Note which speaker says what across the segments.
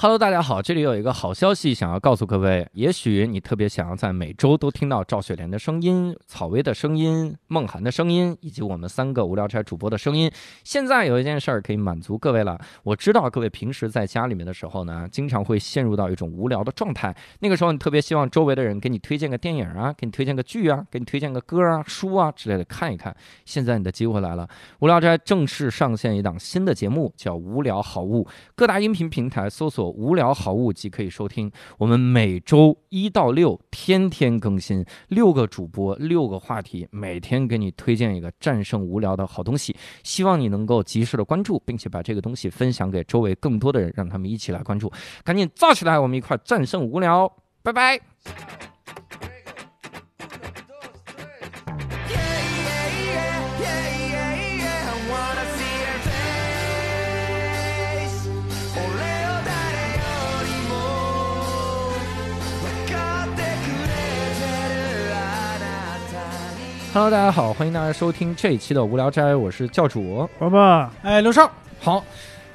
Speaker 1: Hello，大家好，这里有一个好消息想要告诉各位。也许你特别想要在每周都听到赵雪莲的声音、草薇的声音、梦涵的声音，以及我们三个无聊斋主播的声音。现在有一件事儿可以满足各位了。我知道各位平时在家里面的时候呢，经常会陷入到一种无聊的状态。那个时候，你特别希望周围的人给你推荐个电影啊，给你推荐个剧啊，给你推荐个歌啊、书啊之类的看一看。现在你的机会来了，无聊斋正式上线一档新的节目，叫《无聊好物》。各大音频平台搜索“无聊好物”即可以收听。我们每周一到六天天更新，六个主播，六个话题，每天给你推荐一个战胜无聊的好东西。希望你能够及时的关注，并且把这个东西分享给周围更多的人，让他们一起来关注。赶紧造起来，我们一块儿战胜无聊！拜拜。Hello，大家好，欢迎大家收听这一期的无聊斋，我是教主。
Speaker 2: 伯
Speaker 1: 啊
Speaker 2: 伯，
Speaker 3: 哎，刘少，
Speaker 1: 好，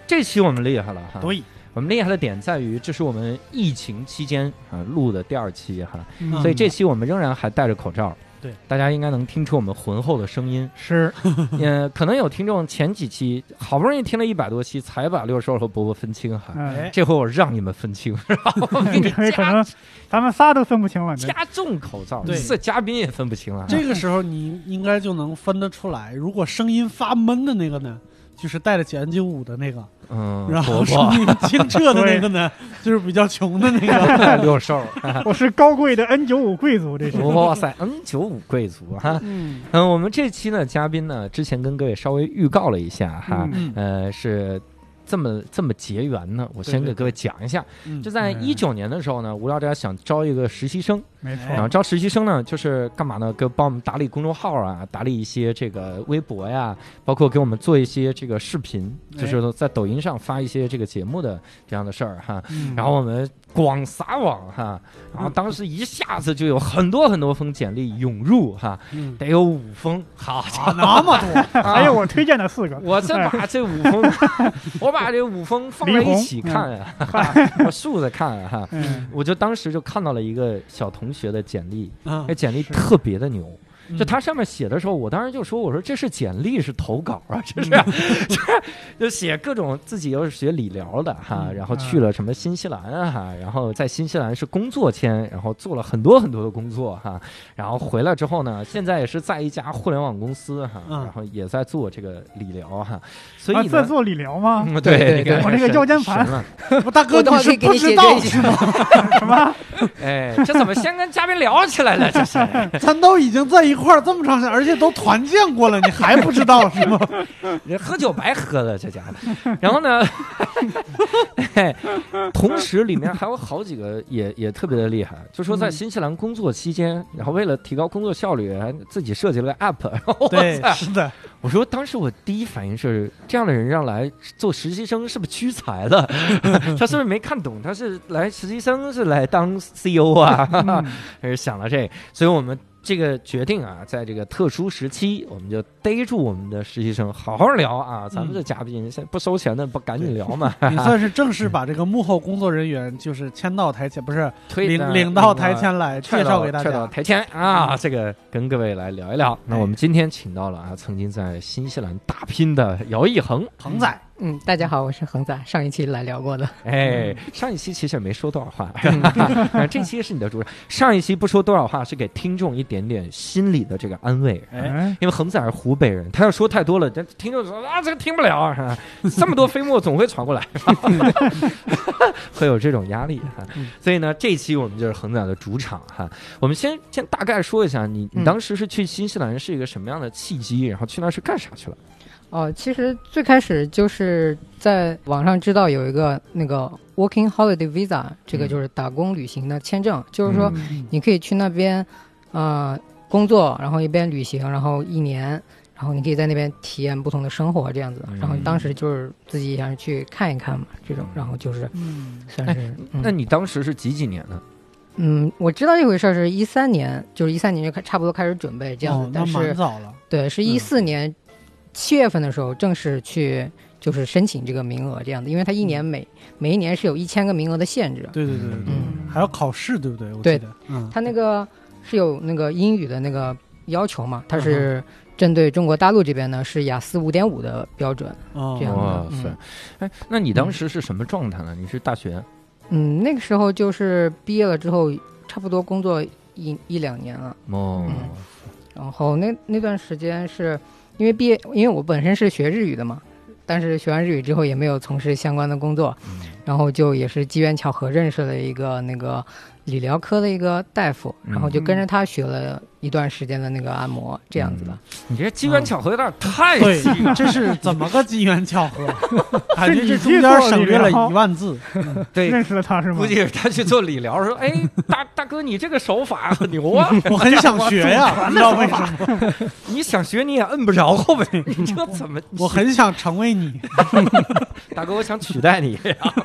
Speaker 1: 这期我们厉害了哈，
Speaker 3: 对，
Speaker 1: 我们厉害的点在于，这是我们疫情期间啊录的第二期哈，
Speaker 3: 嗯
Speaker 1: 所以这期我们仍然还戴着口罩。
Speaker 2: 对，
Speaker 1: 大家应该能听出我们浑厚的声 音。
Speaker 2: 是
Speaker 1: 嗯，可能有听众前几期好不容易听了一百多期，才把六兽和伯伯分清
Speaker 3: 嗯
Speaker 1: 哈。
Speaker 2: 哎，
Speaker 1: 这回我让你们分清，然 后我给你
Speaker 2: 这可
Speaker 1: 加
Speaker 2: 能咱们仨都分不清了。这
Speaker 1: 加重口罩，
Speaker 3: 对
Speaker 1: 这嘉宾也分不清了。啊
Speaker 3: 这个时候你应该就能分得出来。如果声音发闷的那个呢，就是戴着减紧舞的那个；
Speaker 1: 嗯，
Speaker 3: 然后
Speaker 1: 伯
Speaker 3: 声
Speaker 1: 伯
Speaker 3: 音清澈的那个 呢，就是比较穷的那个。
Speaker 1: 六兽，
Speaker 2: 我是高贵的 N 九五贵族，这是
Speaker 1: 哇塞，N 九五贵族哈。
Speaker 3: 嗯
Speaker 1: 嗯，我们这期呢，嘉宾呢，之前跟各位稍微预告了一下哈，
Speaker 2: 嗯
Speaker 3: 嗯
Speaker 1: 呃，是这么这么结缘呢，我先
Speaker 3: 对对
Speaker 1: 给各位讲一下，
Speaker 3: 嗯，
Speaker 1: 就在一九年的时候呢，无聊斋想招一个实习生，
Speaker 2: 没
Speaker 3: 哎
Speaker 1: 然后
Speaker 2: 错，
Speaker 1: 招实习生呢，就是干嘛呢？给帮我们打理公众号啊，打理一些这个微博呀，包括给我们做一些这个视频，就是
Speaker 3: 哎
Speaker 1: 在抖音上发一些这个节目的这样的事儿哈。
Speaker 3: 嗯
Speaker 1: 然后我们广撒网哈，然后当时一下子就有很多很多封简历涌入哈，
Speaker 3: 嗯
Speaker 1: 得有五封，好家
Speaker 3: 啊，那么多，哎
Speaker 1: 伙，
Speaker 2: 还有我推荐的四个， 哎
Speaker 1: 我再把这五封，我把这五封放在一起看呀、 我竖着看啊哈、
Speaker 2: 嗯，
Speaker 1: 我就当时就看到了一个小同学的简历，
Speaker 3: 啊
Speaker 1: 那，哎简历
Speaker 2: 是
Speaker 1: 特别的牛。
Speaker 3: 嗯
Speaker 1: 就他上面写的时候，我当时就说：“我说这是简历，是投稿啊，这是
Speaker 2: 嗯
Speaker 1: 这就写各种自己又是学理疗的哈，
Speaker 3: 嗯
Speaker 1: 然后去了什么新西兰啊哈，然后在新西兰是工作签，然后做了很多很多的工作哈，然后回来之后呢，现在也是在一家互联网公司哈，
Speaker 3: 嗯
Speaker 1: 然后也在做这个理疗哈，所
Speaker 2: 啊，
Speaker 1: 以
Speaker 2: 在
Speaker 1: 呢，
Speaker 2: 做理疗吗？
Speaker 1: 嗯对
Speaker 4: 对
Speaker 1: 你看
Speaker 2: 我这个
Speaker 1: 神
Speaker 2: 腰间盘
Speaker 1: 神了，
Speaker 3: 我大哥
Speaker 4: 我等
Speaker 3: 你
Speaker 4: 会儿
Speaker 3: 是哎
Speaker 4: 给
Speaker 3: 不
Speaker 4: 你
Speaker 3: 知
Speaker 4: 解
Speaker 3: 道
Speaker 4: 决一下
Speaker 3: 是吗？
Speaker 2: 什么？
Speaker 1: 哎，这怎么先跟嘉宾聊起来了？这是。”
Speaker 3: 咱都已经在一块儿这么长时间，而且都团建过了，你还不知道是吗？
Speaker 1: 人喝酒白喝了，这家伙。然后呢， 哎同时里面还有好几个也也特别的厉害，就说在
Speaker 3: 嗯
Speaker 1: 新西兰工作期间，然后为了提高工作效率，还自己设计了个 app 然后我
Speaker 3: 对，
Speaker 1: 操。
Speaker 3: 是 的，
Speaker 1: 我说当时我第一反应是，这样的人让来做实习生是不是屈才了？ 他是不是没看懂？他是来实习生是来当 CEO 啊？
Speaker 2: 嗯
Speaker 1: 还是想了这个，所以我们这个决定啊，在这个特殊时期，我们就逮住我们的实习生，好好聊啊！咱们这嘉宾现在不收钱的，不赶紧聊 嘛？
Speaker 3: 你嗯算是正式把这个幕后工作人员就是签到台前，不是
Speaker 1: 推
Speaker 3: 领领到台，前来，介
Speaker 1: 踹
Speaker 3: 绍
Speaker 1: 到
Speaker 3: 给大
Speaker 1: 踹到
Speaker 3: 家。嗯哎
Speaker 1: 台前啊！ 这个跟各位来聊一聊。那我们今天请到了啊，曾经在新西兰打拼的姚一恒，
Speaker 3: 彭仔，
Speaker 4: 嗯，大家好，我是恒仔，上一期来聊过的。
Speaker 3: 嗯
Speaker 1: 哎，上一期其实也没说多少话， 啊这期是你的主场。上一期不说多少话，是给听众一点点心理的这个安慰。
Speaker 2: 哎，
Speaker 1: 因为恒仔是湖北人，他要说太多了， 这听众说啊，这个听不了啊， 这么多飞沫总会传 过来， 会有这种压力哈、
Speaker 4: 嗯
Speaker 1: 所以呢，这一期我们就是恒仔的主场哈、我们先先大概说一下，你你
Speaker 4: 嗯
Speaker 1: 当时是去新西兰是一个什么样的契机，然后去那儿是干啥去了？
Speaker 4: 哦，其实最开始就是在网上知道有一个那个 Working Holiday Visa，这个就是打工旅行的签证，就是说
Speaker 3: 嗯
Speaker 4: 你可以去那边，呃，工作，然后一边旅行，然后一年，然后你可以在那边体验不同的生活这样子
Speaker 1: 嗯。
Speaker 4: 然后当时就是自己想去看一看嘛，这种，然后就是
Speaker 3: 嗯
Speaker 4: 算是嗯
Speaker 1: 哎那你当时是几几年呢？
Speaker 4: 嗯，我知道这回事儿是一三年，就是一三年就开差不多开始准备这样
Speaker 3: 哦
Speaker 4: 子，
Speaker 3: 那
Speaker 4: 但
Speaker 1: 嗯
Speaker 4: 是
Speaker 3: 蛮早了，
Speaker 4: 对，是
Speaker 3: 嗯
Speaker 4: 一四年七月份的时候正式去就是申请这个名额这样的，因为它
Speaker 1: 嗯
Speaker 4: 一年每每一年是有一千个名额的限制。
Speaker 3: 对对对对对，
Speaker 4: 嗯
Speaker 3: 还要考试，对不对？我记
Speaker 4: 对
Speaker 3: 得，嗯，
Speaker 4: 它那个是有那个英语的那个要求嘛，它是针对中国大陆这边呢是雅思五点五的标准。
Speaker 3: 哦
Speaker 4: 这样的
Speaker 1: 哇
Speaker 4: 嗯
Speaker 1: 塞，哎，那你当时是什么状态呢？你是大学
Speaker 4: 嗯，那个时候就是毕业了之后，差不多工作一一两年了。
Speaker 1: 哦，
Speaker 4: 嗯然后那那段时间是因为毕业，因为我本身是学日语的嘛，但是学完日语之后也没有从事相关的工作，然后就也是机缘巧合认识了一个那个理疗科的一个大夫，然后就
Speaker 2: 嗯
Speaker 4: 跟着他学了一段时间的那个按摩，这样子吧。
Speaker 1: 你这机缘巧合有点太
Speaker 4: 嗯
Speaker 3: 对
Speaker 1: 奇怪，
Speaker 3: 这 是怎么个机缘巧合？感觉
Speaker 2: 是
Speaker 3: 这
Speaker 2: 你
Speaker 3: 中间省略了一万字。
Speaker 1: 对。
Speaker 2: 认识了他是吗
Speaker 1: 估？计是他去做理疗，说：“哎，大大哥，你这个手法很牛啊！
Speaker 3: 我 很想学呀，你知道为什么吗？
Speaker 1: 你想学你也摁不着 呗，你这怎么？
Speaker 3: 我很想成为你。
Speaker 1: 大哥，我想取代 你。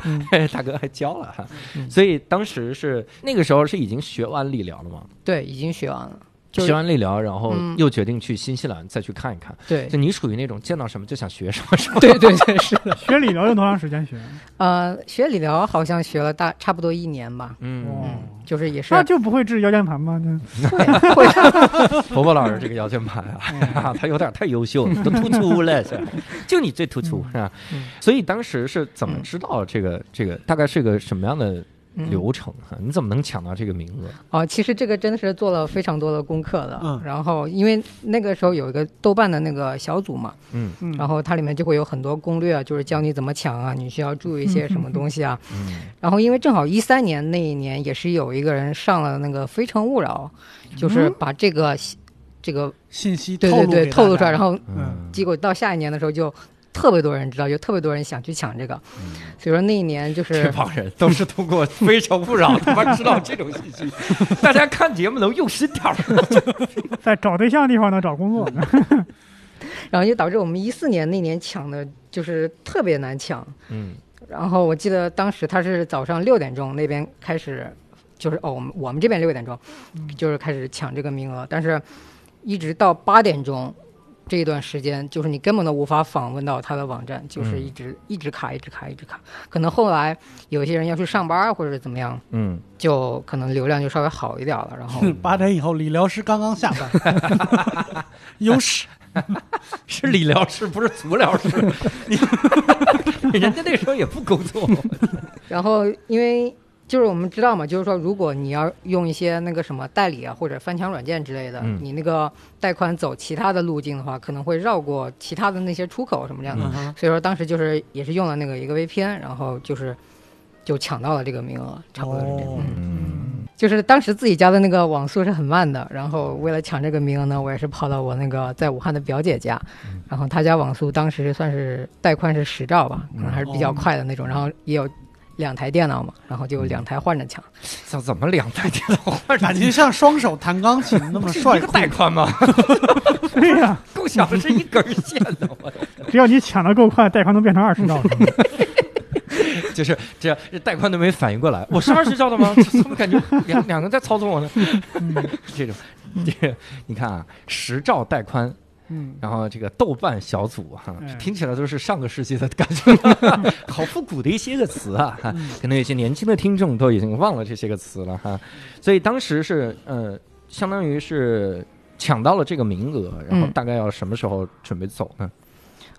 Speaker 3: 嗯
Speaker 1: 哎大哥还教了哈，
Speaker 4: 嗯
Speaker 1: 所以当时是那个时候是已经学完理疗了嘛？
Speaker 4: 对，已经学完了。就
Speaker 1: 学完理疗，然后
Speaker 4: 嗯
Speaker 1: 又决定去新西兰再去看一看。
Speaker 4: 对哦
Speaker 1: 就， 你属于那种见到什么就想学什么，是吧？
Speaker 4: 对对对，是的。
Speaker 2: 学理疗用多长时间学？
Speaker 4: 呃，学理疗好像学了大差不多一年吧，
Speaker 1: 嗯，
Speaker 2: 哦
Speaker 4: 嗯，就是也是
Speaker 2: 那就不会治腰间盘吗？那
Speaker 4: 会会
Speaker 1: 婆婆老师这个腰间盘 啊，
Speaker 4: 嗯
Speaker 1: 她有点太优秀了，都突出了，是吧就你最突出是吧
Speaker 4: 嗯？
Speaker 1: 所以当时是怎么知道这个这个大概是个什么样的
Speaker 4: 嗯
Speaker 1: 流程啊？你怎么能抢到这个名额？
Speaker 4: 哦，其实这个真的是做了非常多的功课的。
Speaker 3: 嗯
Speaker 4: 然后因为那个时候有一个豆瓣的那个小组嘛，
Speaker 1: 嗯
Speaker 2: 嗯，
Speaker 4: 然后它里面就会有很多攻略啊，就是教你怎么抢啊，你需要注意一些什么东西啊。
Speaker 1: 嗯，
Speaker 4: 然后因为正好一三年那一年也是有一个人上了那个《非诚勿扰》，就是把这个、这个
Speaker 3: 信息
Speaker 4: 嗯对对对透露出来，然
Speaker 3: 后
Speaker 4: 后
Speaker 1: 嗯
Speaker 4: 结果到下一年的时候就特别多人知道，就特别多人想去抢这个，所以说那一年就
Speaker 1: 这
Speaker 4: 嗯 是。
Speaker 1: 帮人都是通过《非诚勿扰》他妈知道这种信 息，大家看节目能用心点儿。
Speaker 2: 在找对象的地方呢，找工作呢。
Speaker 4: 然后就导致我们一四年那年抢的就是特别难抢。
Speaker 1: 嗯
Speaker 4: 然后我记得当时他是早上六点钟那边开始，就是哦，我们我们这边六点钟
Speaker 2: 嗯
Speaker 4: 就是开始抢这个名额，但是一直到八点钟这一段时间，就是你根本都无法访问到他的网站，就是
Speaker 1: 嗯
Speaker 4: 一直、一直卡，一直卡，一直卡。可能后来有些人要去上班啊或者是怎么样，
Speaker 1: 嗯，
Speaker 4: 就可能流量就稍微好一点了。然后
Speaker 3: 嗯八点以后，理疗师刚刚下班， 有屎。
Speaker 1: 是理疗师，不是足疗师。 你人家那时候也不工作，
Speaker 4: 然后因为就是我们知道嘛，就是说如果你要用一些那个什么代理啊或者翻墙软件之类的，
Speaker 1: 嗯
Speaker 4: 你那个贷款走其他的路径的话，可能会绕过其他的那些出口什么这样的。
Speaker 1: 嗯
Speaker 3: 嗯
Speaker 4: 所以说当时就是也是用了那个一个 VPN，然后就是。就抢到了这个名额，差不多是这样。
Speaker 3: 哦
Speaker 1: 嗯，
Speaker 4: 就是当时自己家的那个网速是很慢的，然后为了抢这个名额呢，我也是跑到我那个在武汉的表姐家，然后她家网速当时算是带宽是十兆吧，可能还是比较快的那种，然后也有两台电脑嘛，然后就两台换着抢。
Speaker 1: 怎怎么两台电脑换
Speaker 3: 感觉像双手弹钢琴那么
Speaker 1: 是
Speaker 3: 帅
Speaker 1: 一个
Speaker 3: 酷，
Speaker 1: 带宽吗？
Speaker 2: 对呀，
Speaker 1: 够想 的是一根线的，我
Speaker 2: 只要你抢的够快，贷款能变成二十兆。
Speaker 1: 就是这样，这带宽都没反应过来，我是二十兆的吗？怎么感觉两两个在操纵我呢？ 这种，这个你看啊，十兆带宽，
Speaker 2: 嗯，
Speaker 1: 然后这个豆瓣小组哈、
Speaker 2: 嗯
Speaker 1: 这听起来都是上个世纪的感觉，好复古的一些个词啊，哈
Speaker 3: 嗯
Speaker 1: 可能有些年轻的听众都已经忘了这些个词了哈。所以当时是呃，相当于是抢到了这个名额，然后
Speaker 4: 嗯
Speaker 1: 大概要什么时候准备走呢？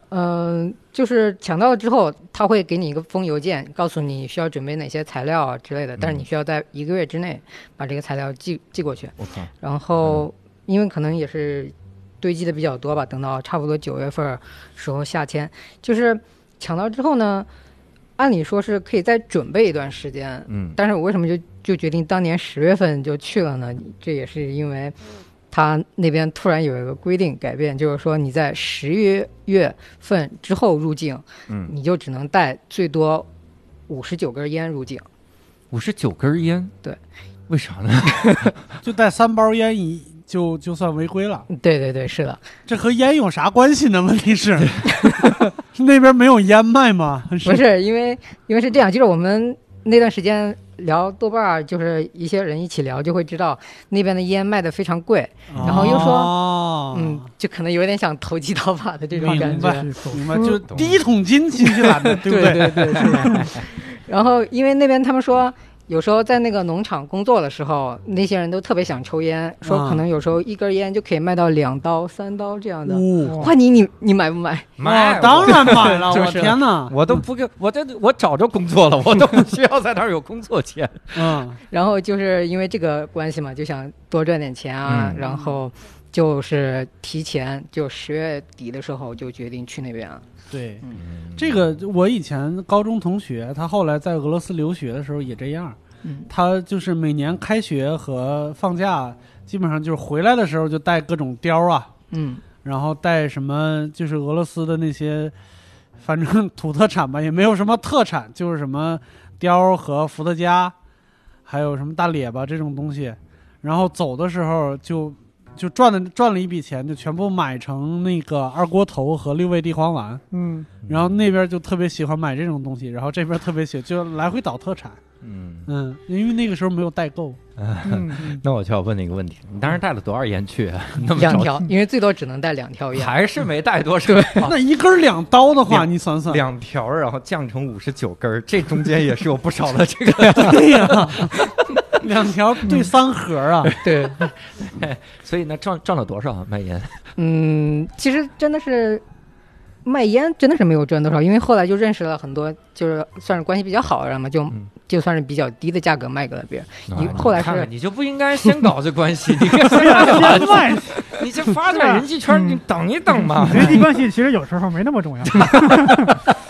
Speaker 4: 嗯、就是抢到了之后，他会给你一个封邮件，告诉你需要准备哪些材料啊之类的，但是你需要在一个月之内把这个材料寄寄过去。
Speaker 1: 我靠，
Speaker 4: 然后因为可能也是堆积的比较多吧，等到差不多九月份儿时候下签，就是抢到之后呢，按理说是可以再准备一段时间，
Speaker 1: 嗯
Speaker 4: 但是我为什么就就决定当年十月份就去了呢？这也是因为。他那边突然有一个规定改变，就是说你在十一月份之后入境，
Speaker 1: 嗯，
Speaker 4: 你就只能带最多五十九根烟入境。
Speaker 1: 五十九根烟，
Speaker 4: 对，
Speaker 1: 为啥呢？
Speaker 3: 就带三包烟一就就算违规了。
Speaker 4: 对对对，是的，
Speaker 3: 这和烟有啥关系呢？问题是，是那边没有烟卖吗？
Speaker 4: 不是因为因为是这样，就是我们那段时间聊豆瓣儿，就是一些人一起聊就会知道那边的烟卖的非常贵，然后又说
Speaker 3: 说
Speaker 4: 嗯，就可能有点想投机倒把的这种感
Speaker 3: 哦啊明白
Speaker 4: 觉。
Speaker 3: 明白，就第一桶金新西 兰的，对不
Speaker 4: 对？对对是。然后因为那边他们说，有时候在那个农场工作的时候，那些人都特别想抽烟，说
Speaker 3: 啊
Speaker 4: 可能有时候一根烟就可以卖到两刀、三刀这样的。
Speaker 3: 哦，
Speaker 4: 换你，你你买不买？
Speaker 1: 买我
Speaker 3: 当然买了，
Speaker 1: 就
Speaker 3: 我
Speaker 1: 是
Speaker 3: 天哪，
Speaker 1: 我都不给，我这我找着工作了，我都不需要在那儿有工作签。
Speaker 3: 嗯，
Speaker 4: 然后就是因为这个关系嘛，就想多赚点钱啊，
Speaker 1: 嗯
Speaker 4: 然后就是提前就十月底的时候就决定去那边啊了。
Speaker 3: 对。
Speaker 1: 嗯
Speaker 3: 这个我以前高中同学，他后来在俄罗斯留学的时候也这样，
Speaker 4: 嗯
Speaker 3: 他就是每年开学和放假，基本上就是回来的时候就带各种貂啊，
Speaker 4: 嗯，
Speaker 3: 然后带什么就是俄罗斯的那些，反正土特产吧，也没有什么特产，就是什么貂和伏特加，还有什么大列巴这种东西，然后走的时候就就赚了赚了一笔钱，就全部买成那个二锅头和六味地黄丸。
Speaker 2: 嗯，
Speaker 3: 然后那边就特别喜欢买这种东西，然后这边特别喜欢就来回倒特产，
Speaker 1: 嗯，
Speaker 3: 嗯，因为那个时候没有代购，
Speaker 2: 嗯
Speaker 1: 那我就要问你一个问题：你当时带了多少烟去啊？那么
Speaker 4: 两
Speaker 1: 着急
Speaker 4: 条，因为最多只能带两条烟。
Speaker 1: 还是没带多少，
Speaker 3: 那一根两刀的话，
Speaker 1: 两
Speaker 3: 你算算，
Speaker 1: 两条儿，然后降成五十九根儿，这中间也是有不少的这个
Speaker 3: 对呀、两条对三盒啊，
Speaker 4: 对，
Speaker 1: 所以呢，赚赚了多少啊卖烟？
Speaker 4: 嗯，其实真的是卖烟真的是没有赚多少，因为后来就认识了很多，就是算是关系比较好的人嘛，就、
Speaker 1: 嗯
Speaker 4: 就算是比较低的价格卖给了别
Speaker 1: 啊
Speaker 4: 人。你后来
Speaker 1: 你看
Speaker 4: 是啊
Speaker 1: 看你就不应该先搞这关 系，你
Speaker 2: 哎 呀，先卖，
Speaker 1: 你这发展人际圈，
Speaker 2: 嗯
Speaker 1: 你等一等嘛。
Speaker 4: 嗯
Speaker 2: 人际关系其实有时候没那么重要。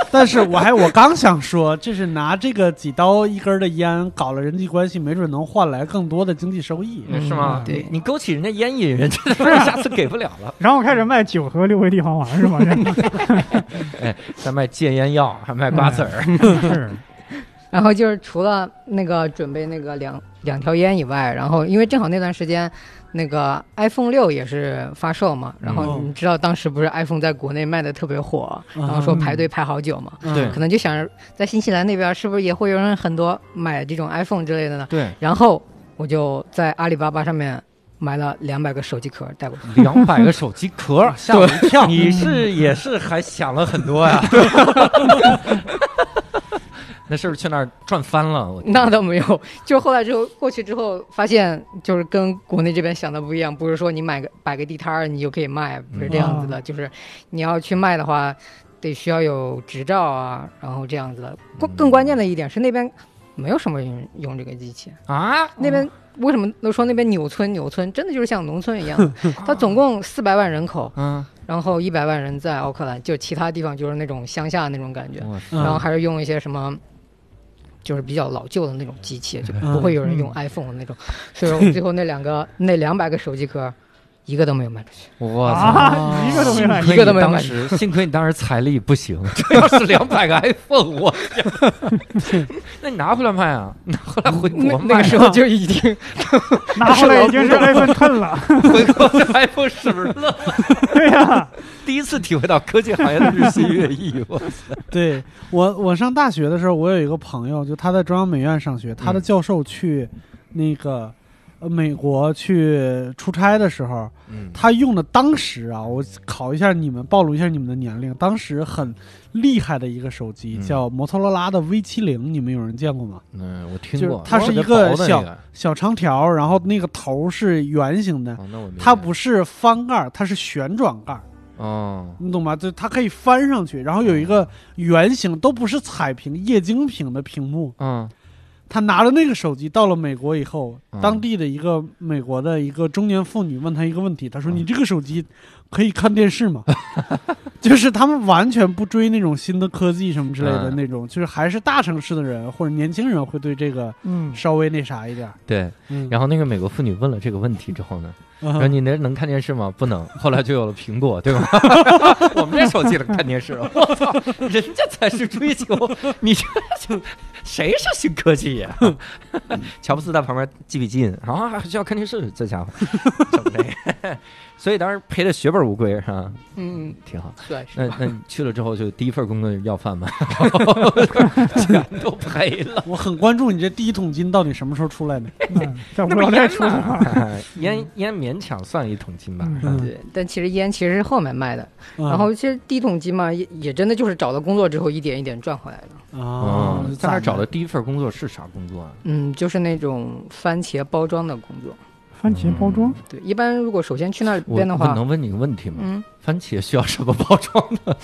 Speaker 3: 但是我还我刚想说，这是拿这个几刀一根的烟搞了人际关系，没准能换来更多的经济收益。
Speaker 1: 是吗？
Speaker 4: 对啊
Speaker 1: 你勾起人家烟瘾，人家他妈下次给不了了。
Speaker 2: 然后开始卖酒和六味地黄丸是 吗？
Speaker 1: 再卖戒烟药，还卖瓜子儿，
Speaker 2: 是，
Speaker 4: 然后就是除了那个准备那个两两条烟以外，然后因为正好那段时间。那个 iPhone 六也是发售嘛，然后
Speaker 3: 嗯
Speaker 4: 你知道当时不是 iPhone 在国内卖的特别火，
Speaker 3: 嗯
Speaker 4: 然后说排队排好久嘛，
Speaker 3: 嗯
Speaker 1: 对
Speaker 4: 可能就想着在新西兰那边是不是也会有人很多买这种 iPhone 之类的呢？
Speaker 1: 对，
Speaker 4: 然后我就在阿里巴巴上面买了两百个手机壳带过去。
Speaker 1: 两百个手机 壳，吓我一跳。
Speaker 2: 对
Speaker 1: 你是也是还想了很多呀？ 那是不是去那儿赚翻了？我
Speaker 4: 那倒没有，就是后来之后过去之后，发现就是跟国内这边想的不一样，不是说你买个摆个地摊儿你就可以卖，不是这样子的，就是你要去卖的话，得需要有执照啊，然后这样子的。更更关键的一点是那边没有什么人用这个机器，
Speaker 1: 啊，
Speaker 4: 那边为什么都说那边纽村纽村，真的就是像农村一样，它总共四百万人口，
Speaker 1: 嗯，
Speaker 4: 然后一百万人在奥克兰，就其他地方就是那种乡下那种感觉，
Speaker 1: 我
Speaker 3: 嗯
Speaker 4: 然后还是用一些什么。就是比较老旧的那种机器，
Speaker 1: 嗯
Speaker 4: 就
Speaker 3: 嗯
Speaker 4: 不会有人用 iPhone 的那种，所以我最后那两个 那两百个手机壳，一个都没有卖出去。
Speaker 1: 我操！
Speaker 2: 啊，一个都没卖
Speaker 1: 幸。亏
Speaker 4: 一个都
Speaker 1: 你
Speaker 4: 没有
Speaker 1: 当
Speaker 4: 买
Speaker 1: 时，幸亏你当时财力不行， 这要是两 百个 iPhone，我天，那你拿回来卖啊？拿回来回
Speaker 4: 那
Speaker 1: 国
Speaker 4: 那
Speaker 1: 卖
Speaker 4: 个时
Speaker 1: 啊，
Speaker 4: 候就已经
Speaker 2: 拿回来已经是 iPhone ten 了。
Speaker 1: 回国这 iPhone 十了。
Speaker 2: 对呀，
Speaker 1: 第一次体会到科技行业的日新月异，我
Speaker 3: 对我，我上大学的时候，我有一个朋友，就他在中央美院上学，他的教授去那个呃美国去出差的时候，
Speaker 1: 嗯
Speaker 3: 他用的当时啊，我考一下你们，暴露一下你们的年龄，当时很厉害的一个手机
Speaker 1: 嗯
Speaker 3: 叫摩托罗拉的 V 7 0你们有人见过吗？
Speaker 1: 嗯，我听
Speaker 3: 就是
Speaker 1: 过，
Speaker 3: 它是
Speaker 1: 特别
Speaker 3: 一个
Speaker 1: 薄的
Speaker 3: 小
Speaker 1: 那个
Speaker 3: 小长条，然后那个头是圆形的，
Speaker 1: 哦，那我明白
Speaker 3: 它不是翻盖儿，它是旋转盖儿。
Speaker 1: 哦，
Speaker 3: 你懂吗？就它可以翻上去，然后有一个圆形，都不是彩屏、液晶屏的屏幕。
Speaker 1: 嗯
Speaker 3: 他拿着那个手机到了美国以后
Speaker 1: 嗯，
Speaker 3: 当地的一个美国的一个中年妇女问他一个问题，他说：“
Speaker 1: 嗯
Speaker 3: 你这个手机可以看电视吗？”就是他们完全不追那种新的科技什么之类的
Speaker 1: 嗯
Speaker 3: 那种，就是还是大城市的人或者年轻人会对这个
Speaker 2: 嗯，
Speaker 3: 稍微那啥一点儿。
Speaker 1: 对。
Speaker 3: 嗯，
Speaker 1: 然后那个美国妇女问了这个问题之后呢，
Speaker 3: 后
Speaker 1: 说你那能看电视吗？不能。后来就有了苹果，对吧？ 我们这手机能看电视，我操，人家才是追求你这谁是新科技呀、 乔布斯在旁边记笔记呢，啊，还需要看电视，这家伙整的， 所以当时赔的血本无归啊，
Speaker 4: 嗯，
Speaker 1: 挺好。
Speaker 4: 对，是
Speaker 1: 那
Speaker 4: 吧？
Speaker 1: 那你去了之后，就第一份工作就要饭 吗？全都赔了，
Speaker 3: 我很关注你这第一桶金到底什么时候出来呢？
Speaker 2: 嗯 在无聊斋出的话，
Speaker 1: 烟烟勉强算一桶金吧。
Speaker 2: 嗯
Speaker 3: 嗯，
Speaker 4: 对，嗯但其实烟其实是后面卖的，
Speaker 3: 然
Speaker 4: 然后其实第一桶金嘛，也也真的就是找到工作之后一点一点赚回来的。
Speaker 3: 啊
Speaker 1: 哦，，在那儿找的第一份工作是啥工作啊？
Speaker 4: 嗯，就是那种番茄包装的工作。
Speaker 2: 番茄包装，
Speaker 4: 对，一般如果首先去那
Speaker 1: 我
Speaker 4: 边的话，
Speaker 1: 能问你个问题吗？
Speaker 4: 嗯，
Speaker 1: 番茄需要什么包装呢？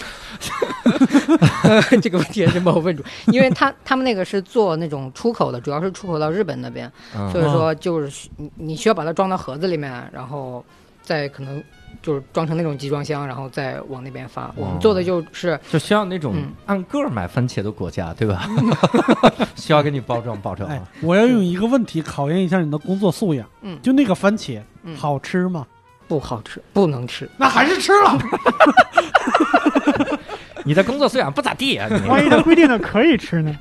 Speaker 4: 这个问题还真把我问住，因为他他们那个是做那种出口的，主要是出口到日本那边，
Speaker 3: 嗯
Speaker 1: 嗯
Speaker 4: 所以说就是需你你需要把它装到盒子里面，然后再可能就是装成那种集装箱，然后再往那边发。
Speaker 3: 哦
Speaker 4: 我们做的就是
Speaker 1: 就需要那种
Speaker 4: 嗯
Speaker 1: 按个儿买番茄的国家，对吧？ 需要给你包装包装
Speaker 3: 哎
Speaker 1: 啊。，
Speaker 3: 我要用一个问题考验一下你的工作素养。
Speaker 4: 嗯
Speaker 3: 就那个番茄
Speaker 4: 嗯
Speaker 3: 好吃吗？
Speaker 4: 不好吃，不能吃。
Speaker 3: 那还是吃了。
Speaker 1: 你的工作素养不咋地啊，你
Speaker 2: 万一他规定的可以吃 呢？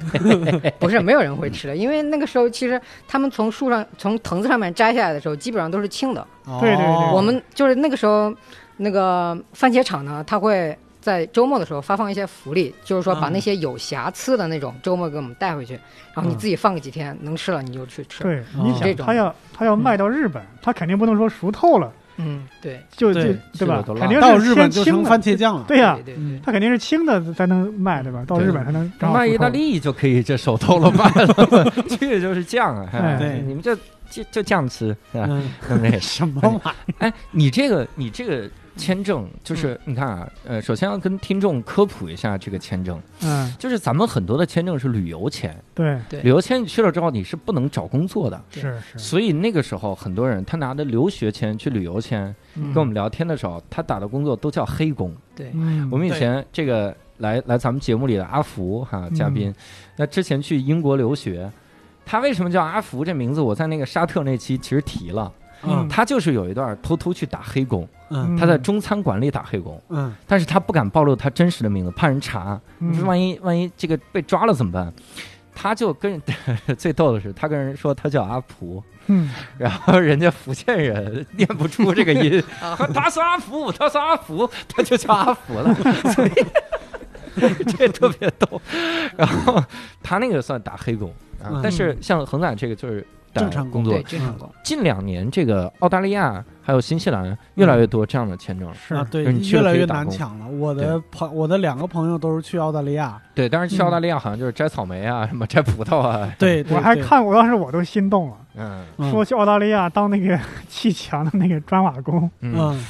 Speaker 4: 不是没有人会吃的，因为那个时候其实他们从树上从藤子上面摘下来的时候，基本上都是青的。
Speaker 2: 对对对
Speaker 3: 哦
Speaker 4: 我们就是那个时候，那个番茄厂呢，它会在周末的时候发放一些福利，就是说把
Speaker 3: 嗯
Speaker 4: 那些有瑕疵的那种周末给我们带回去，然后你
Speaker 3: 嗯
Speaker 4: 自己放个几天，能吃了你就去吃。
Speaker 2: 对，你
Speaker 3: 这
Speaker 2: 想
Speaker 3: 嗯
Speaker 4: 种
Speaker 2: 他要他要卖到日本，他肯定不能说熟透了，
Speaker 4: 嗯，对，
Speaker 2: 就就
Speaker 3: 对
Speaker 1: 去
Speaker 2: 对吧
Speaker 1: 了都？烂
Speaker 2: 肯定
Speaker 3: 到
Speaker 2: 是
Speaker 3: 日本
Speaker 2: 先
Speaker 3: 就
Speaker 2: 清
Speaker 3: 成
Speaker 2: 的
Speaker 3: 番，茄酱了。
Speaker 2: 对呀
Speaker 4: 对，对对
Speaker 3: 嗯，
Speaker 2: 他肯定是清的才能卖，对吧？到
Speaker 1: 对
Speaker 2: 日本才能正好
Speaker 1: 卖意
Speaker 2: 熟透
Speaker 1: 大利就可以这手透了卖了， 去就是酱啊。哎
Speaker 3: 对
Speaker 1: 你们就就就酱吃，是 吧？
Speaker 3: 嗯，
Speaker 1: 对不对？
Speaker 3: 什么玩意儿？
Speaker 1: 哎，你这个你这个签证，就是你看啊，呃，首先要跟听众科普一下这个签证，
Speaker 2: 嗯，
Speaker 1: 就是咱们很多的签证是旅游签，
Speaker 2: 对，嗯
Speaker 4: 对
Speaker 1: 旅游签你去了之后你是不能找工作的。
Speaker 2: 是是，
Speaker 1: 所以那个时候，很多人他拿着留学签去旅游签，跟我们聊天的时候，他打的工作都叫黑工。
Speaker 4: 对，
Speaker 2: 嗯，
Speaker 1: 我们以前这个来来咱们节目里的阿福哈、嘉宾，那之前去英国留学，他为什么叫阿福这名字？我在那个沙特那期其实提了，
Speaker 3: 嗯
Speaker 1: 他就是有一段偷偷去打黑工，
Speaker 3: 嗯
Speaker 1: 他在中餐馆里打黑工，
Speaker 3: 嗯
Speaker 1: 但是他不敢暴露他真实的名字，怕人查，
Speaker 2: 嗯
Speaker 1: 万一万一这个被抓了怎么办？他就跟 人最逗的是，他跟人说他叫阿普，
Speaker 2: 嗯
Speaker 1: 然后人家福建人念不出这个音，
Speaker 4: 啊
Speaker 1: 他他是阿福，他是阿福，他就叫阿福了，所以 这特别逗。然后他那个算打黑工啊
Speaker 3: 嗯，
Speaker 1: 但是像恒仔这个就是打
Speaker 3: 正常
Speaker 1: 工
Speaker 3: 工
Speaker 1: 作
Speaker 4: 对，。正常工。
Speaker 1: 近两年这个澳大利亚还有新西兰越来越多这样的签证，
Speaker 2: 是
Speaker 3: 啊，对，
Speaker 1: 就是你去
Speaker 3: 越
Speaker 1: 了
Speaker 3: 来
Speaker 1: 可以
Speaker 3: 越
Speaker 1: 打
Speaker 3: 难
Speaker 1: 工
Speaker 3: 抢了。我的朋，我的两个朋友都是去澳大利亚。
Speaker 1: 对，但是去澳大利亚好像就是摘草莓啊，什么摘葡萄啊，
Speaker 3: 对，对
Speaker 2: 我还
Speaker 3: 对
Speaker 2: 看，我当时我都心动了，
Speaker 1: 嗯
Speaker 3: 嗯
Speaker 2: 说去澳大利亚当那个砌墙的那个砖瓦工，
Speaker 1: 嗯，
Speaker 3: 嗯，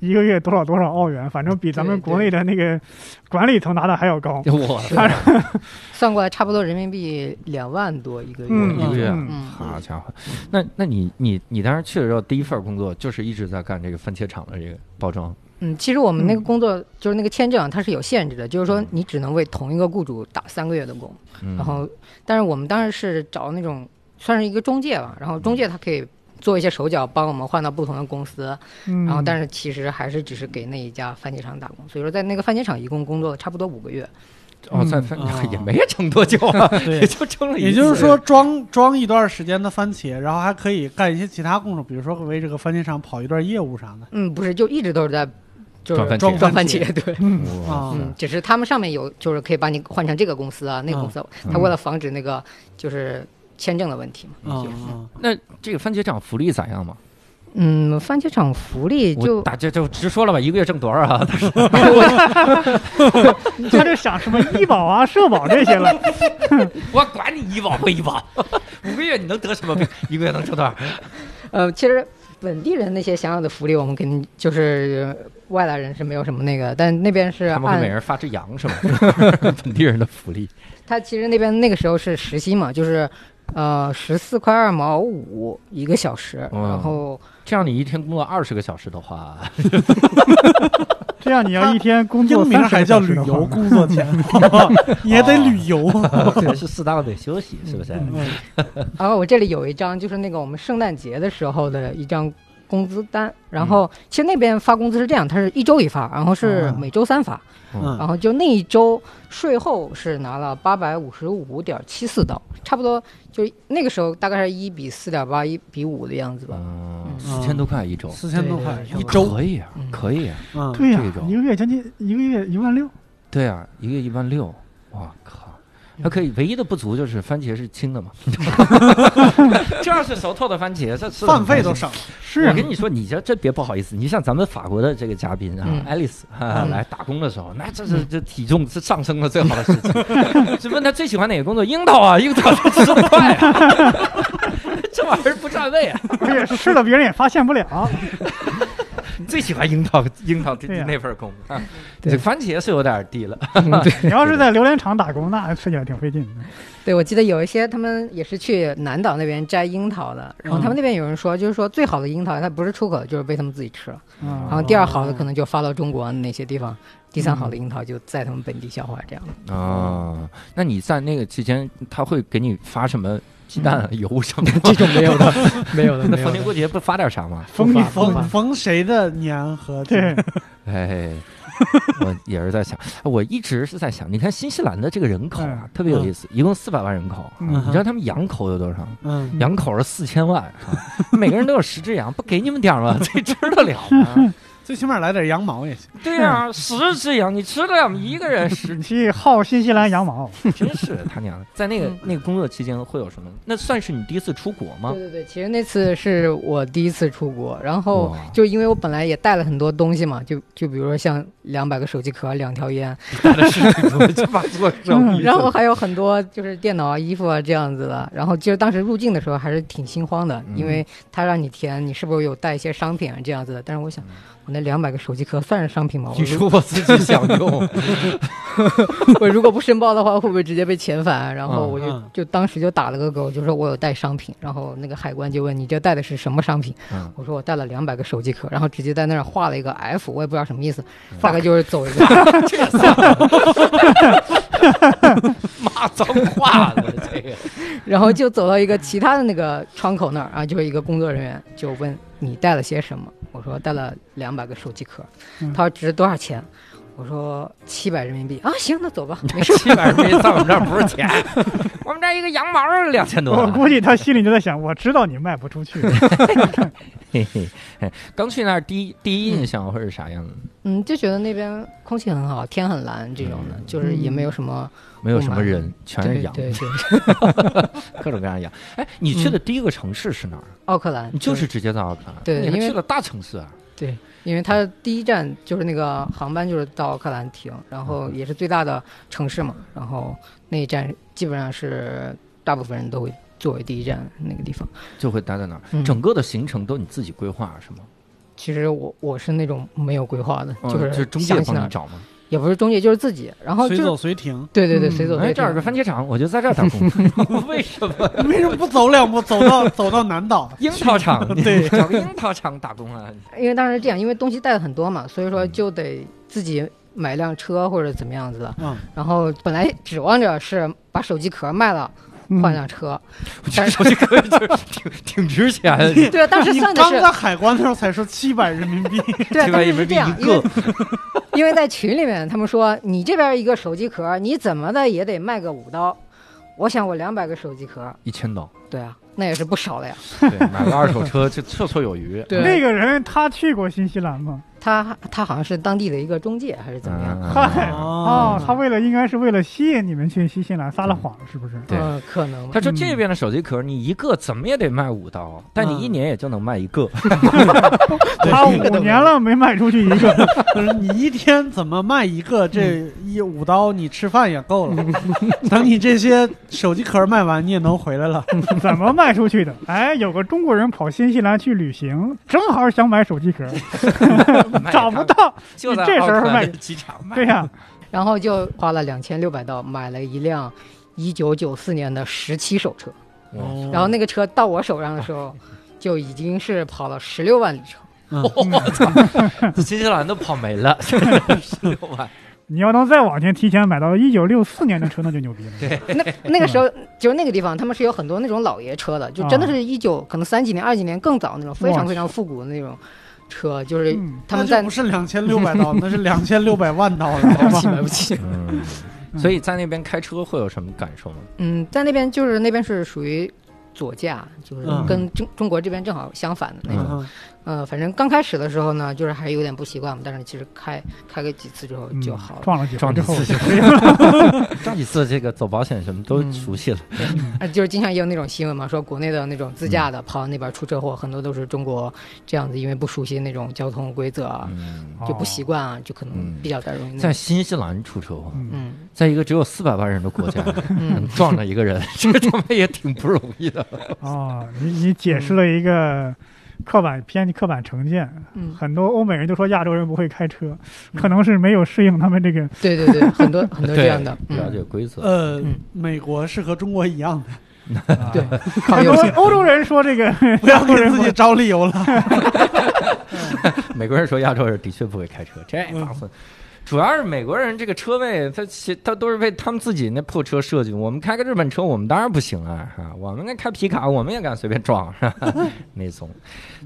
Speaker 2: 一个月多少多少澳元，反正比咱们
Speaker 4: 对对
Speaker 2: 国内的那个管理层拿的还要高。
Speaker 3: 嗯
Speaker 1: 我
Speaker 4: 是算过来差不多人民币两万多一个月。
Speaker 2: 嗯，
Speaker 1: 一个月啊
Speaker 2: 嗯
Speaker 4: 嗯
Speaker 1: 好家伙，那那你你你当时去的时候，第一份工作就是一直在干这个番茄厂的这个包装，
Speaker 4: 嗯，其实我们那个工作就是那个签证啊，它是有限制的，就是说你只能为同一个雇主打三个月的工。
Speaker 1: 嗯
Speaker 4: 然
Speaker 3: 哦
Speaker 4: 后，但是我们当时是找那种算是一个中介吧，然后中介他可以做一些手脚，帮我们换到不同的公司，
Speaker 2: 嗯，
Speaker 4: 然后但
Speaker 2: 是
Speaker 4: 是其实还是只是给那一家番茄厂打工，所以说在那个番茄厂一共工作了差不多五个月，
Speaker 1: 哦，在
Speaker 2: 嗯
Speaker 1: 番
Speaker 3: 啊
Speaker 1: 也没撑多久啊，
Speaker 3: 嗯对
Speaker 1: 也。就撑了一次，
Speaker 3: 也就是说，装装一段时间的番茄，然后还可以干一些其他工作，比如说为这个番茄厂跑一段业务啥的。
Speaker 4: 嗯，不是，就一直都是在就是
Speaker 1: 转番茄
Speaker 4: 装
Speaker 3: 装
Speaker 4: 番
Speaker 3: 番
Speaker 4: 茄，对。
Speaker 1: 哇塞
Speaker 4: 嗯，
Speaker 3: 啊
Speaker 4: 只是他们上面有，就是可以把你换成这个公司啊，那个公司啊，他为了防止那个就是签证的问题嘛。
Speaker 3: 啊
Speaker 4: 就是
Speaker 3: 啊
Speaker 1: 那这个番茄厂福利咋样嘛？
Speaker 4: 嗯，番茄厂福利
Speaker 1: 我
Speaker 4: 就
Speaker 1: 大家就直说了吧，一个月挣多少啊？
Speaker 2: 嗯他就想什么医保啊、社保这些 了，
Speaker 1: 我管你医保不医保，五个月你能得什么病？一个月能挣多少？
Speaker 4: 呃，其实本地人那些享有的福利，我们肯定就是呃外来人是没有什么那个，但那边是
Speaker 1: 他们会每
Speaker 4: 按
Speaker 1: 人发只羊是吧？ 本地人的福利，
Speaker 4: 他其实那边那个时候是时薪嘛，就是呃十四块二毛五一个小时，
Speaker 1: 嗯
Speaker 4: 然后
Speaker 1: 这样你一天工作二十个小时的话，
Speaker 2: 这样你要一天工作
Speaker 3: 英名
Speaker 2: 三
Speaker 3: 还叫旅游工作钱， 哦也得旅游。
Speaker 1: 这个是适当的休息，是不是？
Speaker 3: 嗯
Speaker 4: 哦然后我这里有一张就是那个我们圣诞节的时候的一张工资单，然后其实那边发工资是这样，它是一周一发，然后是
Speaker 3: 嗯
Speaker 4: 每周三发，然
Speaker 3: 嗯，
Speaker 4: 后就那一周税后是拿了八百五十五点七四刀，差不多就是那个时候大概是一比四点八、一比五的样子吧。
Speaker 1: 嗯，
Speaker 4: 嗯
Speaker 1: 四千多块一周，
Speaker 3: 四千多
Speaker 4: 对
Speaker 3: 块
Speaker 4: 对对
Speaker 1: 可以啊，
Speaker 4: 嗯
Speaker 1: 可以啊，
Speaker 3: 嗯，
Speaker 2: 对呀、
Speaker 1: 这种
Speaker 2: 一个月将近一个月一万六，
Speaker 1: 对啊，一个一万六，哇靠！还可以，唯一的不足就是番茄是青的嘛， 这要是熟透的番茄，这是
Speaker 3: 饭费都省了。
Speaker 2: 是
Speaker 1: 我
Speaker 2: 啊，
Speaker 1: 跟你说，你这真别不好意思，你像咱们法国的这个嘉宾啊
Speaker 4: 嗯，
Speaker 1: 爱丽丝啊
Speaker 4: 嗯
Speaker 1: 来打工的时候，那这是这体重是上升了最好的时机。只问他最喜欢哪个工作，樱桃啊，樱桃这么快啊， 这玩意儿不占位啊。
Speaker 2: 而且吃了别人也发现不了。
Speaker 1: 你最喜欢樱桃，樱桃这
Speaker 2: 对呀
Speaker 1: 那份工作啊，
Speaker 4: 对
Speaker 1: 这番茄是有点低了。
Speaker 2: 你要是在榴莲厂打工，那吃起来挺费劲的。
Speaker 4: 对，我记得有一些他们也是去南岛那边摘樱桃的，然后他们那边有人说，就是说最好的樱桃它不是出口的，就是被他们自己吃了，
Speaker 2: 嗯
Speaker 4: 然后第二好的可能就发到中国哪些地方，第三好的樱桃就在他们本地消化这样。
Speaker 1: 哦，那你在那个期间，他会给你发什么鸡蛋、啊、油什么的？
Speaker 5: 嗯 这种没有的， 没有的，
Speaker 1: 那
Speaker 5: 没有
Speaker 1: 逢
Speaker 5: 的
Speaker 1: 年。过节不发点啥吗？
Speaker 2: 风
Speaker 5: 不
Speaker 2: 景
Speaker 5: 发不
Speaker 3: 逢
Speaker 5: 发
Speaker 3: 逢谁的年和
Speaker 2: 对，
Speaker 1: 哎，我也是在想， 我一直是在想，你看新西兰的这个人口
Speaker 5: 嗯
Speaker 1: 啊，特别有意思，一共四百万人口啊，
Speaker 2: 嗯
Speaker 1: 你知道他们羊口有多少？
Speaker 3: 嗯，
Speaker 1: 羊口是四千万啊，
Speaker 5: 嗯
Speaker 1: 每个人都有十只羊，不给你们点 儿吗？这吃得了吗？
Speaker 3: 最起码来点羊毛也行。
Speaker 1: 对
Speaker 5: 啊
Speaker 1: 呀、 十只羊你吃得了吗？一个人十
Speaker 2: 你去薅新西兰羊毛，
Speaker 1: 真是他娘的！在那个
Speaker 3: 嗯
Speaker 1: 那个工作期间会有什么？那算是你第一次出国吗
Speaker 4: 对？对对，其实那次是我第一次出国，然后
Speaker 1: 哇
Speaker 4: 就因为我本来也带了很多东西嘛，就就比如说像两百个手机壳、两条烟，
Speaker 1: 嗯 就把做生意，
Speaker 4: 然后还有很多就是电脑啊、衣服啊这样子的。然后其实当时入境的时候还是挺心慌的，
Speaker 1: 嗯
Speaker 4: 因为他让你填你是不是有带一些商品啊这样子的。但是我想，我那两百个手机壳算是商品吗？我
Speaker 1: 你嗯
Speaker 4: 如
Speaker 1: 说我自己想 用，
Speaker 4: 我如果 不申报的话，会不会直接被遣返？啊然后
Speaker 1: 嗯
Speaker 4: 我就、
Speaker 3: 嗯
Speaker 4: 就当时就打了个勾，就说我有带商品。然后那个海关就问你这带的是什么商品？
Speaker 1: 嗯
Speaker 4: 我说我带了两百个手机壳，然后直接在那儿画了一个 F，我也不知道什么意思，
Speaker 1: 嗯
Speaker 4: 大概就是走一个。
Speaker 1: 骂脏话的这个。。
Speaker 4: 然后就走到一个其他的那个窗口那儿啊，就是一个工作人员就问你带了些什么，我说带了两百个手机壳，
Speaker 2: 嗯
Speaker 4: 他说值多少钱？我说七百人民币啊，行，那走吧， 没事
Speaker 1: 七百人民币在我们这儿不是 钱，我们这儿一个羊毛两千多。
Speaker 2: 我估计他心里就在想，我知道你卖不出 去，
Speaker 1: 嘿嘿嘿刚去那儿第一第一印象会是啥样的？
Speaker 4: 嗯，就觉得那边空气很好，天很蓝这种
Speaker 1: 嗯
Speaker 4: 的，就是也没有什么
Speaker 1: 没有什么人，全
Speaker 4: 嗯对
Speaker 1: 是羊，
Speaker 4: 对对，
Speaker 1: 各种各样的羊。哎，你去的第一个城市是哪儿？
Speaker 4: 奥克兰
Speaker 1: 你就是直接到奥克兰，
Speaker 4: 对
Speaker 1: 你还
Speaker 4: 因为
Speaker 1: 去了大城市啊？
Speaker 4: 对，因为它第一站就是那个航班就是到奥克兰停，然后也是最大的城市嘛，然后那一站基本上是大部分人都会作为第一站那个地方。
Speaker 1: 就会待在那儿。
Speaker 4: 嗯
Speaker 1: 整个的行程都你自己规划是吗？
Speaker 4: 其实我我是那种没有规划的，
Speaker 1: 嗯
Speaker 4: 就是
Speaker 1: 就中介
Speaker 4: 想去哪
Speaker 1: 帮你
Speaker 4: 儿
Speaker 1: 找吗？
Speaker 4: 也不是中介，就是自己，然后
Speaker 3: 随
Speaker 4: 就
Speaker 3: 走随停。
Speaker 4: 对对对，
Speaker 2: 嗯
Speaker 4: 随走
Speaker 1: 哎，
Speaker 4: 随
Speaker 1: 这儿有个
Speaker 4: 停
Speaker 1: 番茄厂，我就在这儿打 工。为什么？
Speaker 3: 为什么不走 两步，走到走到南岛？
Speaker 1: 樱桃厂，
Speaker 3: 对，
Speaker 1: 找个樱桃厂打工啊。
Speaker 4: 因为当时这样，因为东西带的很多嘛，所以说就得自己买辆车或者怎么样子的，
Speaker 3: 嗯，
Speaker 4: 然后本来指望着是把手机壳卖了换辆车，
Speaker 1: 我觉得手机壳就是挺挺值钱的，
Speaker 4: 对啊，当时
Speaker 3: 你
Speaker 4: 算的
Speaker 3: 刚
Speaker 4: 是
Speaker 3: 在海关的时候才说七百人民 币，
Speaker 4: 对啊，
Speaker 1: 七
Speaker 4: 当
Speaker 1: 百
Speaker 4: 时
Speaker 1: 人民
Speaker 4: 是
Speaker 1: 币
Speaker 4: 这样，
Speaker 1: 一
Speaker 4: 因为
Speaker 1: 个。
Speaker 4: 因为在群里面，他们说你这边一个手机壳，你怎么的也得卖个五刀。我想我两百个手机壳，
Speaker 1: 一千刀，
Speaker 4: 对啊，那也是不少了呀。
Speaker 1: 对，买个二手车就绰绰有余。
Speaker 4: 对
Speaker 2: 那个人他去过新西兰吗？
Speaker 4: 他他好像是当地的一个中介还是怎么样？
Speaker 1: 嗯
Speaker 2: 嗨
Speaker 3: 哦
Speaker 4: 啊
Speaker 2: 哦，他为了应该是为了吸引你们去新西兰撒了谎，是不是？
Speaker 1: 对
Speaker 4: 嗯，可能吧
Speaker 1: 他说这边的手机壳，你一个怎么也得卖五刀，但你一年也就能卖一 个。
Speaker 2: 他五年了没卖出去一 个，
Speaker 3: 不是你一天怎么卖一个？这一五刀你吃饭也够 了，等你这些手机壳卖完，你也能回来了。
Speaker 2: 怎么卖出去的？哎，有个中国人跑新西兰去旅行，正好想买手机壳，
Speaker 1: 卖
Speaker 2: 找不，到。
Speaker 1: 就在
Speaker 2: 你这时候
Speaker 1: 奥克兰
Speaker 2: 卖
Speaker 1: 机场卖。
Speaker 2: 对 呀，
Speaker 4: 然后就花了两千六百刀买了一辆一九九四年的十七手车，
Speaker 1: 哇
Speaker 3: 哦
Speaker 4: 然后那个车到我手上的时候，就已经是跑了十六万里程。
Speaker 3: 嗯
Speaker 1: 我操，新西兰都跑没了，十六万。
Speaker 2: 你要能再往前提前买到一九六四年的车，那就牛逼了。
Speaker 4: 那 那个时候
Speaker 3: 嗯
Speaker 4: 就是那个地方，他们是有很多那种老爷车的，就真
Speaker 3: 啊
Speaker 4: 的是一九可能三几年、二几年更早那种非常非常复古的那种车，就是
Speaker 2: 嗯，
Speaker 4: 他们
Speaker 3: 那就
Speaker 4: 在
Speaker 3: 不是两千六百刀，那是两千六百万刀 了，
Speaker 4: 买
Speaker 3: 好
Speaker 4: 不
Speaker 3: 吧
Speaker 4: 起买不起。
Speaker 1: 嗯，所以在那边开车会有什么感受吗？
Speaker 4: 嗯，在那边就是那边是属于左驾，就是
Speaker 3: 嗯
Speaker 4: 跟中中国这边正好相反的那种。
Speaker 3: 嗯
Speaker 4: 呃，反正刚开始的时候呢，就是还有点不习惯嘛，但是其实开开个几次
Speaker 3: 嗯
Speaker 4: 之后就好了。
Speaker 2: 嗯撞了几回
Speaker 1: 撞
Speaker 2: 之
Speaker 1: 几
Speaker 2: 后
Speaker 1: 次，就， 撞几次这个走保险什么
Speaker 4: 嗯
Speaker 1: 都熟悉了。
Speaker 4: 呃就是经常也有那种新闻嘛，说国内的那种自
Speaker 3: 嗯
Speaker 4: 驾的跑到那边出车祸，很多都是中国这样子，因为不熟悉那种交通规则啊，
Speaker 1: 嗯，
Speaker 3: 哦
Speaker 4: 就不习惯啊，就可
Speaker 3: 嗯
Speaker 4: 能比较点容易那
Speaker 1: 在
Speaker 4: 种。
Speaker 1: 新西兰出车祸，
Speaker 2: 嗯
Speaker 4: 嗯
Speaker 1: 在一个只有四百万人的国家，
Speaker 4: 嗯，
Speaker 1: 撞着一个 人，这他妈也挺不容易的。
Speaker 2: 哦，你你解释了一个刻板偏刻板成见，
Speaker 4: 嗯，
Speaker 2: 很多欧美人就说亚洲人不会开车，可能是没有适应他们这个
Speaker 4: 对对对， 很多很多这样的，
Speaker 1: 对了
Speaker 4: 嗯，
Speaker 1: 解规则。
Speaker 3: 呃
Speaker 4: 嗯，
Speaker 3: 美国是和中国一样 的，
Speaker 4: 对
Speaker 2: 啊，
Speaker 4: 靠
Speaker 2: 很
Speaker 4: 右
Speaker 2: 多
Speaker 4: 行。
Speaker 2: 欧洲人说这个
Speaker 3: 不要给自己找理由了。
Speaker 1: 美国人说亚洲人的确不会开车，这
Speaker 3: 嗯
Speaker 1: 麻烦。主要是美国人这个车位，他其他都是为他们自己那破车设计。我们开个日本车，我们当然不行啊！哈、我们那开皮卡，我们也敢随便撞，哈哈那怂。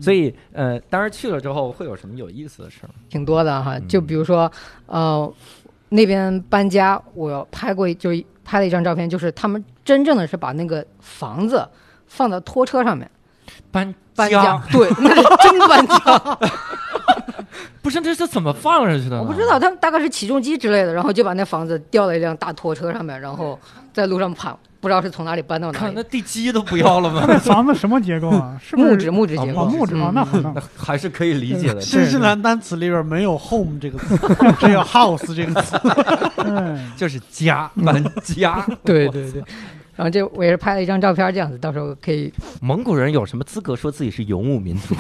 Speaker 1: 所以，呃，当时去了之后会有什么有意思的事儿吗？
Speaker 4: 挺多的哈
Speaker 1: 嗯。
Speaker 4: 就比如说，呃，那边搬家，我拍过一，就是拍了一张照片，就是他们真正的是把那个房子放到拖车上面
Speaker 1: 搬
Speaker 4: 搬
Speaker 1: 家
Speaker 4: 家， 对，那是真搬家。
Speaker 1: 不是这是怎么放上去的呢？
Speaker 4: 我不知道，他们大概是起重机之类的，然后就把那房子吊了一辆大拖车上面，然后在路上跑，不知道是从哪里搬到哪
Speaker 1: 看
Speaker 4: 里
Speaker 1: 那。地基都不要了
Speaker 2: 他
Speaker 1: 吗？
Speaker 2: 们房子什么结构啊？是不是
Speaker 4: 木质木质
Speaker 1: 啊
Speaker 4: 结
Speaker 2: 哦
Speaker 4: 构，
Speaker 2: 木质啊？
Speaker 4: 嗯
Speaker 2: 那好弄
Speaker 1: 那。还是可以理解的。
Speaker 3: 新西兰单词里边没有 home 这个词， 只有 house 这个词。
Speaker 2: 嗯，
Speaker 1: 就是家搬家，
Speaker 4: 对对对。然后这我也是拍了一张照片，这样子到时候可以
Speaker 1: 蒙古人有什么资格说自己是游牧民 族？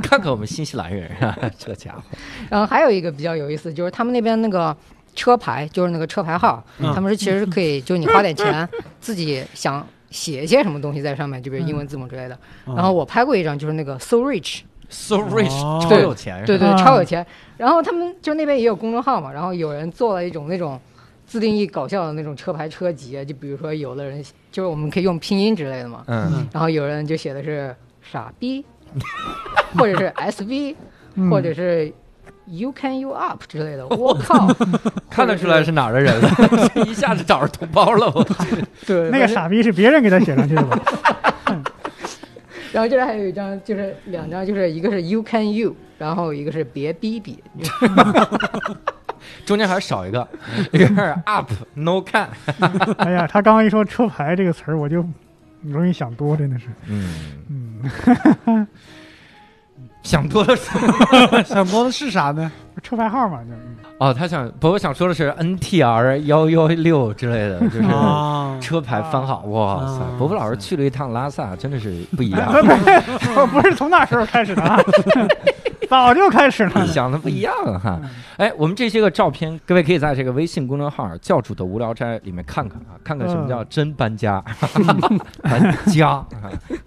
Speaker 1: 看看我们新西兰人啊，这家伙，
Speaker 4: 然后还有一个比较有意思，就是他们那边那个车牌，就是那个车牌号，
Speaker 3: 嗯
Speaker 4: 他们是其实是可以，就是你花点钱自己想写一些什么东西在上面，就比如英文字母之类的。然后我拍过一张，就是那个 So Rich，
Speaker 1: so rich，、
Speaker 3: 哦
Speaker 1: 超有钱
Speaker 4: 对
Speaker 1: 是吧？
Speaker 4: 对，
Speaker 2: 啊
Speaker 4: 超有钱。然后他们就那边也有公众号嘛，然后有人做了一种那种。自定义搞笑的那种车牌车籍，就比如说有的人就是我们可以用拼音之类的嘛，
Speaker 1: 嗯，
Speaker 4: 然后有人就写的是傻逼， 或者是 SB，
Speaker 2: 嗯
Speaker 4: 或者是 You can you up 之 类的。我靠，
Speaker 1: 看得出来是哪儿的人了， 一下子找着同胞了。我
Speaker 4: 对
Speaker 2: 那个，傻逼是别人给他写上去的吧？
Speaker 4: 然后这里还有一张，就是两张，就是一个是 You can you，然后一个是别逼逼，
Speaker 1: 中间还少一个，一个是 up no can。
Speaker 2: 哎呀，他刚刚一说车牌这个词儿，我就容易想多，真的是。
Speaker 1: 嗯，
Speaker 2: 嗯，
Speaker 1: 想多了是
Speaker 3: 想多的是啥呢？
Speaker 2: 车牌号嘛，就是嗯
Speaker 1: 哦，他想不，我想说的是 NTR 幺幺六之类的，就是。
Speaker 3: 啊，
Speaker 1: 车牌番号，哇塞！
Speaker 3: 啊
Speaker 1: 伯伯老师去了一趟拉萨，真的是不一样，
Speaker 2: 不不是从那时候开始的啊，早就开始了。
Speaker 1: 啊想的不一样哈。
Speaker 4: 嗯
Speaker 1: 哎，我们这些个照片，各位可以在这个微信公众号“教主的无聊斋”里面看看啊，看看什么
Speaker 4: 嗯
Speaker 1: 叫真搬 家，搬家啊，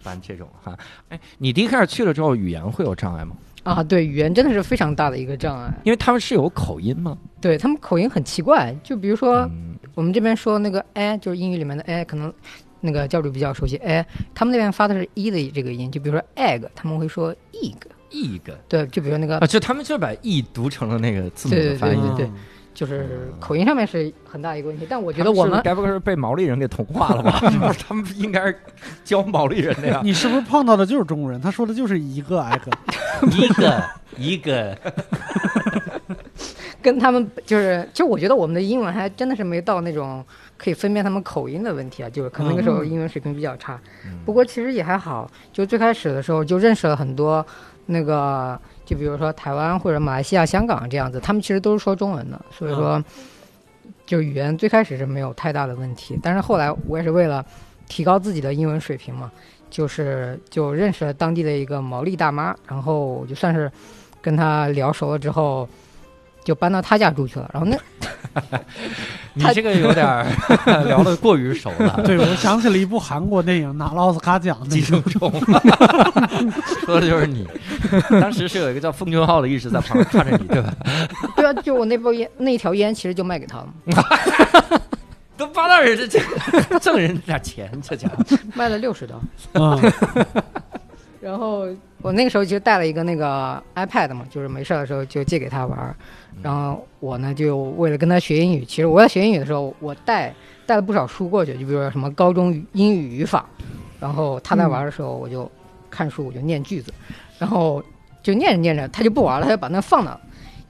Speaker 1: 搬这种哈。哎，你第一开始去了之后，语言会有障碍吗？
Speaker 4: 啊，对，语言真的是非常大的一个障碍。
Speaker 1: 因为他们是有口音吗？
Speaker 4: 对他们口音很奇怪，就比如说
Speaker 1: 嗯
Speaker 4: 我们这边说那个 a，就是英语里面的哎 a，可能那个教主比较熟悉 a，他们那边发的是 e 的这个音，就比如说 egg，他们会说 egg，
Speaker 1: 一个
Speaker 4: 对，就比如那个
Speaker 1: 啊，就他们就把 e 读成了那个字母的
Speaker 4: 对
Speaker 1: 发音。
Speaker 4: 对对就是口音上面是很大一个问题，但我觉得
Speaker 1: 啊
Speaker 4: 我
Speaker 1: 他是
Speaker 4: 们
Speaker 1: 该不会是被毛利人给同化 了吧？不是他们应该是教毛利人的呀。
Speaker 3: 你是不是碰到的就是中国人？他说的就是一个挨 个。
Speaker 1: 一个 一个，
Speaker 4: 跟他们就是，就我觉得我们的英文还真的是没到那种可以分辨他们口音的问题啊，就是可能那个时候英文水平比较差。不过其实也还好，就最开始的时候就认识了很多那个，就比如说台湾或者马来西亚、香港这样子，他们其实都是说中文的，所以说就语言最开始是没有太大的问题。但是后来我也是为了提高自己的英文水平嘛，就是就认识了当地的一个毛利大妈，然后我就算是跟她聊熟了之后。就搬到他家住去了。然后那
Speaker 1: 你这个有点 儿聊的过于熟了，
Speaker 3: 对，我想起了一部韩国电影，拿了奥斯卡 奖的
Speaker 1: 寄，生虫，说的就是你。当时是有一个叫奉俊昊的一直在旁边看着你，对吧？
Speaker 4: 对啊，就我那包烟那条烟其实就卖给他了嘛，
Speaker 1: 都帮到人家这挣人家点钱，这家伙
Speaker 4: 卖了六十刀。
Speaker 3: 嗯，
Speaker 4: 然后我那个时候就带了一个那个 iPad 嘛，就是没事儿的时候就借给他玩儿。然后我呢，就为了跟他学英语，其实我在学英语的时候，我带带了不少书过去，就比如说什么高中语英语语法。然后他在玩儿的时候，我就看书，我就念句子，然后就念着念着，他就不玩了，他就把那放那。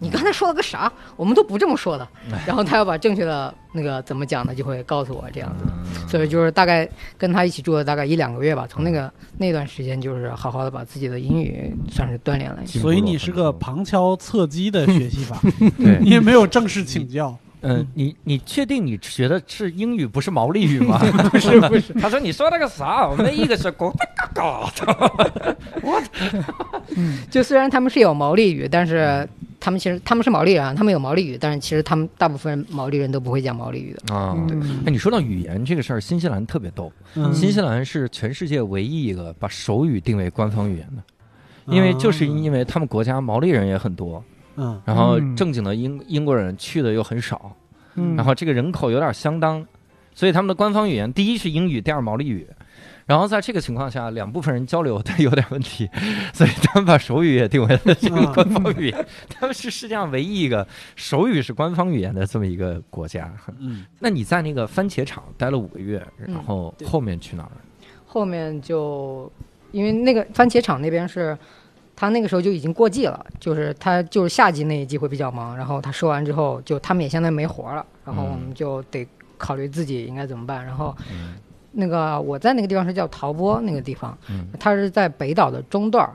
Speaker 4: 你刚才说了个啥？我们都不这么说的。然后他要把正确的那个怎么讲呢，就会告诉我这样子。所以就是大概跟他一起住了大概一两个月吧，从那个那段时间就是好好的把自己的英语算是锻炼了一下。
Speaker 3: 所以你是个旁敲侧击的学习 法，
Speaker 1: 对
Speaker 3: 你也没有正式 请教，
Speaker 1: 嗯，你你确定你学的是英语不是毛利语吗？不是不是， 他说你说那个啥，我们一个是狗嘎嘎，
Speaker 2: 嗯
Speaker 4: 就虽然他们是有毛利语，但是他们其实他们是毛利人啊，他们有毛利语，但是其实他们大部分毛利人都不会讲毛利语的。
Speaker 1: 啊
Speaker 2: 嗯
Speaker 1: 哎，你说到语言这个事儿，新西兰特别逗。
Speaker 3: 嗯
Speaker 1: 新西兰是全世界唯一一个把手语定为官方语言的，因为
Speaker 2: 哦
Speaker 1: 就是因为他们国家毛利人也很多，
Speaker 3: 嗯
Speaker 1: 然后
Speaker 2: 嗯
Speaker 1: 正经的英英国人去的又很少，
Speaker 2: 嗯
Speaker 1: 然后这个人口有点相当，所以他们的官方语言第一是英语，第二毛利语。然后在这个情况下，两部分人交流但有点问题，所以他们把手语也定为
Speaker 2: 嗯
Speaker 1: 了这个
Speaker 3: 嗯
Speaker 1: 官方语言。他们是世界上唯一一个手语是官方语言的这么一个国家。
Speaker 3: 嗯
Speaker 1: 那你在那个番茄厂待了五个月，然
Speaker 4: 嗯
Speaker 1: 后后面去哪儿？
Speaker 4: 后面就因为那个番茄厂那边是。他那个时候就已经过季了，就是他就是夏季那一季会比较忙，然后他收完之后，就他们也相当于没活儿了，然后我们就得考虑自己应该怎么办。然后
Speaker 1: 嗯
Speaker 4: 那个我在那个地方是叫陶波那个地方，
Speaker 1: 嗯
Speaker 4: 它是在北岛的中段儿，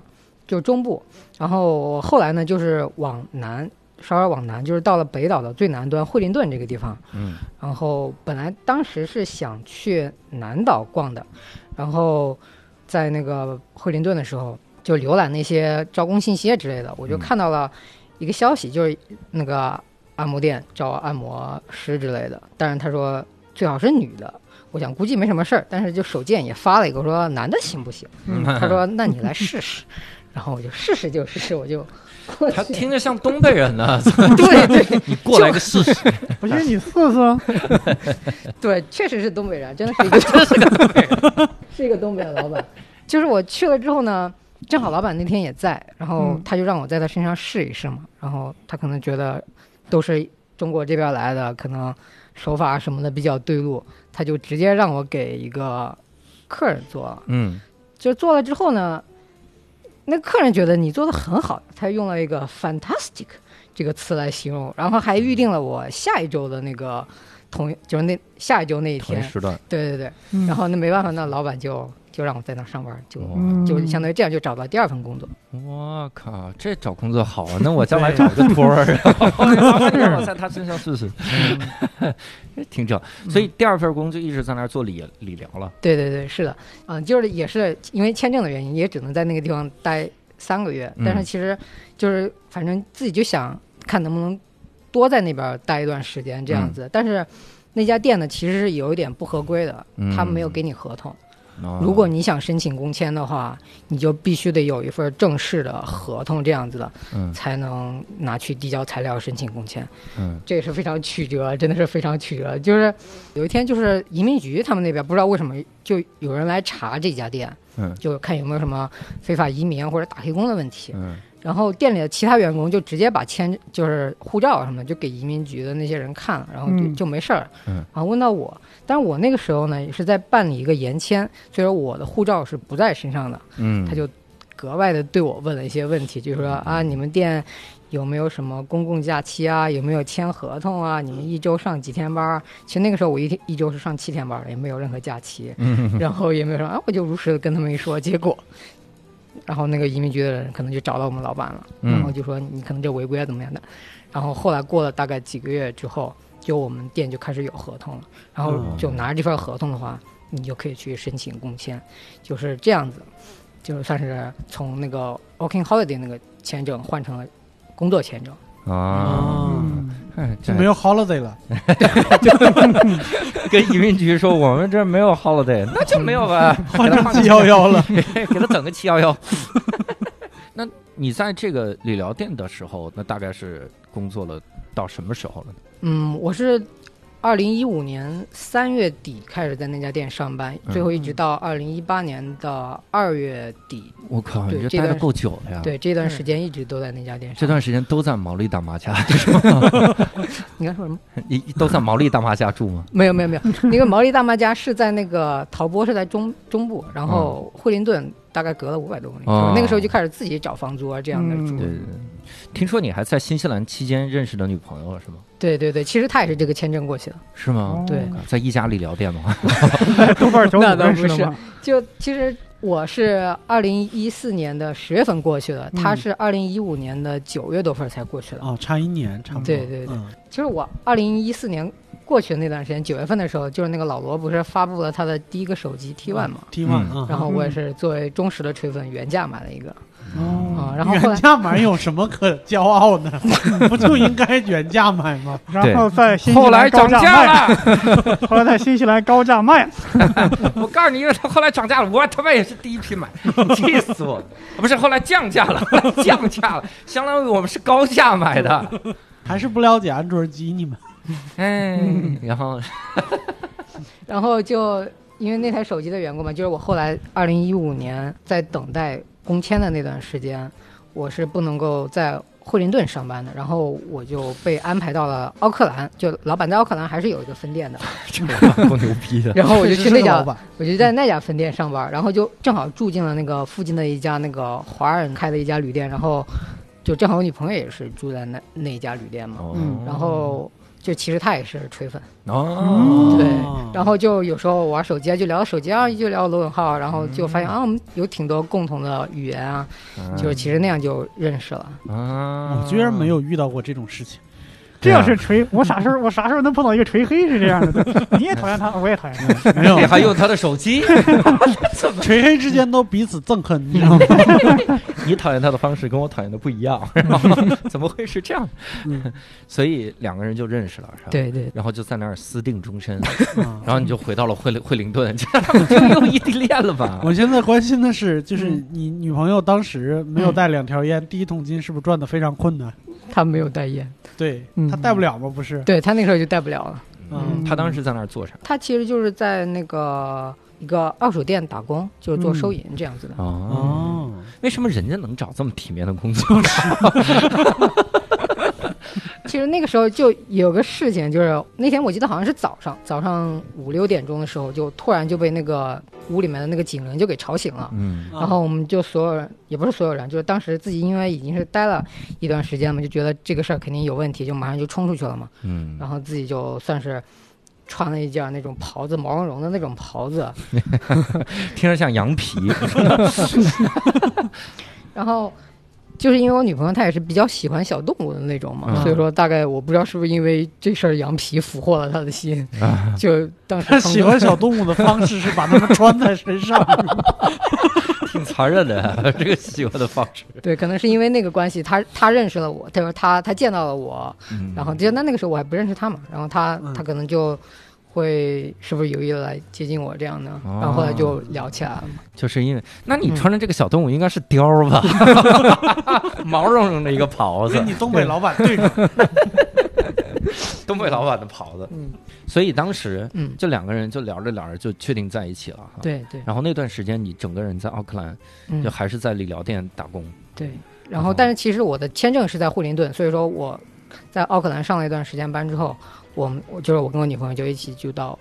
Speaker 4: 就是中部。然后我后来呢，就是往南，稍稍往南，就是到了北岛的最南端惠灵顿这个地方。
Speaker 1: 嗯
Speaker 4: 然后本来当时是想去南岛逛的，然后在那个惠灵顿的时候，就浏览那些招工信息啊之类的，我就
Speaker 1: 嗯
Speaker 4: 看到了一个消息，就是那个按摩店招按摩师之类的，但是他说最好是女的。我想估计没什么事儿，但是就手贱也发了一个说男的行不行？
Speaker 2: 嗯
Speaker 4: 他说那你来试试， 然后我就试试就试试，我就过
Speaker 1: 他
Speaker 4: 去
Speaker 1: 听着像东北人呢，
Speaker 4: 对对
Speaker 1: 你过来个试试。
Speaker 2: 不信你试啊试，
Speaker 4: 对，确实是东北人，真的是一 个
Speaker 1: 这是个东北人，
Speaker 4: 是一个东北的老板。 就是我去了之后呢，正好老板那天也在，然后
Speaker 2: 嗯
Speaker 4: 他就让我在他身上试一试嘛。然后他可能觉得都是中国这边来的，可能手法什么的比较对路，他就直接让我给一个客人做了。
Speaker 1: 嗯
Speaker 4: 就做了之后呢，那客人觉得你做的很好，他用了一个 fantastic 这个词来形容，然后还预定了我下一周的那个同就是那下一周那一
Speaker 1: 同一
Speaker 4: 天，
Speaker 1: 时段，
Speaker 4: 对对对，
Speaker 2: 嗯
Speaker 4: 然后那没办法，那老板就就让我在那上班，就、
Speaker 1: 哇
Speaker 2: 嗯
Speaker 4: 就相当于这样就找到第二份工作。
Speaker 1: 我靠，这找工作好啊！那我将来找个托儿， 然后让我在他身上试 试，挺正。所以第二份工就一直在那儿做理理疗了。
Speaker 4: 对对对，是的，嗯、就是也是因为签证的原因，也只能在那个地方待三个月。
Speaker 1: 嗯
Speaker 4: 但是其实就是反正自己就想看能不能多在那边待一段时间这
Speaker 1: 嗯
Speaker 4: 样子。但是那家店呢，其实是有一点不合规的，
Speaker 1: 嗯
Speaker 4: 他们没有给你合同。
Speaker 1: 哦
Speaker 4: 如果你想申请工签的话，你就必须得有一份正式的合同这样子的，
Speaker 1: 嗯
Speaker 4: 才能拿去递交材料申请工签。
Speaker 1: 嗯
Speaker 4: 这也是非常曲折，真的是非常曲折。就是有一天，就是移民局他们那边不知道为什么就有人来查这家店，
Speaker 1: 嗯
Speaker 4: 就看有没有什么非法移民或者打黑工的问题。
Speaker 1: 嗯
Speaker 4: 然后店里的其他员工就直接把签就是护照什么的就给移民局的那些人看了，然后就、
Speaker 2: 嗯
Speaker 4: 就没事儿。
Speaker 1: 嗯
Speaker 4: 然后问到我，但是我那个时候呢也是在办理一个延签，所以说我的护照是不在身上的。
Speaker 1: 嗯，
Speaker 4: 他就格外的对我问了一些问题，就是说啊，你们店有没有什么公共假期啊？有没有签合同啊？你们一周上几天班儿？其实那个时候我一天一周是上七天班儿的，也没有任何假期，
Speaker 1: 嗯
Speaker 4: 然后也没有什么，啊，我就如实的跟他们一说，结果。然后那个移民局的人可能就找到我们老板了，
Speaker 1: 嗯
Speaker 4: 然后就说你可能这违规啊怎么样的，然后后来过了大概几个月之后，就我们店就开始有合同了，然后
Speaker 1: 哦
Speaker 4: 就拿着这份合同的话，你就可以去申请工签，就是这样子，就是算是从那个 Working Holiday 那个签证换成了工作签证，
Speaker 1: 啊，
Speaker 3: 啊，
Speaker 2: 嗯
Speaker 1: 哎这
Speaker 3: 就没有 holiday 了。
Speaker 1: 跟移民局说我们这儿没有 holiday，那就没有啊，
Speaker 3: 换成七幺幺了。
Speaker 1: 给他整个七幺幺。 那你在这个理疗店的时候，那大概是工作了到什么时候了呢？
Speaker 4: 嗯，我是二零一五年三月底开始在那家店上班，
Speaker 1: 嗯
Speaker 4: 最后一直到二零一八年的二月底。
Speaker 1: 我靠，
Speaker 4: 对
Speaker 1: 你
Speaker 4: 这
Speaker 1: 这待的
Speaker 4: 段
Speaker 1: 够久了呀！，
Speaker 4: 对，这段时间一直都在那家店上班。
Speaker 1: 这段时间都在毛利大麻家，
Speaker 4: 你刚说什么？
Speaker 1: 你都在毛利大麻家住吗？
Speaker 4: 没有没有没有，那个毛利大妈家是在那个陶波是在中中部，然后惠灵顿大概隔了五百多公里，
Speaker 1: 哦
Speaker 4: 那个时候就开始自己找房租啊这样的住。
Speaker 2: 嗯
Speaker 1: 对对对，听说你还在新西兰期间认识的女朋友是吗？
Speaker 4: 对对对，其实他也是这个签证过去的。
Speaker 1: 是吗？
Speaker 2: 哦
Speaker 4: 对
Speaker 1: 在一家理疗店吗？
Speaker 2: 豆瓣小组
Speaker 4: 那倒
Speaker 2: 认
Speaker 4: 不
Speaker 2: 识的
Speaker 4: 是
Speaker 2: 吗？
Speaker 4: 就其实我是二零一四年的十月份过去的，
Speaker 3: 嗯
Speaker 4: 他是二零一五年的九月多份才过去的。
Speaker 3: 哦，差一年，差不多。
Speaker 4: 对对对
Speaker 3: 嗯
Speaker 4: 其实我二零一四年过去的那段时间，九月份的时候，就是那个老罗不是发布了他的第一个手机 T One 嘛，
Speaker 3: ，T
Speaker 1: 嗯
Speaker 3: one 啊，
Speaker 4: 然后我也是作为忠实的锤粉，原价买了一个
Speaker 3: 哦
Speaker 2: 嗯
Speaker 4: 啊，然后后
Speaker 3: 原
Speaker 4: 来
Speaker 3: 价买有什么可骄傲 的？不就应该原价买吗？
Speaker 1: 对
Speaker 2: 然后在新 西
Speaker 1: 后
Speaker 2: 兰
Speaker 1: 来
Speaker 2: 高
Speaker 1: 涨
Speaker 2: 价卖，
Speaker 1: 价了，
Speaker 2: 后来在新西兰高价 卖，
Speaker 1: 我告诉你，他后来涨价了，我他妈也是第一批买，气死我了！不是，后来降价了， 后来降价了，相当于我们是高价买 的，
Speaker 3: 还是不了解安卓机你们？
Speaker 1: 哎，然 后
Speaker 4: 然后就因为那台手机的缘故嘛，就是我后来二零一五年在等待工签的那段时间，我是不能够在惠灵顿上班的，然后我就被安排到了奥克兰，就老板在奥克兰还是有一个分 店的，
Speaker 1: 够牛逼的，
Speaker 4: 然后我就
Speaker 3: 确实
Speaker 4: 去
Speaker 3: 是
Speaker 4: 那
Speaker 3: 个
Speaker 4: 家
Speaker 3: 老， 板，
Speaker 4: 我就在那家分店上班，然后就正好住进了那个附近的一家那个华人开的一家旅店，然后就正好我女朋友也是住在那那一家旅店嘛，
Speaker 1: 嗯
Speaker 4: 然后就其实她也是锤粉。
Speaker 1: 哦，
Speaker 4: 嗯对
Speaker 3: 哦，
Speaker 4: 然后就有时候玩手机啊，就聊手机啊，就聊罗永浩，然后就发现啊，我们有挺多共同的语言啊，就是其实那样就认识了。
Speaker 1: 嗯啊，
Speaker 3: 我居然没有遇到过这种事 情。
Speaker 2: 这要
Speaker 1: 对
Speaker 2: 是锤，我啥时候我啥时候能碰到一个锤黑是这样的？ 对你也讨厌他，我也讨厌他。
Speaker 3: 没哎有
Speaker 1: 你，还用他的手机？
Speaker 3: 锤黑之间都彼此憎恨，你知道吗？
Speaker 1: 你讨厌他的方式跟我讨厌的不一样，然后 怎么会是这样？
Speaker 3: 嗯
Speaker 1: 所以两个人就认识了，是吧？。
Speaker 4: 对对
Speaker 1: 然后就在那儿私定终身，
Speaker 3: 啊
Speaker 1: 然后你就回到了惠灵惠灵顿， 这不就又异地恋了吧？
Speaker 3: 我现在关心的是，就是你女朋友当时没有带两条烟，第一桶金是不是赚的非常困难？
Speaker 4: 他没有代言，
Speaker 3: 对，
Speaker 4: 嗯
Speaker 3: 她带不了吗？不是，
Speaker 4: 对他那时候就带不了了。
Speaker 3: 嗯
Speaker 1: 他当时在那儿做啥？
Speaker 4: 他其实就是在那个一个二手店打工，就是做收银这样子的。
Speaker 1: 哦，
Speaker 3: 哦，
Speaker 1: 为什么人家能找这么体面的工作？
Speaker 4: 其实那个时候就有个事情，就是那天我记得好像是早上，早上五六点钟的时候，就突然就被那个屋里面的那个警铃就给吵醒了。
Speaker 1: 嗯
Speaker 4: 然后我们就所有人，也不是所有人，就是当时自己因为已经是待了一段时间嘛，就觉得这个事儿肯定有问题，就马上就冲出去了嘛。
Speaker 1: 嗯
Speaker 4: 然后自己就算是穿了一件那种袍子，毛茸茸的那种袍子，
Speaker 1: 听着像羊皮，
Speaker 4: 然后。就是因为我女朋友她也是比较喜欢小动物的那种嘛，
Speaker 1: 嗯
Speaker 4: 所以说大概我不知道是不是因为这事儿羊皮俘获了她的心，
Speaker 1: 啊嗯
Speaker 4: 就 当时
Speaker 3: 她
Speaker 4: 冲
Speaker 3: 喜
Speaker 4: 动
Speaker 3: 欢小动物的方式是把它们穿在身上。
Speaker 1: 挺残忍的这个喜欢的方式。
Speaker 4: 对，可能是因为那个关系，她她认识了我，她说她她见到了我，
Speaker 1: 嗯
Speaker 4: 然后就那那个时候我还不认识他嘛，然后他
Speaker 3: 嗯
Speaker 4: 他可能就会是不是有意的来接近我这样的，
Speaker 1: 哦
Speaker 4: 然后后来就聊起来了。
Speaker 1: 就是因为，那
Speaker 4: 嗯
Speaker 1: 你穿着这个小动物应该是貂儿吧？ 毛茸茸的一个袍子
Speaker 3: 跟，你东北老板对着，
Speaker 1: 东北老板的袍子。
Speaker 4: 嗯
Speaker 1: 所以当时
Speaker 4: 嗯，
Speaker 1: 就两个人就聊着聊着就确定在一起了哈。。
Speaker 4: 对对
Speaker 1: 然后那段时间你整个人在奥克兰，
Speaker 4: 嗯
Speaker 1: 就还是在理疗店打工。
Speaker 4: 对。然后，但是其实我的签证是在惠灵顿，所以说我在奥克兰上了一段时间班之后，我们我就是我跟我女朋友就一起就到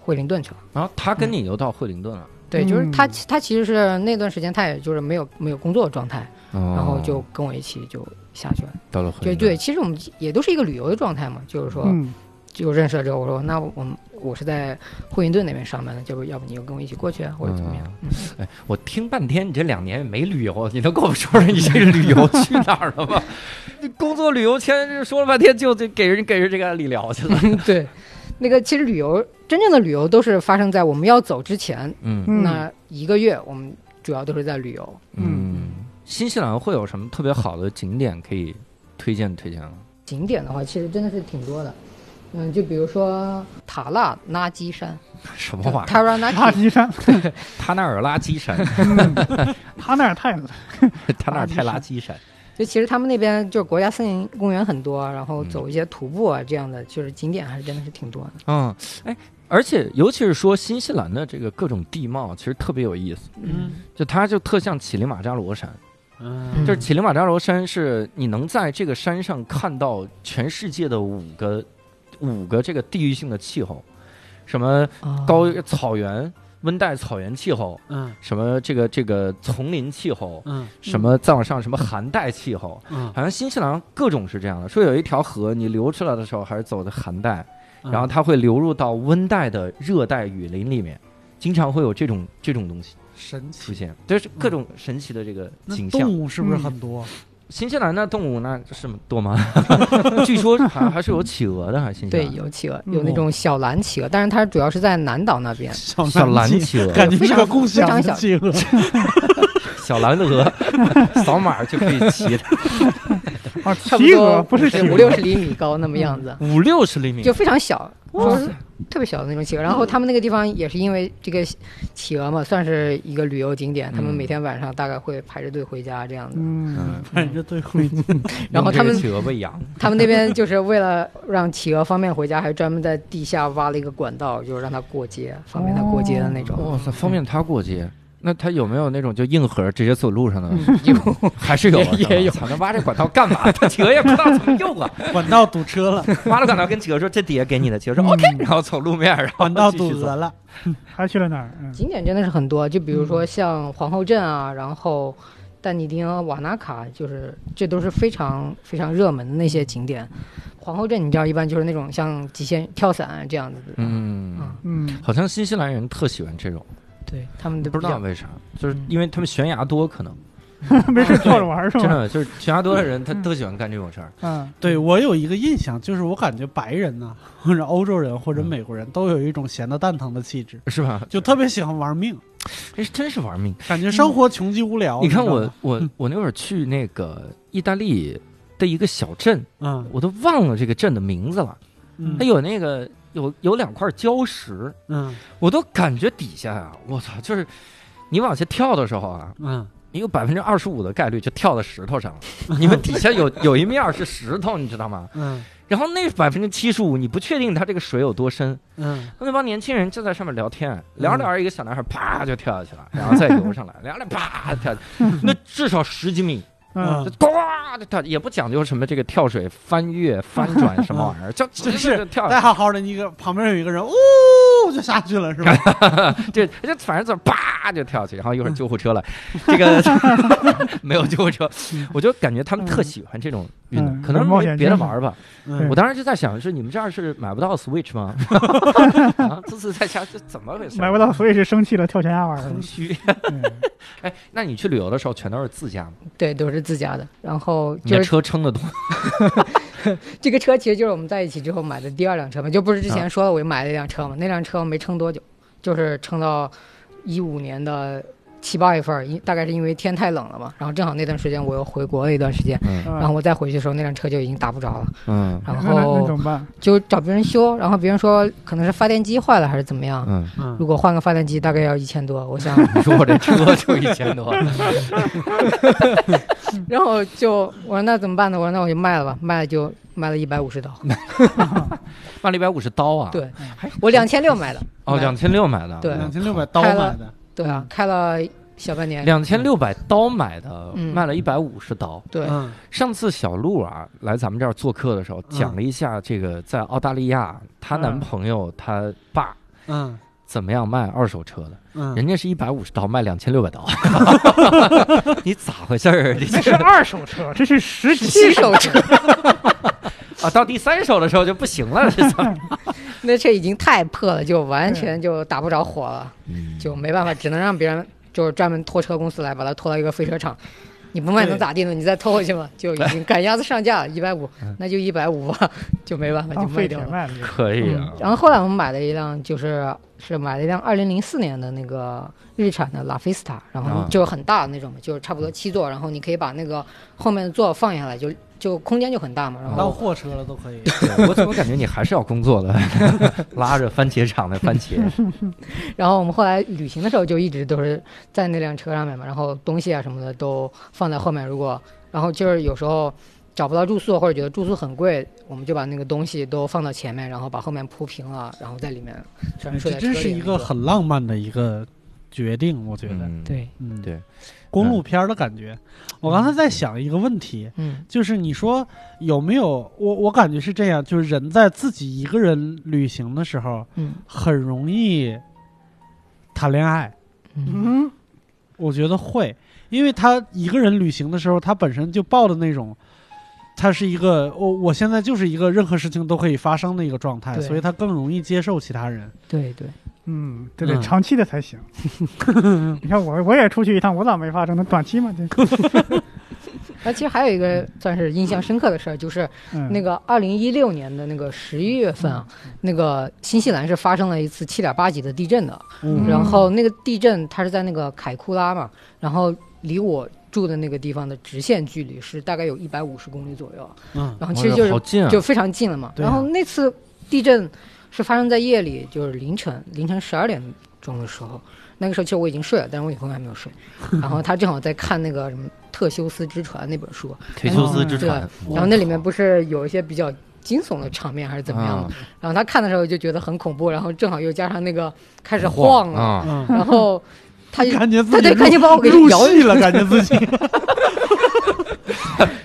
Speaker 4: 惠灵顿去了。
Speaker 1: 然后他跟你又到惠灵顿了，
Speaker 4: 对，就是他
Speaker 2: 嗯
Speaker 4: 他其实是那段时间他也就是没有没有工作的状态，然
Speaker 1: 嗯然
Speaker 4: 后就跟我一起就下去了。
Speaker 1: 哦到了惠
Speaker 4: 对
Speaker 1: 灵顿。
Speaker 4: 对，其实我们也都是一个旅游的状态嘛，就是说。
Speaker 2: 嗯，
Speaker 4: 就认识了之后，我说那我们我是在惠灵顿那边上班的，要不要不你就跟我一起过去啊，或者怎么样？
Speaker 1: 哎，我听半天，你这两年也没旅游，你能跟我说说你这旅游去哪儿了吗？这 工作旅游签说了半天，就就给人给人这个理疗去了。
Speaker 4: 对，那个其实旅游真正的旅游都是发生在我们要走之前，
Speaker 1: 嗯
Speaker 2: 嗯
Speaker 4: 那一个月我们主要都是在旅游。
Speaker 1: 嗯嗯，新西兰会有什么特别好的景点可以推荐推荐了？
Speaker 4: 景点的话，其实真的是挺多的。嗯，就比如说塔纳拉基山
Speaker 1: 什么玩意儿？
Speaker 4: 塔拉纳
Speaker 2: 垃圾山，
Speaker 1: 他那儿垃圾山，
Speaker 2: 他那儿太冷了
Speaker 1: 他那儿太垃圾山。
Speaker 4: 就其实他们那边就是国家森林公园很多，然后
Speaker 1: 嗯
Speaker 4: 走一些徒步啊这样的，就是景点还是真的是挺多的。
Speaker 1: 嗯，哎，而且尤其是说新西兰的这个各种地貌，其实特别有意思。
Speaker 4: 嗯，
Speaker 1: 就它就特像乞力马扎罗山，
Speaker 3: 嗯
Speaker 1: 就是乞力马扎罗山是你能在这个山上看到全世界的五个五个这个地域性的气候，什么
Speaker 4: 啊
Speaker 1: 高
Speaker 3: 哦
Speaker 1: 草原、温带草原气候，
Speaker 3: 嗯
Speaker 1: 什么这个这个丛林气候，
Speaker 3: 嗯
Speaker 1: 什么再往上什么寒带气候，
Speaker 3: 嗯，
Speaker 1: 好像新西兰各种是这样的。说有一条河，你流出来的时候还是走的寒带，
Speaker 3: 嗯
Speaker 1: 然后它会流入到温带的热带雨林里面，经常会有这种这种东西
Speaker 3: 神奇
Speaker 1: 出。现，就是各种神奇的这个
Speaker 3: 那
Speaker 1: 景象。
Speaker 3: 动物是不是很多？
Speaker 1: 新西兰的动物那是多吗？ 据说好像还是有企鹅的，还是新西
Speaker 4: 对
Speaker 1: 兰，
Speaker 4: 有企鹅，
Speaker 2: 嗯
Speaker 4: 有那种小蓝企鹅，但是它主要是在南岛那边。
Speaker 3: 小
Speaker 1: 小蓝
Speaker 3: 企
Speaker 1: 企鹅、
Speaker 3: 鹅，感觉是个共享
Speaker 4: 非
Speaker 3: 的
Speaker 4: 常
Speaker 3: 企鹅。
Speaker 1: 小蓝鹅，扫码就可以骑的，
Speaker 2: 啊，
Speaker 4: 差不
Speaker 2: 企鹅
Speaker 4: 多
Speaker 2: 不是企
Speaker 4: 五
Speaker 2: 鹅，
Speaker 4: 六十厘米高那么样子，
Speaker 1: 五六十厘米
Speaker 4: 就。非常小，说是特别小的那种企鹅。然后他们那个地方也是因为这个企鹅嘛，算是一个旅游景点，他们
Speaker 1: 嗯
Speaker 4: 每天晚上大概会排着队回家这样子。
Speaker 2: 嗯，
Speaker 3: 反正对会
Speaker 4: 然后
Speaker 1: 用这
Speaker 4: 他
Speaker 1: 个
Speaker 4: 们
Speaker 1: 企鹅喂羊，
Speaker 4: 他们那边就是为了让企鹅方便回家，还专门在地下挖了一个管道，就是让它过街，方便它过街的那种。
Speaker 1: 哇塞，方便它过街。那它有没有那种就硬核直接走路上的？
Speaker 4: 嗯 有
Speaker 1: 还是有啊
Speaker 4: 也
Speaker 1: 是吧
Speaker 4: 也有
Speaker 1: 操那挖这管道干 嘛？它企鹅也不知道怎么用啊。
Speaker 3: 管道堵车了，
Speaker 1: 挖了管道跟企鹅说：“这底下给你的。”
Speaker 4: 嗯
Speaker 1: 企鹅说：“OK。”然后从路面，然后
Speaker 3: 管道
Speaker 1: 继续走
Speaker 3: 堵死了。
Speaker 2: 还去了哪儿？嗯
Speaker 4: 景点真的是很多，就比
Speaker 1: 嗯
Speaker 4: 如说像皇后镇啊，然后但尼丁、瓦纳卡，就是这都是非常非常热门的那些景点。皇后镇你知道，一般就是那种像极限跳伞这样子的，
Speaker 1: 嗯
Speaker 4: 嗯，
Speaker 2: 嗯，
Speaker 1: 好像新西兰人特喜欢这种，
Speaker 4: 对他们都
Speaker 1: 不
Speaker 4: 比
Speaker 1: 知道
Speaker 4: 较
Speaker 1: 为啥，就是
Speaker 4: 嗯
Speaker 1: 因为他们悬崖多，可能
Speaker 2: 没事跳着玩 儿是
Speaker 1: 真
Speaker 2: 吧？
Speaker 1: 的就是悬崖多的人，他特喜欢干这种事儿。
Speaker 2: 嗯，
Speaker 3: 对我有一个印象，就是我感觉白人呐、 或者欧洲人，或者美国人都有一种闲的蛋疼的气质，
Speaker 1: 是 吧？
Speaker 3: 就特别喜欢玩命，
Speaker 1: 这是哎真是玩命。
Speaker 3: 感觉生活穷极无聊。
Speaker 1: 你看
Speaker 3: 知道
Speaker 1: 我
Speaker 3: 吗，
Speaker 1: 我我那会儿去那个意大利的一个小镇，
Speaker 3: 嗯
Speaker 1: 我都忘了这个镇的名字了。
Speaker 3: 嗯
Speaker 1: 它有那个有有两块礁石，
Speaker 3: 嗯
Speaker 1: 我都感觉底下啊，我操，就是你往下跳的时候啊，
Speaker 3: 嗯
Speaker 1: 你有百分之二十五的概率就跳到石头上了。你们底下有有一面是石头，你知道吗？
Speaker 3: 嗯
Speaker 1: 然后那百分之七十五，你不确定它这个水有多深。
Speaker 3: 嗯
Speaker 1: 那帮年轻人就在上面聊天，聊着聊着，一个小男孩啪就跳下去了，然后再游上来，聊着啪跳下去，那至少十几米，
Speaker 2: 嗯，
Speaker 1: 就呱就跳，也不讲究什么这个跳水、翻跃、翻转什么玩意儿，就直接就跳
Speaker 3: 再
Speaker 1: 下去，
Speaker 3: 好好的，你个旁边有一个人，呜、就下去了，是吧？
Speaker 1: 这这反正就啪就跳下去，然后
Speaker 2: 嗯
Speaker 1: 一会儿救护车来，这个 没有救护车，我就感觉他们特喜欢这种运动，
Speaker 2: 嗯
Speaker 1: 可能
Speaker 2: 冒
Speaker 1: 没
Speaker 2: 险
Speaker 1: 别的
Speaker 2: 精神
Speaker 1: 玩儿吧。
Speaker 3: 嗯
Speaker 1: 我当时就在想，是你们这儿是买不到 Switch 吗？啊，这次在家这怎么回事？
Speaker 2: 嗯买 不到，所以是生气了跳悬崖玩儿了
Speaker 1: 横。虚。
Speaker 2: 嗯
Speaker 1: 哎，那你去旅游的时候全都是自驾吗？
Speaker 4: 对都是自驾的。然后
Speaker 1: 你的
Speaker 4: 就是
Speaker 1: 车撑得多，
Speaker 4: 这个车，其实就是我们在一起之后买的第二辆车嘛，就不是之前说了我买了一辆车嘛，那辆车没撑多久，就是撑到一五年的七八月份儿，因大概是因为天太冷了嘛，然后正好那段时间我又回国了一段时间。
Speaker 1: 嗯
Speaker 4: 然后我再回去的时候，那辆车就已经打不着了，
Speaker 1: 嗯
Speaker 4: 然
Speaker 2: 那那那
Speaker 4: 后
Speaker 2: 怎么办？
Speaker 4: 就找别人修，然后别人说可能是发电机坏了还是怎么样。
Speaker 1: 嗯，
Speaker 3: 嗯，
Speaker 4: 如果换个发电机，大概要一千多，我 想，
Speaker 1: 你说我这车就一千多，
Speaker 4: 然后就我说那怎么办呢？我说那我就卖了吧，卖了就卖了一百五十刀，
Speaker 1: 卖了一百五十刀啊！
Speaker 4: 对
Speaker 2: 嗯
Speaker 4: 我两千六买的，
Speaker 1: 哦，两千六买的，
Speaker 4: 对
Speaker 3: 两千六百刀
Speaker 4: 开
Speaker 3: 买
Speaker 4: 了
Speaker 3: 的，
Speaker 4: 对啊，开了小半年，
Speaker 1: 两千六百刀买的，
Speaker 4: 嗯
Speaker 1: 卖了一百五十刀。
Speaker 4: 对，
Speaker 3: 嗯
Speaker 1: 上次小鹿啊来咱们这儿做客的时候，讲了一下这个在澳大利亚，她男朋友她爸
Speaker 3: 嗯
Speaker 1: 怎么样卖二手车的，
Speaker 3: 嗯，
Speaker 1: 人家是一百五十刀卖两千六百 刀，你咋回事儿？啊你
Speaker 2: 这
Speaker 1: 这
Speaker 2: 是二手车，这是实体
Speaker 4: 新手车，
Speaker 1: 啊，到第三手的时候就不行了，这怎 么？
Speaker 4: 那车已经太破了，就完全就打不着火了，
Speaker 1: 嗯
Speaker 4: 就没办法，只能让别人就是专门拖车公司来把它拖到一个废车场。你不卖能咋地呢？你再拖回去嘛，就已经赶鸭子上架一百五
Speaker 1: 嗯，
Speaker 4: 那就一百五吧，就没办法就
Speaker 2: 当
Speaker 4: 卖
Speaker 2: 废
Speaker 4: 掉
Speaker 2: 铁
Speaker 4: 了。嗯
Speaker 2: 卖了。
Speaker 1: 可以啊
Speaker 4: 嗯，然后后来我们买了一辆就是是买了一辆2004年的那个日产的拉菲斯塔，然后
Speaker 1: 啊
Speaker 4: 就是很大的那种嘛，就是差不多七座，然后你可以把那个后面的座放下来，就就空间就很大嘛。然
Speaker 3: 当
Speaker 4: 后
Speaker 3: 货车了都可以。
Speaker 1: 对我怎么感觉你还是要工作的， 拉着番茄厂的番茄，
Speaker 4: 然后我们后来旅行的时候就一直都是在那辆车上面嘛，然后东西啊什么的都放在后面。如果然后就是有时候找不到住宿或者觉得住宿很贵，我们就把那个东西都放到前面，然后把后面铺平了，然后在里面全
Speaker 3: 嗯这
Speaker 4: 睡在车
Speaker 3: 真
Speaker 4: 里。
Speaker 3: 是一个很浪漫的一个决定，我觉得，
Speaker 1: 嗯，
Speaker 4: 对，
Speaker 3: 嗯，
Speaker 1: 对，嗯
Speaker 3: 公路片儿的感觉。我刚才在想一个问题，
Speaker 4: 嗯
Speaker 3: 就是你说有没有我我感觉是这样，就是人在自己一个人旅行的时候，
Speaker 4: 嗯
Speaker 3: 很容易谈恋爱，
Speaker 4: 嗯
Speaker 2: 嗯，
Speaker 3: 我觉得会，因为他一个人旅行的时候，他本身就抱的那种。他是一个，我我现在就是一个任何事情都可以发生的一个状态，
Speaker 4: 对
Speaker 3: 所以他更容易接受其他人。
Speaker 4: 对对，
Speaker 2: 嗯，这得
Speaker 3: 嗯
Speaker 2: 长期的才 行。你看我我也出去一趟，我咋没发生呢？短期 嘛，这
Speaker 4: 那其实还有一个嗯算是印象深刻的事儿，就是
Speaker 2: 嗯
Speaker 4: 那个二零一六年的那个十一月份啊，
Speaker 3: 嗯
Speaker 4: 那个新西兰是发生了一次七点八级的地震的，
Speaker 3: 嗯
Speaker 4: 然后那个地震它是在那个凯库拉嘛，然后离我住的那个地方的直线距离是大概有一百五十公里左右，
Speaker 3: 嗯，
Speaker 4: 然后其实就
Speaker 1: 哇
Speaker 4: 是
Speaker 1: 好近啊，
Speaker 4: 就非常近了嘛。
Speaker 3: 对啊
Speaker 4: 然后那次地震是发生在夜里，就是凌晨凌晨十二点钟的时候。那个时候其实我已经睡了，但是我女朋友还没 有睡。然后她正好在看那个什么《特修斯之船》那本书，
Speaker 1: 忒修斯之船，
Speaker 4: 嗯然后那里面不是有一些比较惊悚的场面还是怎么样的？
Speaker 1: 啊
Speaker 4: 然后她看的时候就觉得很恐怖，然后正好又加上那个开始晃了，
Speaker 1: 啊，
Speaker 3: 嗯，
Speaker 4: 然 后她就
Speaker 3: 感觉自己入
Speaker 4: 她就赶紧把我给
Speaker 3: 入
Speaker 4: 摇
Speaker 3: 戏了，感觉自 己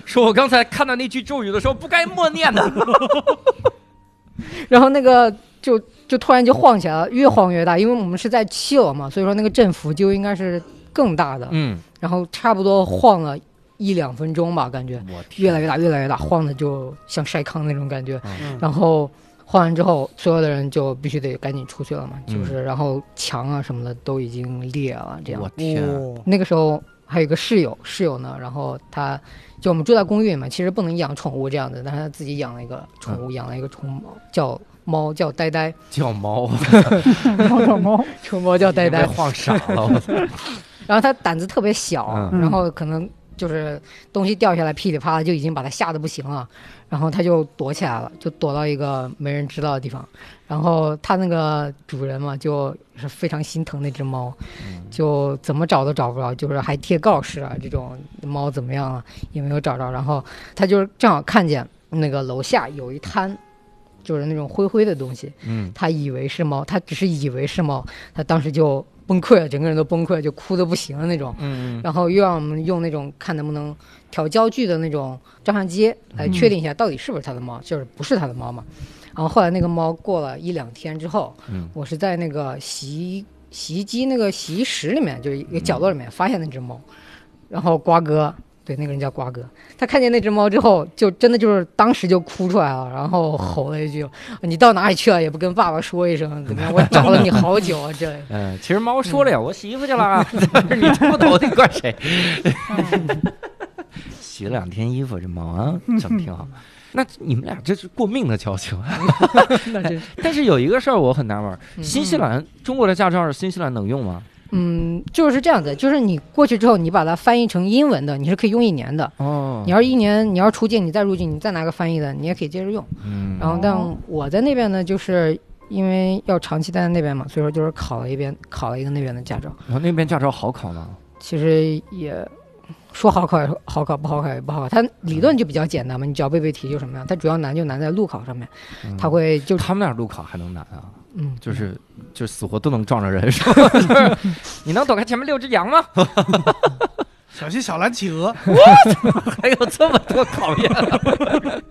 Speaker 1: 说我刚才看到那句咒语的时候不该默念的，
Speaker 4: 然后那个就就突然就晃起来了，越晃越大，因为我们是在七楼嘛，所以说那个振幅就应该是更大的。
Speaker 1: 嗯，
Speaker 4: 然后差不多晃了一两分钟吧，感觉
Speaker 1: 我
Speaker 4: 越来
Speaker 1: 越
Speaker 4: 越大，越来越大，晃的就像筛糠那种感觉。
Speaker 3: 嗯
Speaker 4: 然后晃完之后，所有的人就必须得赶紧出去了嘛，
Speaker 1: 嗯
Speaker 4: 就是然后墙啊什么的都已经裂了，这样
Speaker 1: 我。天啊，
Speaker 3: 哦
Speaker 4: 那个时候还有一个室友，室友呢，然后他就我们住在公寓里嘛，其实不能养宠物这样的，但是他自己养了一个宠物，养了一个宠物叫猫叫呆呆，
Speaker 1: 叫猫，
Speaker 2: 猫小猫，
Speaker 4: 宠物猫叫呆呆
Speaker 1: 被，晃傻了，我操
Speaker 4: 然后他胆子特
Speaker 1: 啊
Speaker 4: 别小，
Speaker 2: 嗯
Speaker 4: 然后可能就是东西掉下来噼里啪啦就已经把他吓得不行了，然后他就躲起来了，就躲到一个没人知道的地方，然后他那个主人嘛就是非常心疼那只猫，就怎么找都找不着，就是还贴告示啊，这种猫怎么样了也没有找着。然后他就是正好看见那个楼下有一滩，就是那种灰灰的东西，
Speaker 1: 嗯，
Speaker 4: 他以为是猫，他只是以为是猫，他当时就崩溃了，整个人都崩溃了，就哭的不行了那种。
Speaker 1: 嗯，
Speaker 4: 然后又让我们用那种看能不能调焦距的那种照相机来确定一下到底是不是他的猫，就是不是他的猫嘛。然后后来那个猫过了一两天之后，
Speaker 1: 嗯
Speaker 4: 我是在那个洗衣洗衣机那个洗衣室里面，就是一个角落里面发现那只猫。然后瓜哥，对那个人叫瓜哥，他看见那只猫之后，就真的就是当时就哭出来了，然后吼了一句：“你到哪里去了？也不跟爸爸说一声，怎么样？我找了你好久啊！”这
Speaker 1: 嗯，其实猫说了呀，我洗衣服去了，啊 你听不懂，你怪谁？ 洗了两天衣服，这猫啊，整挺好。那你们俩这是过命的交情。啊
Speaker 5: 那真是
Speaker 1: 但是有一个事儿我很纳闷儿，
Speaker 4: 嗯
Speaker 1: 新西兰中国的驾照是新西兰能用吗？
Speaker 4: 嗯，就是这样子，就是你过去之后，你把它翻译成英文的，你是可以用一年的。
Speaker 1: 哦
Speaker 4: 你要是一年，你要是出境，你再入境，你再拿个翻译的，你也可以接着用。
Speaker 1: 嗯
Speaker 4: 然后，但我在那边呢，就是因为要长期待在那边嘛，所以说就是考了一遍，考了一个那边的驾照。
Speaker 1: 然后那边驾照好考吗？
Speaker 4: 其实也说好考也好考，不好考也不好考。它理论就比较简单嘛，你只要背背题就什么样。它主要难就难在路考上面，
Speaker 1: 嗯
Speaker 4: 它会就
Speaker 1: 他们那儿路考还能难啊？
Speaker 4: 嗯，
Speaker 1: 就是就是死活都能撞着人，是吧？ 就是你能躲开前面六只羊吗？
Speaker 3: 小心小蓝企鹅，
Speaker 1: 还有这么多考验，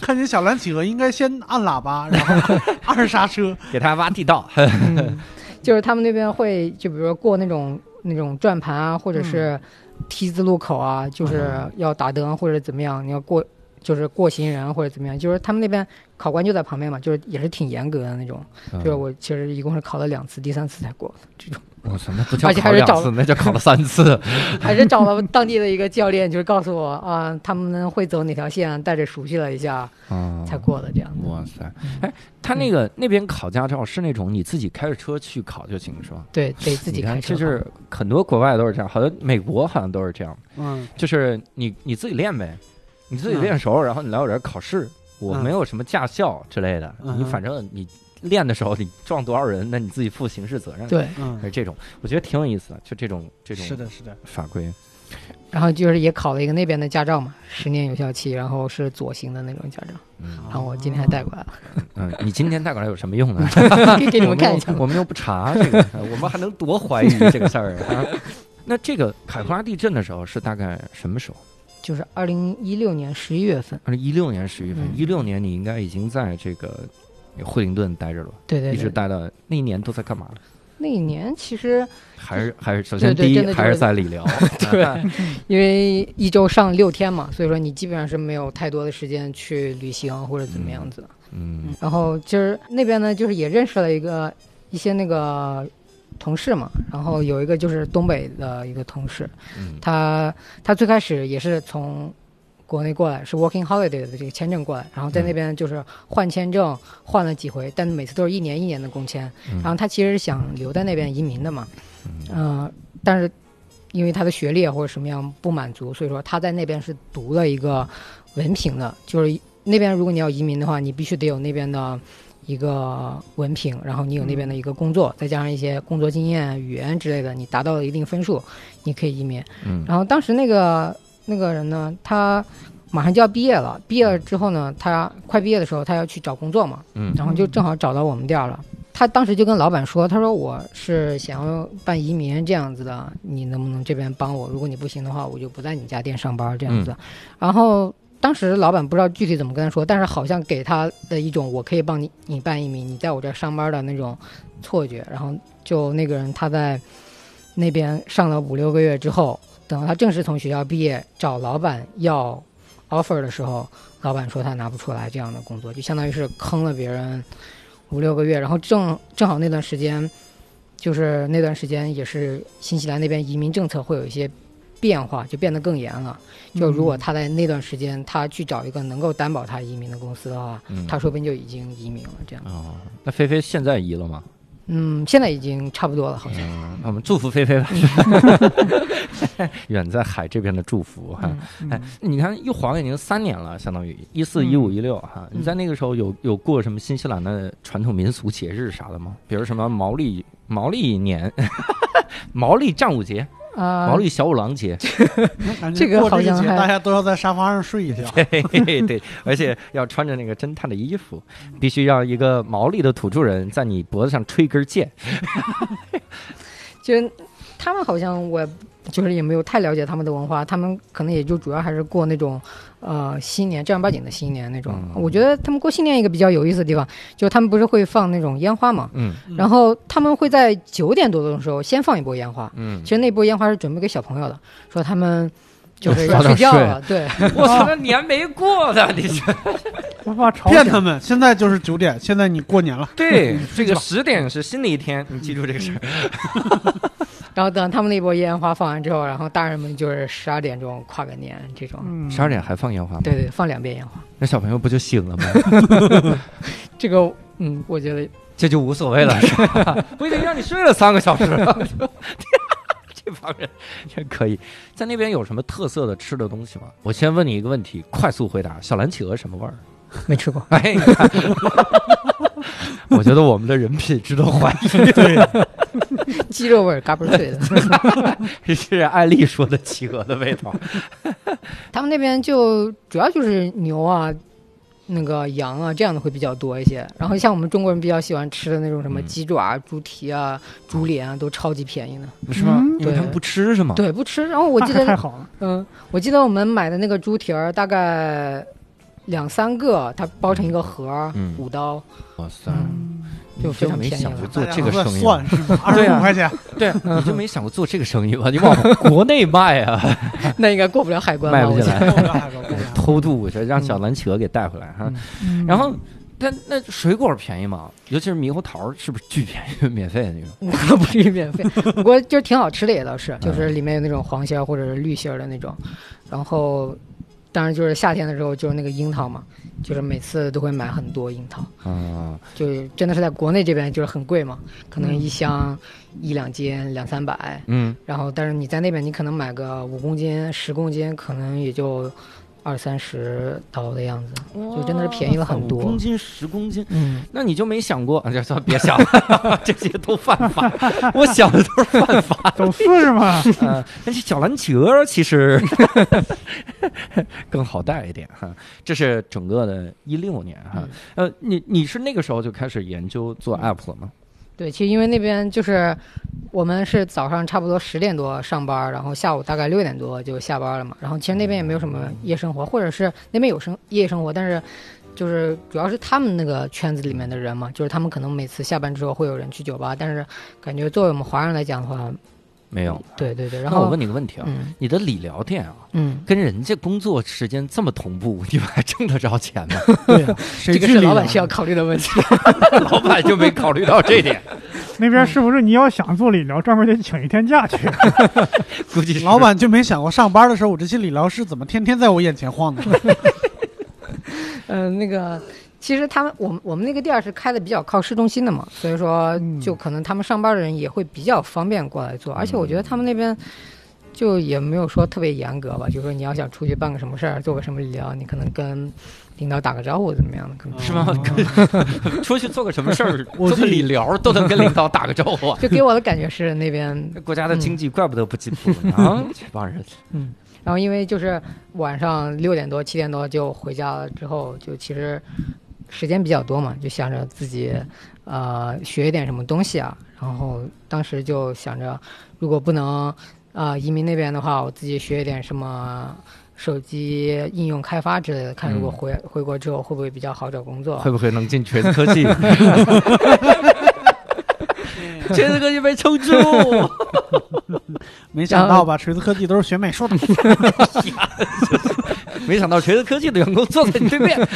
Speaker 3: 看见小蓝企鹅应该先按喇叭，然 后按刹车。
Speaker 1: 给他挖地道。
Speaker 4: 嗯，就是他们那边会就比如说过那种那种转
Speaker 1: 嗯
Speaker 4: 盘啊，或者是 T 字路口啊，就是要打灯或者怎么样，你要过就是过行人或者怎么样，就是他们那边考官就在旁边嘛，就是也是挺严格的那种。
Speaker 1: 嗯
Speaker 4: 就是我其实一共是考了两次，第三次才过，
Speaker 1: 嗯我操，那不叫
Speaker 4: 而且
Speaker 1: 考
Speaker 4: 还是
Speaker 1: 两
Speaker 4: 找
Speaker 1: 次，那叫考了三 次。
Speaker 4: 还是找了当地的一个教练，就是告诉我啊，他们会走哪条线，带着熟悉了一下
Speaker 1: 啊
Speaker 4: 才过嗯的这样。
Speaker 1: 哇塞！哎，他那个那边考驾照是那种你自己开着车去考就行是吧？
Speaker 4: 对，得自己
Speaker 1: 你看
Speaker 4: 开
Speaker 1: 这
Speaker 4: 车吧。
Speaker 1: 就是很多国外都是这样，好像美国好像都是这样，
Speaker 3: 嗯，
Speaker 1: 就是你你自己练呗，你自己
Speaker 3: 嗯
Speaker 1: 练熟，然后你来我这儿考试，我
Speaker 3: 嗯
Speaker 1: 没有什么驾校之类的，
Speaker 3: 嗯
Speaker 1: 你
Speaker 3: 哼
Speaker 1: 反正你练的时候你撞多少人，那你自己负刑事责任。，
Speaker 4: 对，
Speaker 3: 嗯，
Speaker 1: 这种我觉得挺有意思的，就这种哎这种
Speaker 3: 是的，是的，
Speaker 1: 法规。
Speaker 4: 然后就是也考了一个那边的驾照嘛，十年有效期，然后是左行的那种驾照，
Speaker 1: 嗯
Speaker 4: 然后我今天还带过来了，
Speaker 1: 嗯，你今天带过来有什么用 呢？
Speaker 4: 可以给你们看一下。
Speaker 1: 我们又不查这 个，我们还能多怀疑这个事儿啊？那这个海瓜地震的时候是大概什么时候？
Speaker 4: 就是二零一六年十一月份，
Speaker 1: 二零一六年十一月份
Speaker 4: 嗯，
Speaker 1: 一六年你应该已经在这个惠灵顿待着了吧，
Speaker 4: 对对
Speaker 1: 一直
Speaker 4: 对，
Speaker 1: 待到那一年都在干嘛呢？
Speaker 4: 那一年其实
Speaker 1: 还是还是首
Speaker 4: 对
Speaker 1: 先
Speaker 4: 对
Speaker 1: 第
Speaker 4: 真
Speaker 1: 一
Speaker 4: 的就是
Speaker 1: 还是在理疗，
Speaker 4: 对，因为一周上六天嘛，所以说你基本上是没有太多的时间去旅行或者怎么样子的。
Speaker 1: 嗯
Speaker 4: 然后就是那边呢，就是也认识了一个一些那个同事嘛，然后有一个就是东北的一个同事，
Speaker 1: 嗯
Speaker 4: 他他最开始也是从国内过来，是 working holiday 的这个签证过来，然后在
Speaker 1: 嗯
Speaker 4: 那边就是换签证换了几回，但每次都是一年一年的工签。
Speaker 1: 嗯
Speaker 4: 然后他其实是想留在那边移民的嘛，
Speaker 1: 嗯
Speaker 4: 嗯、但是因为他的学历啊或者什么样不满足，所以说他在那边是读了一个文凭的，就是那边如果你要移民的话，你必须得有那边的一个文凭，然后你有那
Speaker 1: 嗯
Speaker 4: 边的一个工作，再加上一些工作经验、语言之类的，你达到了一定分数，你可以移民。
Speaker 1: 嗯
Speaker 4: 然后当时那个那个人呢，他。马上就要毕业了，毕业了之后呢，他快毕业的时候，他要去找工作嘛，
Speaker 1: 嗯
Speaker 4: 然后就正好找到我们店儿了。他当时就跟老板说：“他说我是想要办移民这样子的，你能不能这边帮我？如果你不行的话，我就不在你家店上班这样子。
Speaker 1: 嗯
Speaker 4: 然后当时老板不知道具体怎么跟他说，但是好像给他的一种我可以帮你你办移民，你在我这儿上班的那种错觉。然后就那个人他在那边上了五六个月之后，等到他正式从学校毕业，找老板要 offer 的时候，老板说他拿不出来这样的工作，就相当于是坑了别人五六个月，然后正正好那段时间，就是那段时间也是新西兰那边移民政策会有一些变化，就变得更严了。就
Speaker 1: 嗯
Speaker 4: 如果他在那段时间他去找一个能够担保他移民的公司的话，
Speaker 1: 嗯
Speaker 4: 他说不定就已经移民了。这样，
Speaker 1: 哦，那菲菲现在移了吗？
Speaker 4: 嗯，现在已经差不多了，好像。
Speaker 1: 嗯，那我们祝福菲菲吧， 远在海这边的祝福哈。哎
Speaker 2: 嗯，
Speaker 1: 你看，又晃眼睛三年了，相当于一四
Speaker 2: 嗯
Speaker 1: 一五一六哈。
Speaker 4: 嗯
Speaker 1: 你在那个时候有有过什么新西兰的传统民俗节日啥的吗？比如什么毛利毛利年、 毛利战舞节、
Speaker 4: 啊、
Speaker 1: 毛利小五郎节，
Speaker 3: 那感觉
Speaker 4: 这个
Speaker 3: 过
Speaker 4: 好
Speaker 3: 个
Speaker 4: 像
Speaker 3: 节
Speaker 4: 还
Speaker 3: 大家都要在沙发上睡一 觉。
Speaker 1: 嘿嘿嘿，对，而且要穿着那个侦探的衣服，必须让一个毛利的土著人在你脖子上吹根剑。
Speaker 4: 就是他们好像我就是也没有太了解他们的文化，他们可能也就主要还是过那种呃新年正儿八经的新年那种。
Speaker 1: 嗯
Speaker 4: 我觉得他们过新年一个比较有意思的地方，就是他们不是会放那种烟花嘛，
Speaker 1: 嗯
Speaker 3: 嗯
Speaker 4: 然后他们会在九点多钟的时候先放一波烟花，
Speaker 1: 嗯
Speaker 4: 其，实那波烟花是准备给小朋友的，说他们 就是
Speaker 1: 早
Speaker 4: 要
Speaker 1: 点
Speaker 4: 睡觉
Speaker 1: 睡
Speaker 4: 了，对。
Speaker 1: 我操，那年没过的，你这
Speaker 2: 我怕吵
Speaker 3: 骗
Speaker 2: 醒
Speaker 3: 他们，现在就是九点，现在你过年了，
Speaker 1: 对这个十点是新的一天，你记住这个事儿。
Speaker 4: 然后等他们那波烟花放完之后，然后大人们就是十二点钟跨个年这种，
Speaker 2: 嗯，
Speaker 1: 十二点还放烟花吗？
Speaker 4: 对对，放两遍烟花。
Speaker 1: 那小朋友不就醒了吗？
Speaker 4: 这个嗯，我觉得
Speaker 1: 这就无所谓 了，是吧？我已经让你睡了三个小时啊 了，这帮人真可以。在那边有什么特色的吃的东西吗？我先问你一个问题，快速回答：小蓝企鹅什么味儿？
Speaker 4: 没吃过。
Speaker 1: 哎，你看我觉得我们的人品值得怀
Speaker 4: 鸡肉味儿嘎嘣脆的。
Speaker 1: 疑， 是艾丽说的企鹅的味道。
Speaker 4: 他们那边就主要就是牛啊、那个羊啊这样的会比较多一些。然后像我们中国人比较喜欢吃的那种什么
Speaker 1: 嗯
Speaker 4: 鸡爪、啊、猪蹄啊、猪脸啊，都超级便宜的。
Speaker 1: 是吗？
Speaker 2: 嗯
Speaker 1: 因为他们不吃是吗？
Speaker 4: 对，不吃。然后我记
Speaker 2: 那 太
Speaker 4: 得，
Speaker 2: 好了，
Speaker 4: 嗯，我记得我们买的那个猪蹄儿大概两三个，它包成一个盒儿
Speaker 1: 嗯，
Speaker 4: 五刀。
Speaker 1: 哇塞！
Speaker 4: 嗯就
Speaker 1: 你
Speaker 4: 非常
Speaker 1: 没
Speaker 4: 便宜
Speaker 1: 想过
Speaker 4: 了
Speaker 1: 做这个生意吗？
Speaker 3: 哎 算是吧，二
Speaker 1: 对
Speaker 3: 十
Speaker 1: 啊
Speaker 3: 五块钱，
Speaker 1: 对啊，你就没想过做这个生意吧？你往 国内卖啊，
Speaker 4: 那应该过不了海关
Speaker 1: 卖
Speaker 4: 吧？
Speaker 1: 不
Speaker 4: 我嗯
Speaker 1: 进
Speaker 4: 觉得
Speaker 1: 来。
Speaker 3: 够不了海哥，够不了
Speaker 1: 偷渡去，让小蓝企鹅给带回来哈。
Speaker 5: 嗯
Speaker 1: 然后，但那水果便宜吗？尤其是猕猴桃儿，是不是巨便宜， 免费的啊那种？
Speaker 4: 那 不是免费，不过就是挺好吃的，也倒是，就是
Speaker 1: 嗯
Speaker 4: 里面有那种黄心儿或者是绿心儿的那种，然后，当然就是夏天的时候就是那个樱桃嘛，就是每次都会买很多樱桃，
Speaker 1: 啊，
Speaker 4: 就真的是在国内这边就是很贵嘛，可能
Speaker 3: 嗯
Speaker 4: 一箱一两斤两三百，
Speaker 1: 嗯，
Speaker 4: 然后但是你在那边你可能买个五公斤十公斤，可能也就二三十刀的样子，就真的是便宜了很
Speaker 1: 五公
Speaker 4: 多。
Speaker 1: 斤、十公斤，
Speaker 4: 嗯，
Speaker 1: 那你就没想过？啊，这算别想了， 这些都犯法。 我想的都是犯法。
Speaker 2: 走私是吗？
Speaker 1: 呃，但是小蓝企鹅其 实更好带一点哈。这是整个的一六年哈。
Speaker 3: 嗯
Speaker 1: 呃，你你是那个时候就开始研究做 app 了吗？
Speaker 4: 对，其实因为那边就是我们是早上差不多十点多上班，然后下午大概六点多就下班了嘛。然后其实那边也没有什么夜生活，或者是那边有生夜生活，但是就是主要是他们那个圈子里面的人嘛，就是他们可能每次下班之后会有人去酒吧，但是感觉作为我们华人来讲的话，
Speaker 1: 没有。
Speaker 3: 嗯
Speaker 4: 对对对。然
Speaker 1: 那我
Speaker 3: 哦
Speaker 4: 后
Speaker 1: 问你个问题啊，
Speaker 4: 嗯
Speaker 1: 你的理疗店啊，
Speaker 4: 嗯，
Speaker 1: 跟人家工作时间这么同步，你们还挣得着钱吗？
Speaker 3: 对啊， 谁
Speaker 4: 这个
Speaker 3: 去
Speaker 4: 是
Speaker 3: 理
Speaker 4: 老板
Speaker 3: 疗
Speaker 4: 需要考虑的问题。
Speaker 1: 老板就没考虑到这点，
Speaker 2: 那边是不是你要想做理疗，专门得请一天假去？啊
Speaker 1: 估计是
Speaker 3: 老板就没想过上班的时候，我这些理疗师怎么天天在我眼前晃 呢？
Speaker 4: 呃，那个，其实他们我们我们那个店儿是开的比较靠市中心的嘛，所以说
Speaker 3: 嗯
Speaker 4: 就可能他们上班的人也会比较方便过来做，而且我觉得他们那边。就也没有说特别严格吧，就是说你要想出去办个什么事儿，做个什么理疗，你可能跟领导打个招呼怎么样的，可能
Speaker 1: 是吗？出去做个什么事儿， 做
Speaker 3: 我嗯
Speaker 1: 个
Speaker 3: 自己
Speaker 1: 理疗都能跟领导打个招呼啊。
Speaker 4: 就给我的感觉是那边
Speaker 1: 那国家的经济怪不得不 进步呢啊！这帮人，
Speaker 4: 然后因为就是晚上六点多七点多就回家了，之后就其实时间比较多嘛，就想着自己呃学一点什么东西啊。然后当时就想着，如果不能呃移民那边的话，我自己学一点什么手机应用开发之类的，看如果
Speaker 1: 嗯
Speaker 4: 回、回国之后会不会比较好找工作。啊
Speaker 1: 会不会能进锤子科 技？锤子科技被抽住，
Speaker 3: 没想到吧？锤子科技都是学美术 的，
Speaker 1: 没想到锤子科技的员工坐在你对面。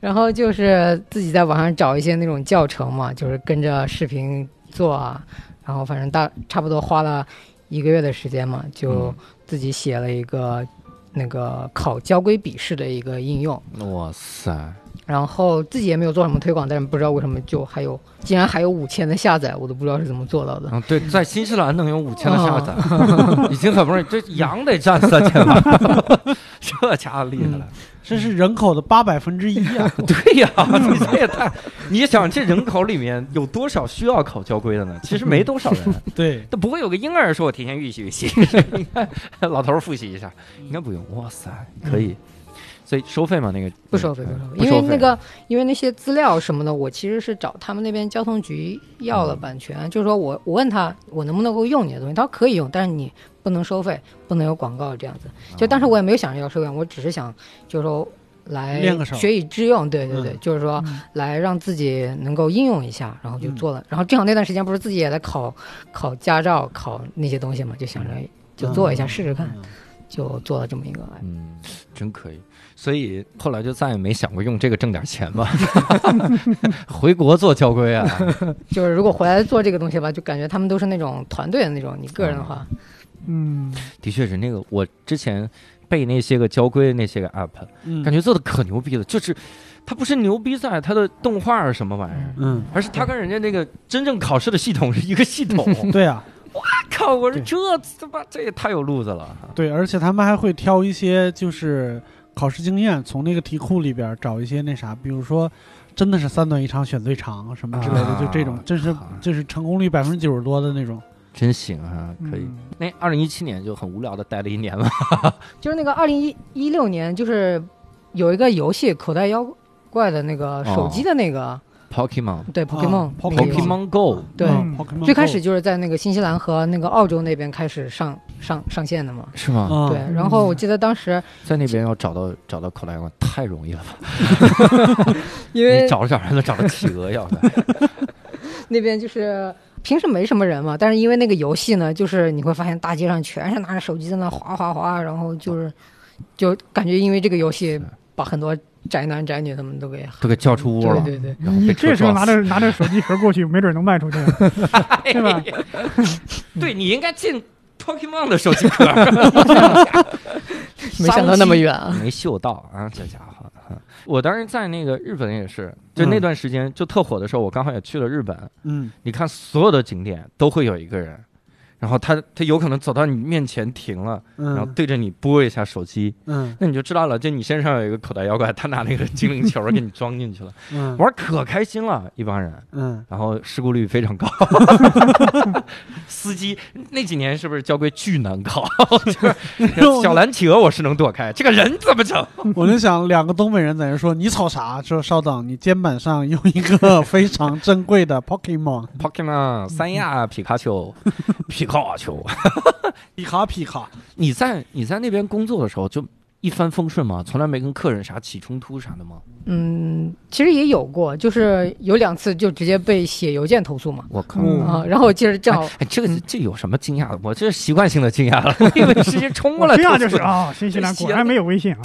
Speaker 4: 然后就是自己在网上找一些那种教程嘛，就是跟着视频做啊，然后反正大差不多花了一个月的时间嘛，就
Speaker 1: 嗯
Speaker 4: 自己写了一个那个考交规笔试的一个应用，
Speaker 1: 哇塞！
Speaker 4: 然后自己也没有做什么推广，但是不知道为什么就还有竟然还有五千的下载，我都不知道是怎么做到的。
Speaker 1: 嗯，对，在新西兰能有五千的下载， 已经很不容易。这羊得占三千吧？ 这家伙厉害了。
Speaker 3: 这是人口的八百分之一 啊！
Speaker 1: 嗯对呀、你这也太……你想这人口里面有多少需要考交规的呢？其实没多少人，啊
Speaker 3: 对，
Speaker 1: 都不会有个婴儿说我提前预习预习。 你看，老头儿复习一下，应该不用。哇塞，可以。所以收费吗？那个
Speaker 4: 不收费，
Speaker 1: 嗯
Speaker 4: 不
Speaker 1: 不
Speaker 3: 哎
Speaker 4: 收费，因
Speaker 1: 收
Speaker 4: 为
Speaker 1: 费
Speaker 4: 那个，因为那些资料什么的，我其实是找他们那边交通局要
Speaker 3: 嗯
Speaker 4: 了版权，就是说我我问他我能不能够用你的东西，他说可以用，但是你不能收费，不能有广告这样子。就
Speaker 3: 哦
Speaker 4: 当时我也没有想着要收费，我只是想就是说来
Speaker 3: 练个手
Speaker 4: 学以致用，对对对，
Speaker 3: 嗯
Speaker 4: 就是说来让自己能够应用一下，然后
Speaker 3: 嗯
Speaker 4: 就做了。然后正好那段时间不是自己也在考考驾照、考那些东西嘛，就想着 就做一下、
Speaker 3: 嗯
Speaker 4: 试试看，就做了这么一个。
Speaker 1: 嗯，真可以。所以后来就再也没想过用这个挣点钱 吧， 回国做交规啊。
Speaker 4: 就是如果回来做这个东西吧，就感觉他们都是那种团队的那种，你个人的话，
Speaker 2: 嗯，
Speaker 1: 的确是那个，我之前背那些个交规那些个 app，
Speaker 3: 嗯
Speaker 1: 感觉做的可牛逼了，就是它不是牛逼在它的动画是什么玩意儿
Speaker 4: 嗯，
Speaker 3: 嗯，
Speaker 1: 而是它跟人家那个真正考试的系统是一个系 统。
Speaker 3: 对啊，
Speaker 1: 靠，我说这他妈这也太有路子了。
Speaker 3: 对，而且他们还会挑一些就是考试经验，从那个题库里边儿找一些那啥，比如说真的是三短一长选最长什么之类的，
Speaker 1: 啊
Speaker 3: 就这种，真是
Speaker 1: 好
Speaker 3: 就是成功率百分之九十多的那种。
Speaker 1: 真行啊， 可
Speaker 2: 嗯
Speaker 1: 以。那二零一七年就很无聊的待了一年了，
Speaker 4: 就是那个二零一一六年，就是有一个游戏《口袋妖怪》的那个手机的那个，
Speaker 1: Pokemon
Speaker 4: 对 Pokemon 那个游戏
Speaker 1: Pokemon Go，
Speaker 4: 对
Speaker 2: 嗯
Speaker 3: 啊 Pokemon
Speaker 4: 最开
Speaker 3: Go
Speaker 4: 始就是在那个新西兰和那个澳洲那边开始上上上线的嘛。
Speaker 1: 是吗？
Speaker 3: 啊
Speaker 4: 对，然后我记得当时
Speaker 1: 在那边要找到找到口袋妖怪太容易了吧？
Speaker 4: 因为
Speaker 1: 你找着找着能找到企鹅要的，
Speaker 4: 那边就是平时没什么人嘛，但是因为那个游戏呢，就是你会发现大街上全是拿着手机在那划划划，然后就是就感觉因为这个游戏把很多宅男宅女他们都 给
Speaker 1: 都给叫 出屋
Speaker 4: 对
Speaker 1: 了。
Speaker 4: 对 对，
Speaker 1: 然后被
Speaker 2: 你
Speaker 1: 车
Speaker 2: 这时候
Speaker 1: 撞
Speaker 2: 拿
Speaker 1: 死哎
Speaker 2: 着拿着手机壳过去，没准能卖 出去，对吧？
Speaker 1: 对你应该进 Pokemon 的手机壳，
Speaker 4: 没想到那么远啊。
Speaker 1: 没嗅到啊，这家伙。嗯啊 我当时在那个日本也是，就那段时间就特火的时候，我刚好也去了日本。
Speaker 3: 嗯
Speaker 1: 你看所有的景点都会有一个人，然后他他有可能走到你面前停了，然后
Speaker 3: 嗯
Speaker 1: 对着你拨一下手机，
Speaker 3: 嗯
Speaker 1: 那你就知道了，就你身上有一个口袋妖怪，他拿那个精灵球 儿给你装进去了，
Speaker 3: 嗯
Speaker 1: 玩儿可开心了，一帮人。
Speaker 3: 嗯
Speaker 1: 然后事故率非常高， 司机那几年是不是交规巨难 考？就是小蓝企鹅我是能躲开，这个人怎么整？
Speaker 3: 我就想两个东北人在那说你瞅啥？说稍等，你肩膀上有一个非常珍贵的 Pokemon
Speaker 1: Pokemon、三亚、皮卡 丘、皮卡丘。
Speaker 3: 皮卡皮卡。
Speaker 1: 你在你在那边工作的时候就一帆风顺吗？从来没跟客人啥起冲突啥的吗？
Speaker 4: 嗯，其实也有过，就是有两次就直接被写邮件投诉嘛。
Speaker 1: 我靠！
Speaker 2: 嗯
Speaker 4: 啊，然后接着 正好
Speaker 1: 哎，这个这有什么惊讶的？我这是习惯性的惊讶 了，我以为直接冲过
Speaker 2: 我
Speaker 1: 来，
Speaker 2: 这样就是啊，新西兰果然没有微信啊。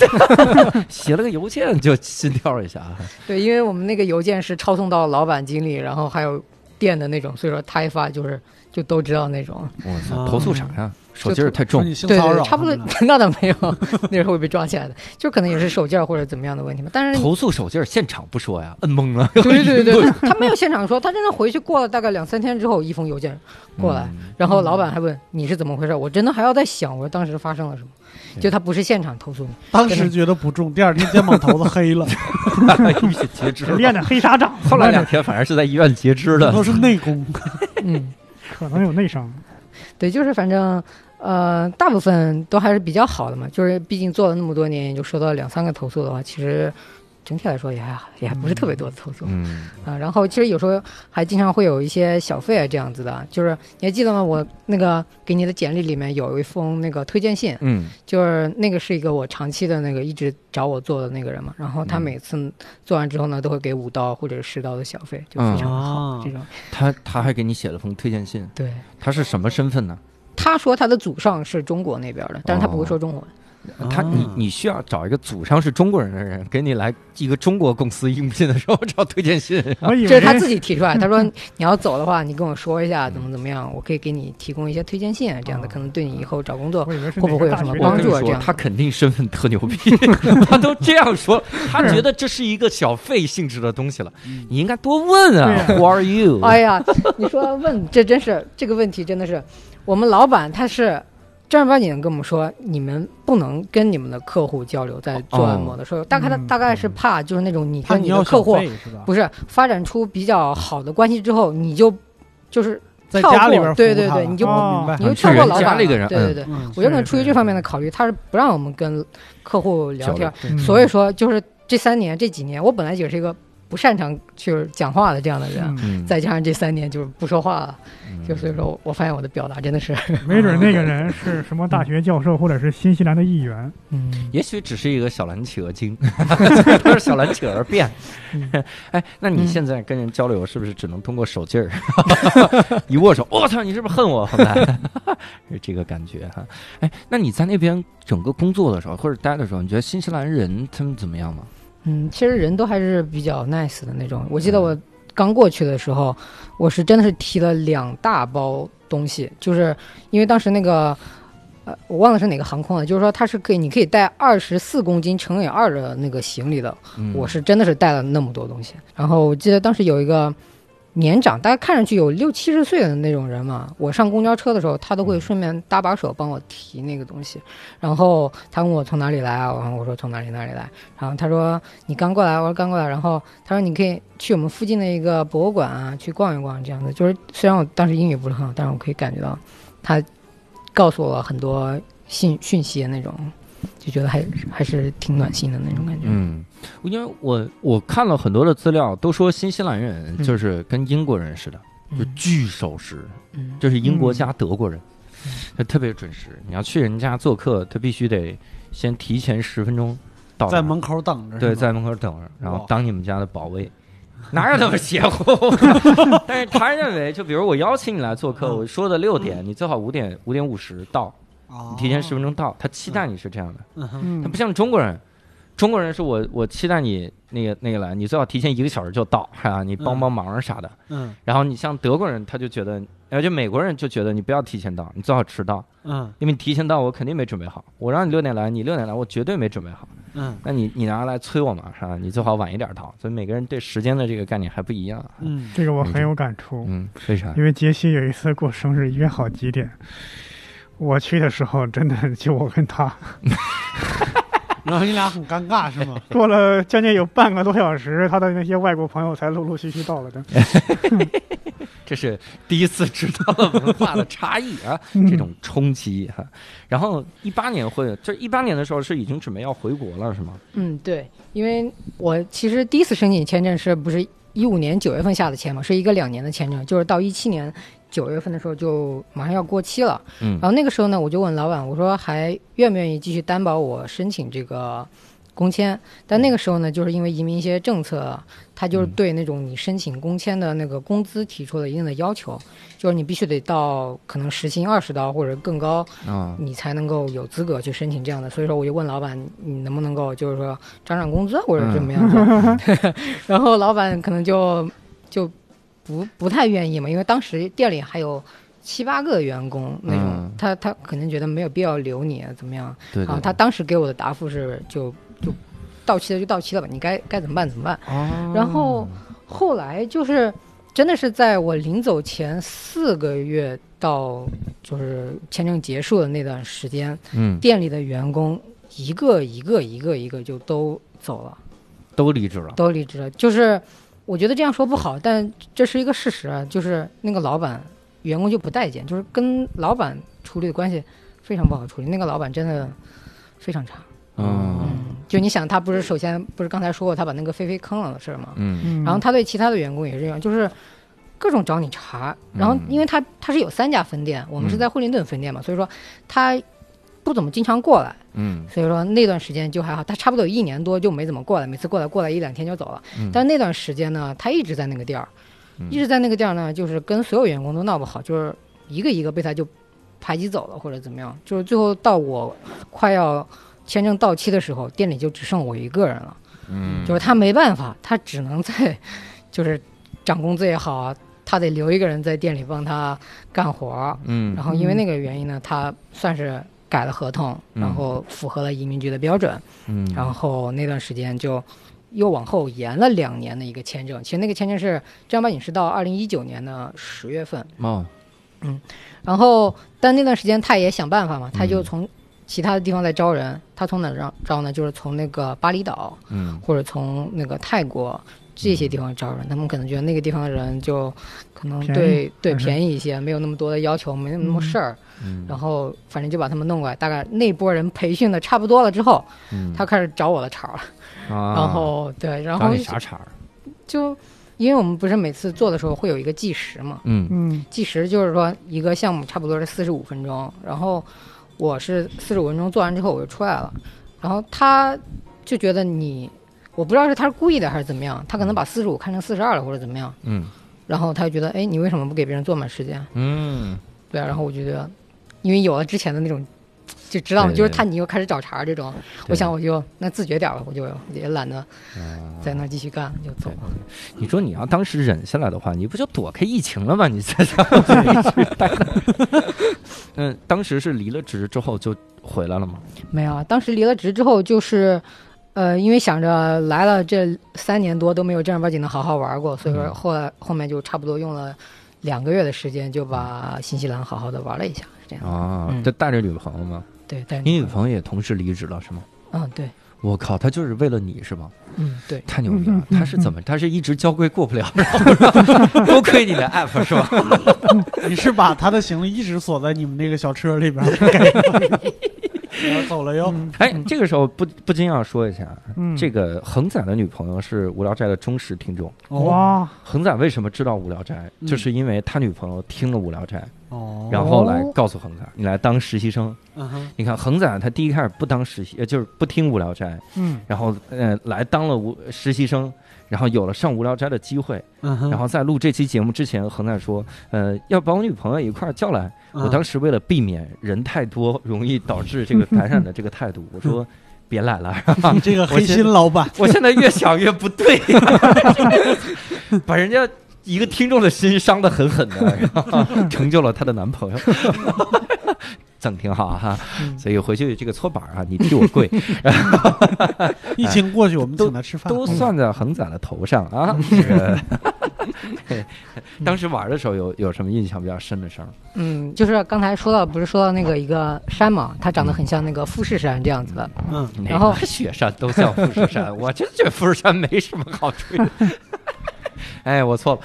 Speaker 1: 写了个邮件就心跳一下。啊
Speaker 4: 对，因为我们那个邮件是抄送到老板经理，然后还有店的那种，所以说他一发就是就都知道那种。
Speaker 1: 我操，
Speaker 3: 啊
Speaker 1: 投诉啥呀？手劲儿太重
Speaker 3: 说，你性
Speaker 4: 对
Speaker 3: 骚扰
Speaker 4: 对，差不多
Speaker 3: 他们了，
Speaker 4: 那倒没有，那时候会被抓起来的，就可能也是手劲儿或者怎么样的问题嘛。但是，
Speaker 1: 投诉手劲儿现场不说呀，摁懵了。
Speaker 4: 对对对对，他没有现场说，他真的回去过了大概两三天之后，一封邮件过来，
Speaker 1: 嗯
Speaker 4: 然后老板还问你是怎么回事，我真的还要再想，我说当时发生了什么，
Speaker 1: 对
Speaker 4: 就他不是现场投 诉你，
Speaker 3: 当时觉得不中，第二天肩膀头子黑了，
Speaker 1: 预先截肢
Speaker 2: 练的黑纱掌，
Speaker 1: 后来两天反而是在医院截肢的
Speaker 3: 都。是内 功。
Speaker 4: 嗯，
Speaker 2: 可能有内伤。
Speaker 4: 对，就是反正。呃，大部分都还是比较好的嘛，就是毕竟做了那么多年，也就收到两三个投诉的话，其实整体来说也还好也还不是特别多的投诉。
Speaker 1: 嗯，
Speaker 4: 啊，然后其实有时候还经常会有一些小费啊这样子的，就是你还记得吗？我那个给你的简历里面有一封那个推荐信，
Speaker 1: 嗯，
Speaker 4: 就是那个是一个我长期的那个一直找我做的那个人嘛，然后他
Speaker 1: 嗯
Speaker 4: 每次做完之后呢，都会给五刀或者十刀的小费，就非常好、
Speaker 3: 嗯
Speaker 4: 这种。
Speaker 1: 他他还给你写了封推荐信，
Speaker 4: 对，
Speaker 1: 他是什么身份呢？
Speaker 4: 他说他的祖上是中国那边的，但是他
Speaker 1: 哦
Speaker 4: 不会说中文。
Speaker 1: 他你
Speaker 4: 哦
Speaker 3: 啊
Speaker 1: 你需要找一个祖上是中国人的人，给你来一个中国公司应聘的时候找推荐信。
Speaker 2: 我以为
Speaker 4: 这是他自己提出来，他说你要走的话，你跟我说一下
Speaker 1: 嗯
Speaker 4: 怎么怎么样，我可以给你提供一些推荐信啊，这样的
Speaker 2: 哦
Speaker 4: 可能对你以后找工作
Speaker 2: 我以为是
Speaker 4: 会不会有什么帮助
Speaker 1: 我跟你
Speaker 4: 啊这
Speaker 1: 说，
Speaker 4: 样
Speaker 1: 他肯定身份特牛 逼，他都这样说，他觉得这是一个小费性质的东西了，你应该多问啊。
Speaker 2: 对
Speaker 1: Who are you？
Speaker 4: 嗯哎呀，你说问这真是这个问题，真的是我们老板他是正儿八经地跟我们说，你们不能跟你们的客户交流，在做按摩的时
Speaker 1: 哦
Speaker 4: 候，大概他
Speaker 2: 嗯
Speaker 4: 大概是怕就是那种你
Speaker 3: 怕
Speaker 4: 跟你
Speaker 3: 要
Speaker 4: 的客户
Speaker 3: 小费是吧？
Speaker 4: 不是发展出比较好的关系之后，你就就是
Speaker 3: 在
Speaker 4: 跳
Speaker 3: 家里
Speaker 4: 过
Speaker 3: 边
Speaker 4: 对
Speaker 3: 服务
Speaker 4: 对
Speaker 3: 他
Speaker 4: 对
Speaker 3: 了
Speaker 4: 你就
Speaker 3: 哦明白
Speaker 4: 你就
Speaker 1: 嗯
Speaker 4: 跳
Speaker 1: 去
Speaker 4: 过
Speaker 1: 人
Speaker 4: 老
Speaker 1: 家
Speaker 4: 板了，
Speaker 1: 那个人
Speaker 4: 对对对，
Speaker 3: 嗯
Speaker 4: 我觉得可能出于这方面的考虑，他是不让我们跟客户聊
Speaker 1: 交
Speaker 4: 天
Speaker 1: 流
Speaker 4: 儿，，
Speaker 2: 嗯
Speaker 4: 所以说就是这三年这几年，我本来也是一个不擅长去讲话的这样的人。
Speaker 2: 嗯
Speaker 1: 嗯
Speaker 4: 再加上这三年就是不说话了，
Speaker 1: 嗯
Speaker 4: 就所以说我发现我的表达真的是，
Speaker 2: 没准那个人是什么大学教授，或者是新西兰的议员。
Speaker 4: 嗯，
Speaker 1: 也许只是一个小蓝企鹅 精，都是小蓝企鹅变
Speaker 4: 嗯。
Speaker 1: 哎，那你
Speaker 4: 嗯
Speaker 1: 现在跟人交流是不是只能通过手 劲儿？一握手，我操，你是不是恨我？很 难，是这个感觉哈。哎，那你在那边整个工作的时候或者待的时候，你觉得新西兰人他们怎么样吗？
Speaker 4: 嗯，其实人都还是比较 nice 的那种。我记得我刚过去的时候，我是真的是提了两大包东西，就是因为当时那个，呃，我忘了是哪个航空了，就是说它是可以，你可以带二十四公斤乘以二的那个行李的，
Speaker 1: 嗯
Speaker 4: 我是真的是带了那么多东西。然后我记得当时有一个年长，大概看上去有六七十岁的那种人嘛，我上公交车的时候，他都
Speaker 1: 嗯
Speaker 4: 会顺便搭把手帮我提那个东西。然后他问我从哪里来啊，然后我说从哪里哪里来。然后他说你刚过来，我说刚过来。然后他说你可以去我们附近的一个博物馆啊，去逛一逛这样子。就是虽然我当时英语不是很好，但是我可以感觉到他告诉我很多信讯息的那种。就觉得还还是挺暖心的那种感觉。
Speaker 1: 嗯，因为我我看了很多的资料，都说新西兰人
Speaker 4: 嗯
Speaker 1: 就是跟英国人似的，就
Speaker 4: 嗯
Speaker 1: 巨守时，
Speaker 4: 嗯
Speaker 1: 就是英国加德国人，他特别准时。你要去人家做客，他必须得先提前十分钟到那儿，
Speaker 3: 在门口等着。
Speaker 1: 对，
Speaker 3: 是吗
Speaker 1: 在门口等着，然后
Speaker 3: 哇
Speaker 1: 当你们家的保 卫。哪有那么邪乎？但是他认为，就比如我邀请你来做客，
Speaker 3: 嗯
Speaker 1: 我说的六点，你最好五点五点五十到，
Speaker 3: 哦
Speaker 1: 你提前十分钟到。他期待你是这样的，
Speaker 3: 嗯哼
Speaker 2: 嗯
Speaker 1: 他不像中国人，中国人是我我期待你那个那个来，你最好提前一个小时就到，啊，你帮帮忙啥的。
Speaker 3: 嗯
Speaker 1: 然后你像德国人，他就觉得，而且美国人就觉得你不要提前到，你最好迟到，
Speaker 3: 嗯
Speaker 1: 因为你提前到我肯定没准备好，我让你六点来，你六点来，我绝对没准备好。
Speaker 3: 嗯
Speaker 1: 那你你拿来催我嘛，是吧？你最好晚一点到。所以每个人对时间的这个概念还不一样。
Speaker 3: 嗯
Speaker 2: 这个我很有感触。
Speaker 1: 嗯，为啥？
Speaker 2: 因为杰西有一次过生日约好几点，我去的时候真的就我跟他
Speaker 3: 然后你俩很尴尬是吗？
Speaker 2: 过了将近有半个多小时，他的那些外国朋友才陆陆续续到了的。
Speaker 1: 哎这是第一次知道了文化的差异啊，这种冲击哈、然后一八年会，这一八年的时候是已经准备要回国了，是吗？
Speaker 4: 嗯，对，因为我其实第一次申请签证是不是一五年九月份下的签嘛，是一个两年的签证，就是到一七年九月份的时候就马上要过期了。
Speaker 1: 嗯
Speaker 4: 然后那个时候呢，我就问老板，我说还愿不愿意继续担保我申请这个工签？但那个时候呢，就是因为移民一些政策，他就是
Speaker 1: 嗯
Speaker 4: 对那种你申请工签的那个工资提出了一定的要求，就是你必须得到可能时薪二十刀或者更高，
Speaker 1: 啊，
Speaker 4: 你才能够有资格去申请这样的。所以说，我就问老板，你能不能够就是说涨涨工资啊
Speaker 1: 嗯
Speaker 4: 或者怎么样 的？然后老板可能就就不不太愿意嘛，因为当时店里还有七八个员工那种，
Speaker 1: 嗯
Speaker 4: 他他可能觉得没有必要留你怎么样？
Speaker 1: 对
Speaker 4: 啊，他当时给我的答复是就就到期了就到期了吧，你该该怎么办怎么办。然后后来就是真的是在我临走前四个月到就是签证结束的那段时间，
Speaker 1: 嗯，
Speaker 4: 店里的员工一个一个一个一个就都走了，
Speaker 1: 都离职了。
Speaker 4: 都离职了。就是我觉得这样说不好，但这是一个事实啊，就是那个老板员工就不待见，就是跟老板处理的关系非常不好处理，那个老板真的非常差。
Speaker 1: 嗯
Speaker 4: 嗯，就你想，他不是首先不是刚才说过他把那个菲菲坑了的事儿吗？
Speaker 1: 嗯
Speaker 2: 嗯
Speaker 4: 然后他对其他的员工也是这样，就是各种找你茬。然后
Speaker 1: 嗯
Speaker 4: 因为他他是有三家分店，我们是
Speaker 1: 嗯
Speaker 4: 在惠灵顿分店嘛，所以说他不怎么经常过来，
Speaker 1: 嗯
Speaker 4: 所以说那段时间就还好，他差不多有一年多就没怎么过来，每次过来过来一两天就走了。
Speaker 1: 嗯，
Speaker 4: 但是那段时间呢，他一直在那个店儿，
Speaker 1: 嗯
Speaker 4: 一直在那个店儿呢，就是跟所有员工都闹不好，就是一个一个被他就排挤走了或者怎么样，就是最后到我快要签证到期的时候，店里就只剩我一个人了。
Speaker 1: 嗯
Speaker 4: 就是他没办法，他只能在，就是涨工资也好啊，他得留一个人在店里帮他干活儿。
Speaker 1: 嗯
Speaker 4: 然后因为那个原因呢，他算是改了合同，
Speaker 1: 嗯
Speaker 4: 然后符合了移民局的标准，
Speaker 1: 嗯，
Speaker 4: 然后那段时间就又往后延了两年的一个签证。其实那个签证是正儿八经是到二零一九年的十月份，
Speaker 1: 哦
Speaker 4: 然后但那段时间他也想办法嘛，他就
Speaker 1: 嗯
Speaker 4: 从其他的地方在招人，他从哪儿招招呢？就是从那个巴厘岛。
Speaker 1: 嗯
Speaker 4: 或者从那个泰国这些地方招人，他们可能觉得那个地方的人就可能
Speaker 2: 便宜
Speaker 4: 对对
Speaker 2: 嗯哼
Speaker 4: 便宜一些，没有那么多的要求，没那么多事儿，
Speaker 1: 嗯，
Speaker 4: 然后反正就把他们弄过来。大概那波人培训的差不多了之后，
Speaker 1: 嗯
Speaker 4: 他开始找我的茬儿了。
Speaker 1: 啊
Speaker 4: 然后对，然
Speaker 1: 找
Speaker 4: 后
Speaker 1: 你啥茬儿？
Speaker 4: 就因为我们不是每次做的时候会有一个计时嘛，
Speaker 1: 嗯
Speaker 2: 嗯
Speaker 4: 计时就是说一个项目差不多是四十五分钟，然后我是四十五分钟做完之后我就出来了，然后他就觉得你，我不知道是他是故意的还是怎么样，他可能把四十五看成四十二了或者怎么样，
Speaker 1: 嗯
Speaker 4: 然后他就觉得，哎，你为什么不给别人做满时间？
Speaker 1: 嗯，
Speaker 4: 对啊，然后我就觉得，因为有了之前的那种，就知道吗？
Speaker 1: 对对
Speaker 4: 就是他你又开始找茬儿这种，我想我就那自觉点儿吧，我就也懒得
Speaker 1: 啊
Speaker 4: 在那儿继续干，就
Speaker 1: 对
Speaker 4: 走了。
Speaker 1: 你说你要当时忍下来的话，你不就躲开疫情了吗？你在家一直待 着嗯，当时是离了职之后就回来了吗？
Speaker 4: 没有，啊，当时离了职之后就是，呃，因为想着来了这三年多都没有正儿八经的好好玩过，所以说
Speaker 1: 嗯
Speaker 4: 后来后面就差不多用了两个月的时间就把新西兰好好的玩了一下，是这样。
Speaker 1: 啊
Speaker 4: 嗯
Speaker 1: 这带着女朋友吗？
Speaker 4: 对，但
Speaker 1: 你女朋友也同时离职了是吗？
Speaker 4: 嗯对，
Speaker 1: 我靠，她就是为了你是吗？
Speaker 4: 嗯对，
Speaker 1: 太牛逼了！
Speaker 2: 嗯
Speaker 1: 她是怎么？她是一直交规过不了，然后 多亏你的 app 是吧？
Speaker 3: 你是把他的行李一直锁在你们那个小车里边儿？我走了哟。
Speaker 2: 嗯
Speaker 1: 哎，这个时候不不禁要说一下，
Speaker 2: 嗯，
Speaker 1: 这个恒仔的女朋友是无聊斋的忠实听众。
Speaker 3: 哦
Speaker 2: 嗯哇，
Speaker 1: 恒仔为什么知道无聊斋？
Speaker 3: 嗯
Speaker 1: 就是因为他女朋友听了无聊斋，
Speaker 3: 哦，
Speaker 1: 然后来告诉恒仔，你来当实习生。
Speaker 3: 嗯哼
Speaker 1: 你看恒仔他第一开始不当实习，呃就是不听无聊斋，
Speaker 2: 嗯，
Speaker 1: 然后呃来当了无实习生，然后有了上无聊斋的机会。
Speaker 3: 嗯哼，
Speaker 1: 然后在录这期节目之前，恒仔说，呃，要把我女朋友一块儿叫来。我当
Speaker 3: 时
Speaker 1: 时为了避免人太多容易导致 这个感染的这个态度，我说别来了。
Speaker 3: 这个黑
Speaker 1: 啊我先
Speaker 3: 心老板，
Speaker 1: 我现在越想越不 对，把人家一个听众的心伤得狠狠的， 然后成就了她的男朋友。 整挺好哈、
Speaker 4: 嗯
Speaker 1: 所以回去这个搓板啊，你替我 跪，
Speaker 3: 疫情过去，我们请他吃饭，
Speaker 1: 啊都算在恒仔的头上啊。这
Speaker 4: 嗯
Speaker 1: 个 当时玩的时候有有什么印象比较深的事儿吗？
Speaker 4: 嗯，就是刚才说到，不是说到那个一个山嘛，它长得很像那个富士山这样子的。
Speaker 3: 嗯，
Speaker 1: 哪
Speaker 4: 然后
Speaker 1: 个雪山都像富士 山，我真觉得富士山没什么好吹的。哎，我错了，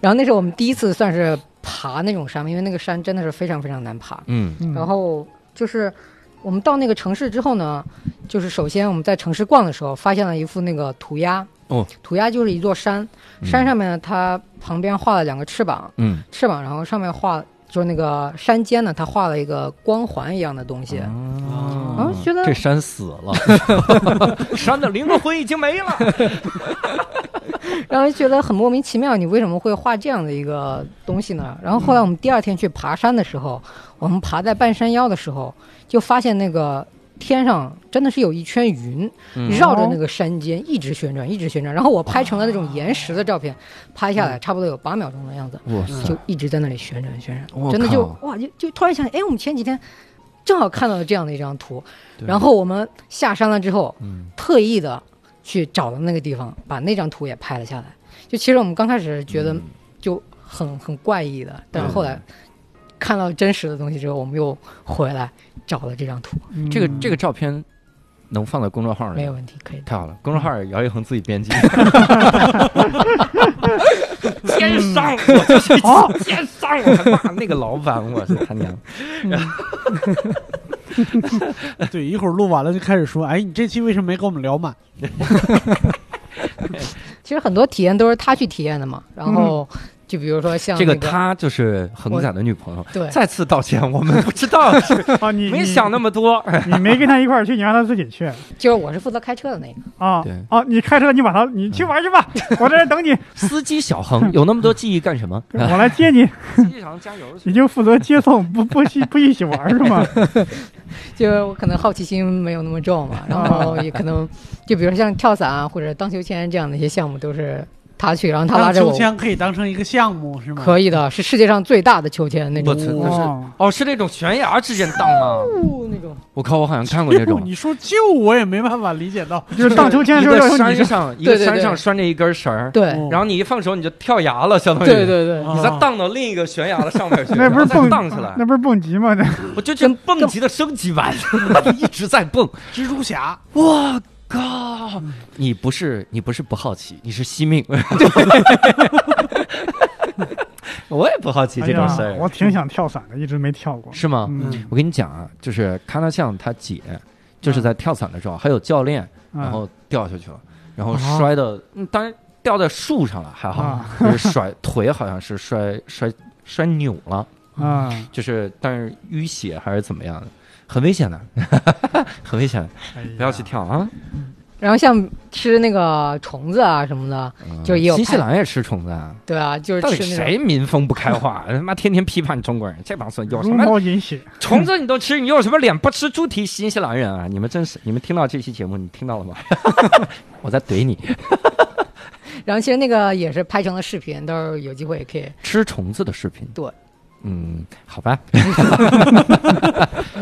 Speaker 4: 然后那是我们第一次算是爬那种山嘛，因为那个山真的是非常非常难爬。
Speaker 1: 嗯
Speaker 2: 嗯
Speaker 4: 然后就是我们到那个城市之后呢，就是首先我们在城市逛的时候，发现了一幅那个涂鸦。
Speaker 1: 哦，
Speaker 4: 涂鸦就是一座山，
Speaker 1: 嗯
Speaker 4: 山上面呢它旁边画了两个翅膀，
Speaker 1: 嗯，
Speaker 4: 翅膀，然后上面画就是那个山间呢，它画了一个光环一样的东西。
Speaker 1: 啊
Speaker 4: 觉得
Speaker 1: 这山死了，山的灵魂已经没了。
Speaker 4: 然后就觉得很莫名其妙，你为什么会画这样的一个东西呢？然后后来我们第二天去爬山的时候，我们爬在半山腰的时候，就发现那个天上真的是有一圈云、
Speaker 1: 嗯
Speaker 4: 绕着那个山间一直旋转，一直旋转。然后我拍成了那种岩石的照片，拍下来差不多有八秒钟的样子，
Speaker 1: 哇
Speaker 3: 塞
Speaker 4: 就一直在那里旋转旋
Speaker 1: 我
Speaker 4: 转，真的就
Speaker 1: 嗯靠
Speaker 4: 哇就就突然想起，哎，我们前几天正好看到了这样的一张图，
Speaker 1: 对
Speaker 4: 然后我们下山了之后，
Speaker 1: 嗯
Speaker 4: 特意的去找到那个地方，把那张图也拍了下来。就其实我们刚开始觉
Speaker 1: 嗯
Speaker 4: 得就很、很怪异的，但是后来看到真实的东西之后，我们又回来找了这张图，
Speaker 2: 嗯
Speaker 1: 这个这个照片能放在公众号里吗
Speaker 4: 没有问题，可以的。
Speaker 1: 太好了，公众号姚一恒自己编 辑。奸商，我就是
Speaker 2: 哦
Speaker 1: 奸商，哎我还 骂那个老板，我是他娘。
Speaker 3: 对，一会儿录完了就开始说，哎，你这期为什么没跟我们聊满？
Speaker 4: 其实很多体验都是他去体验的嘛，然后就比如说 像、
Speaker 1: 这
Speaker 4: 那
Speaker 1: 个他就是恒仔的女朋友。
Speaker 4: 对。
Speaker 1: 再次道歉，我们不知道， 是
Speaker 2: 啊，你
Speaker 1: 没想那么多。
Speaker 2: 你，你没跟他一块儿去，你让他自己去
Speaker 4: 就是我是负责开车的那个，
Speaker 2: 啊
Speaker 1: 对
Speaker 2: 啊！你开车，你把他，你去玩去 吧，我在这儿等你，
Speaker 1: 司机小恒有那么多记忆干什 么？
Speaker 2: 我来接你，
Speaker 1: 司机小恒加油去
Speaker 2: 你。就负责接送，不不去不一起玩是 吗？
Speaker 4: 就是我可能好奇心没有那么重嘛，然后也可能就比如像跳伞啊或者荡秋千这样的一些项目都是他去，然后他拉
Speaker 3: 荡
Speaker 4: 着
Speaker 3: 秋
Speaker 4: 我，
Speaker 3: 千可以当成一个项目是吗？
Speaker 4: 可以的，是世界上最大的秋千那种
Speaker 1: 我操那是
Speaker 2: 哇，
Speaker 1: 哦，是那种悬崖之间荡啊！
Speaker 4: 呜那种。
Speaker 1: 我靠，我好像看过
Speaker 3: 哟
Speaker 1: 那 种。
Speaker 3: 哎你说就我也没办法理解到，
Speaker 2: 就是荡秋千的
Speaker 1: 一
Speaker 2: 时候要
Speaker 1: 个
Speaker 2: 用你
Speaker 1: 山
Speaker 2: 的
Speaker 1: 上，一个
Speaker 4: 对对
Speaker 1: 山
Speaker 4: 对
Speaker 1: 上拴着一根绳儿，
Speaker 4: 对，
Speaker 2: 嗯
Speaker 3: 哦
Speaker 1: 然后你一放手你就跳崖了，相当于。
Speaker 4: 对对对，
Speaker 1: 你再荡到另一个悬崖的上面去，
Speaker 2: 那不
Speaker 1: 然后
Speaker 2: 是
Speaker 1: 再
Speaker 2: 蹦
Speaker 1: 荡起来
Speaker 2: 那，不是蹦极吗？那
Speaker 1: 我就这蹦极的升级 版，一直在蹦。
Speaker 3: 蜘蛛侠，
Speaker 1: 我靠！你不是你不是不好奇，你是惜命。 我也不好奇这种事
Speaker 2: 哎呀我
Speaker 1: 儿，
Speaker 2: 挺想跳伞的，一直没跳过。
Speaker 1: 是吗？
Speaker 2: 嗯，
Speaker 1: 我跟你讲啊，就是卡纳酱他姐，就是在跳伞的时候，还有教练，
Speaker 2: 嗯
Speaker 1: 嗯
Speaker 2: 啊
Speaker 1: 然后掉下去了，然后摔的，嗯当然掉在树上了，还好
Speaker 2: 啊，
Speaker 1: 就是甩腿好像是摔摔摔扭了。
Speaker 2: 啊，
Speaker 1: 就是但是淤血还是怎么样的，很危险的， 很危险的，
Speaker 2: 哎
Speaker 1: 不要去跳啊！
Speaker 4: 然后像吃那个虫子啊什么的，
Speaker 1: 嗯
Speaker 4: 就也有
Speaker 1: 新西
Speaker 4: 派
Speaker 1: 兰也吃虫子啊。
Speaker 4: 对啊，就是
Speaker 1: 到底
Speaker 4: 吃那种。
Speaker 1: 谁民风不开化？他妈天天批判中国人，这帮孙有什
Speaker 2: 茹
Speaker 4: 嗯
Speaker 1: 么
Speaker 2: 毛饮血，
Speaker 1: 虫子你都吃，你有什么脸不吃猪蹄？新西兰人啊，你们真是！你们听到这期节目，你听到了吗？ 我在怼你，
Speaker 4: 然后其实那个也是拍成了视频，到时候有机会也可以。
Speaker 1: 吃虫子的视频。
Speaker 4: 对，
Speaker 1: 嗯，好吧，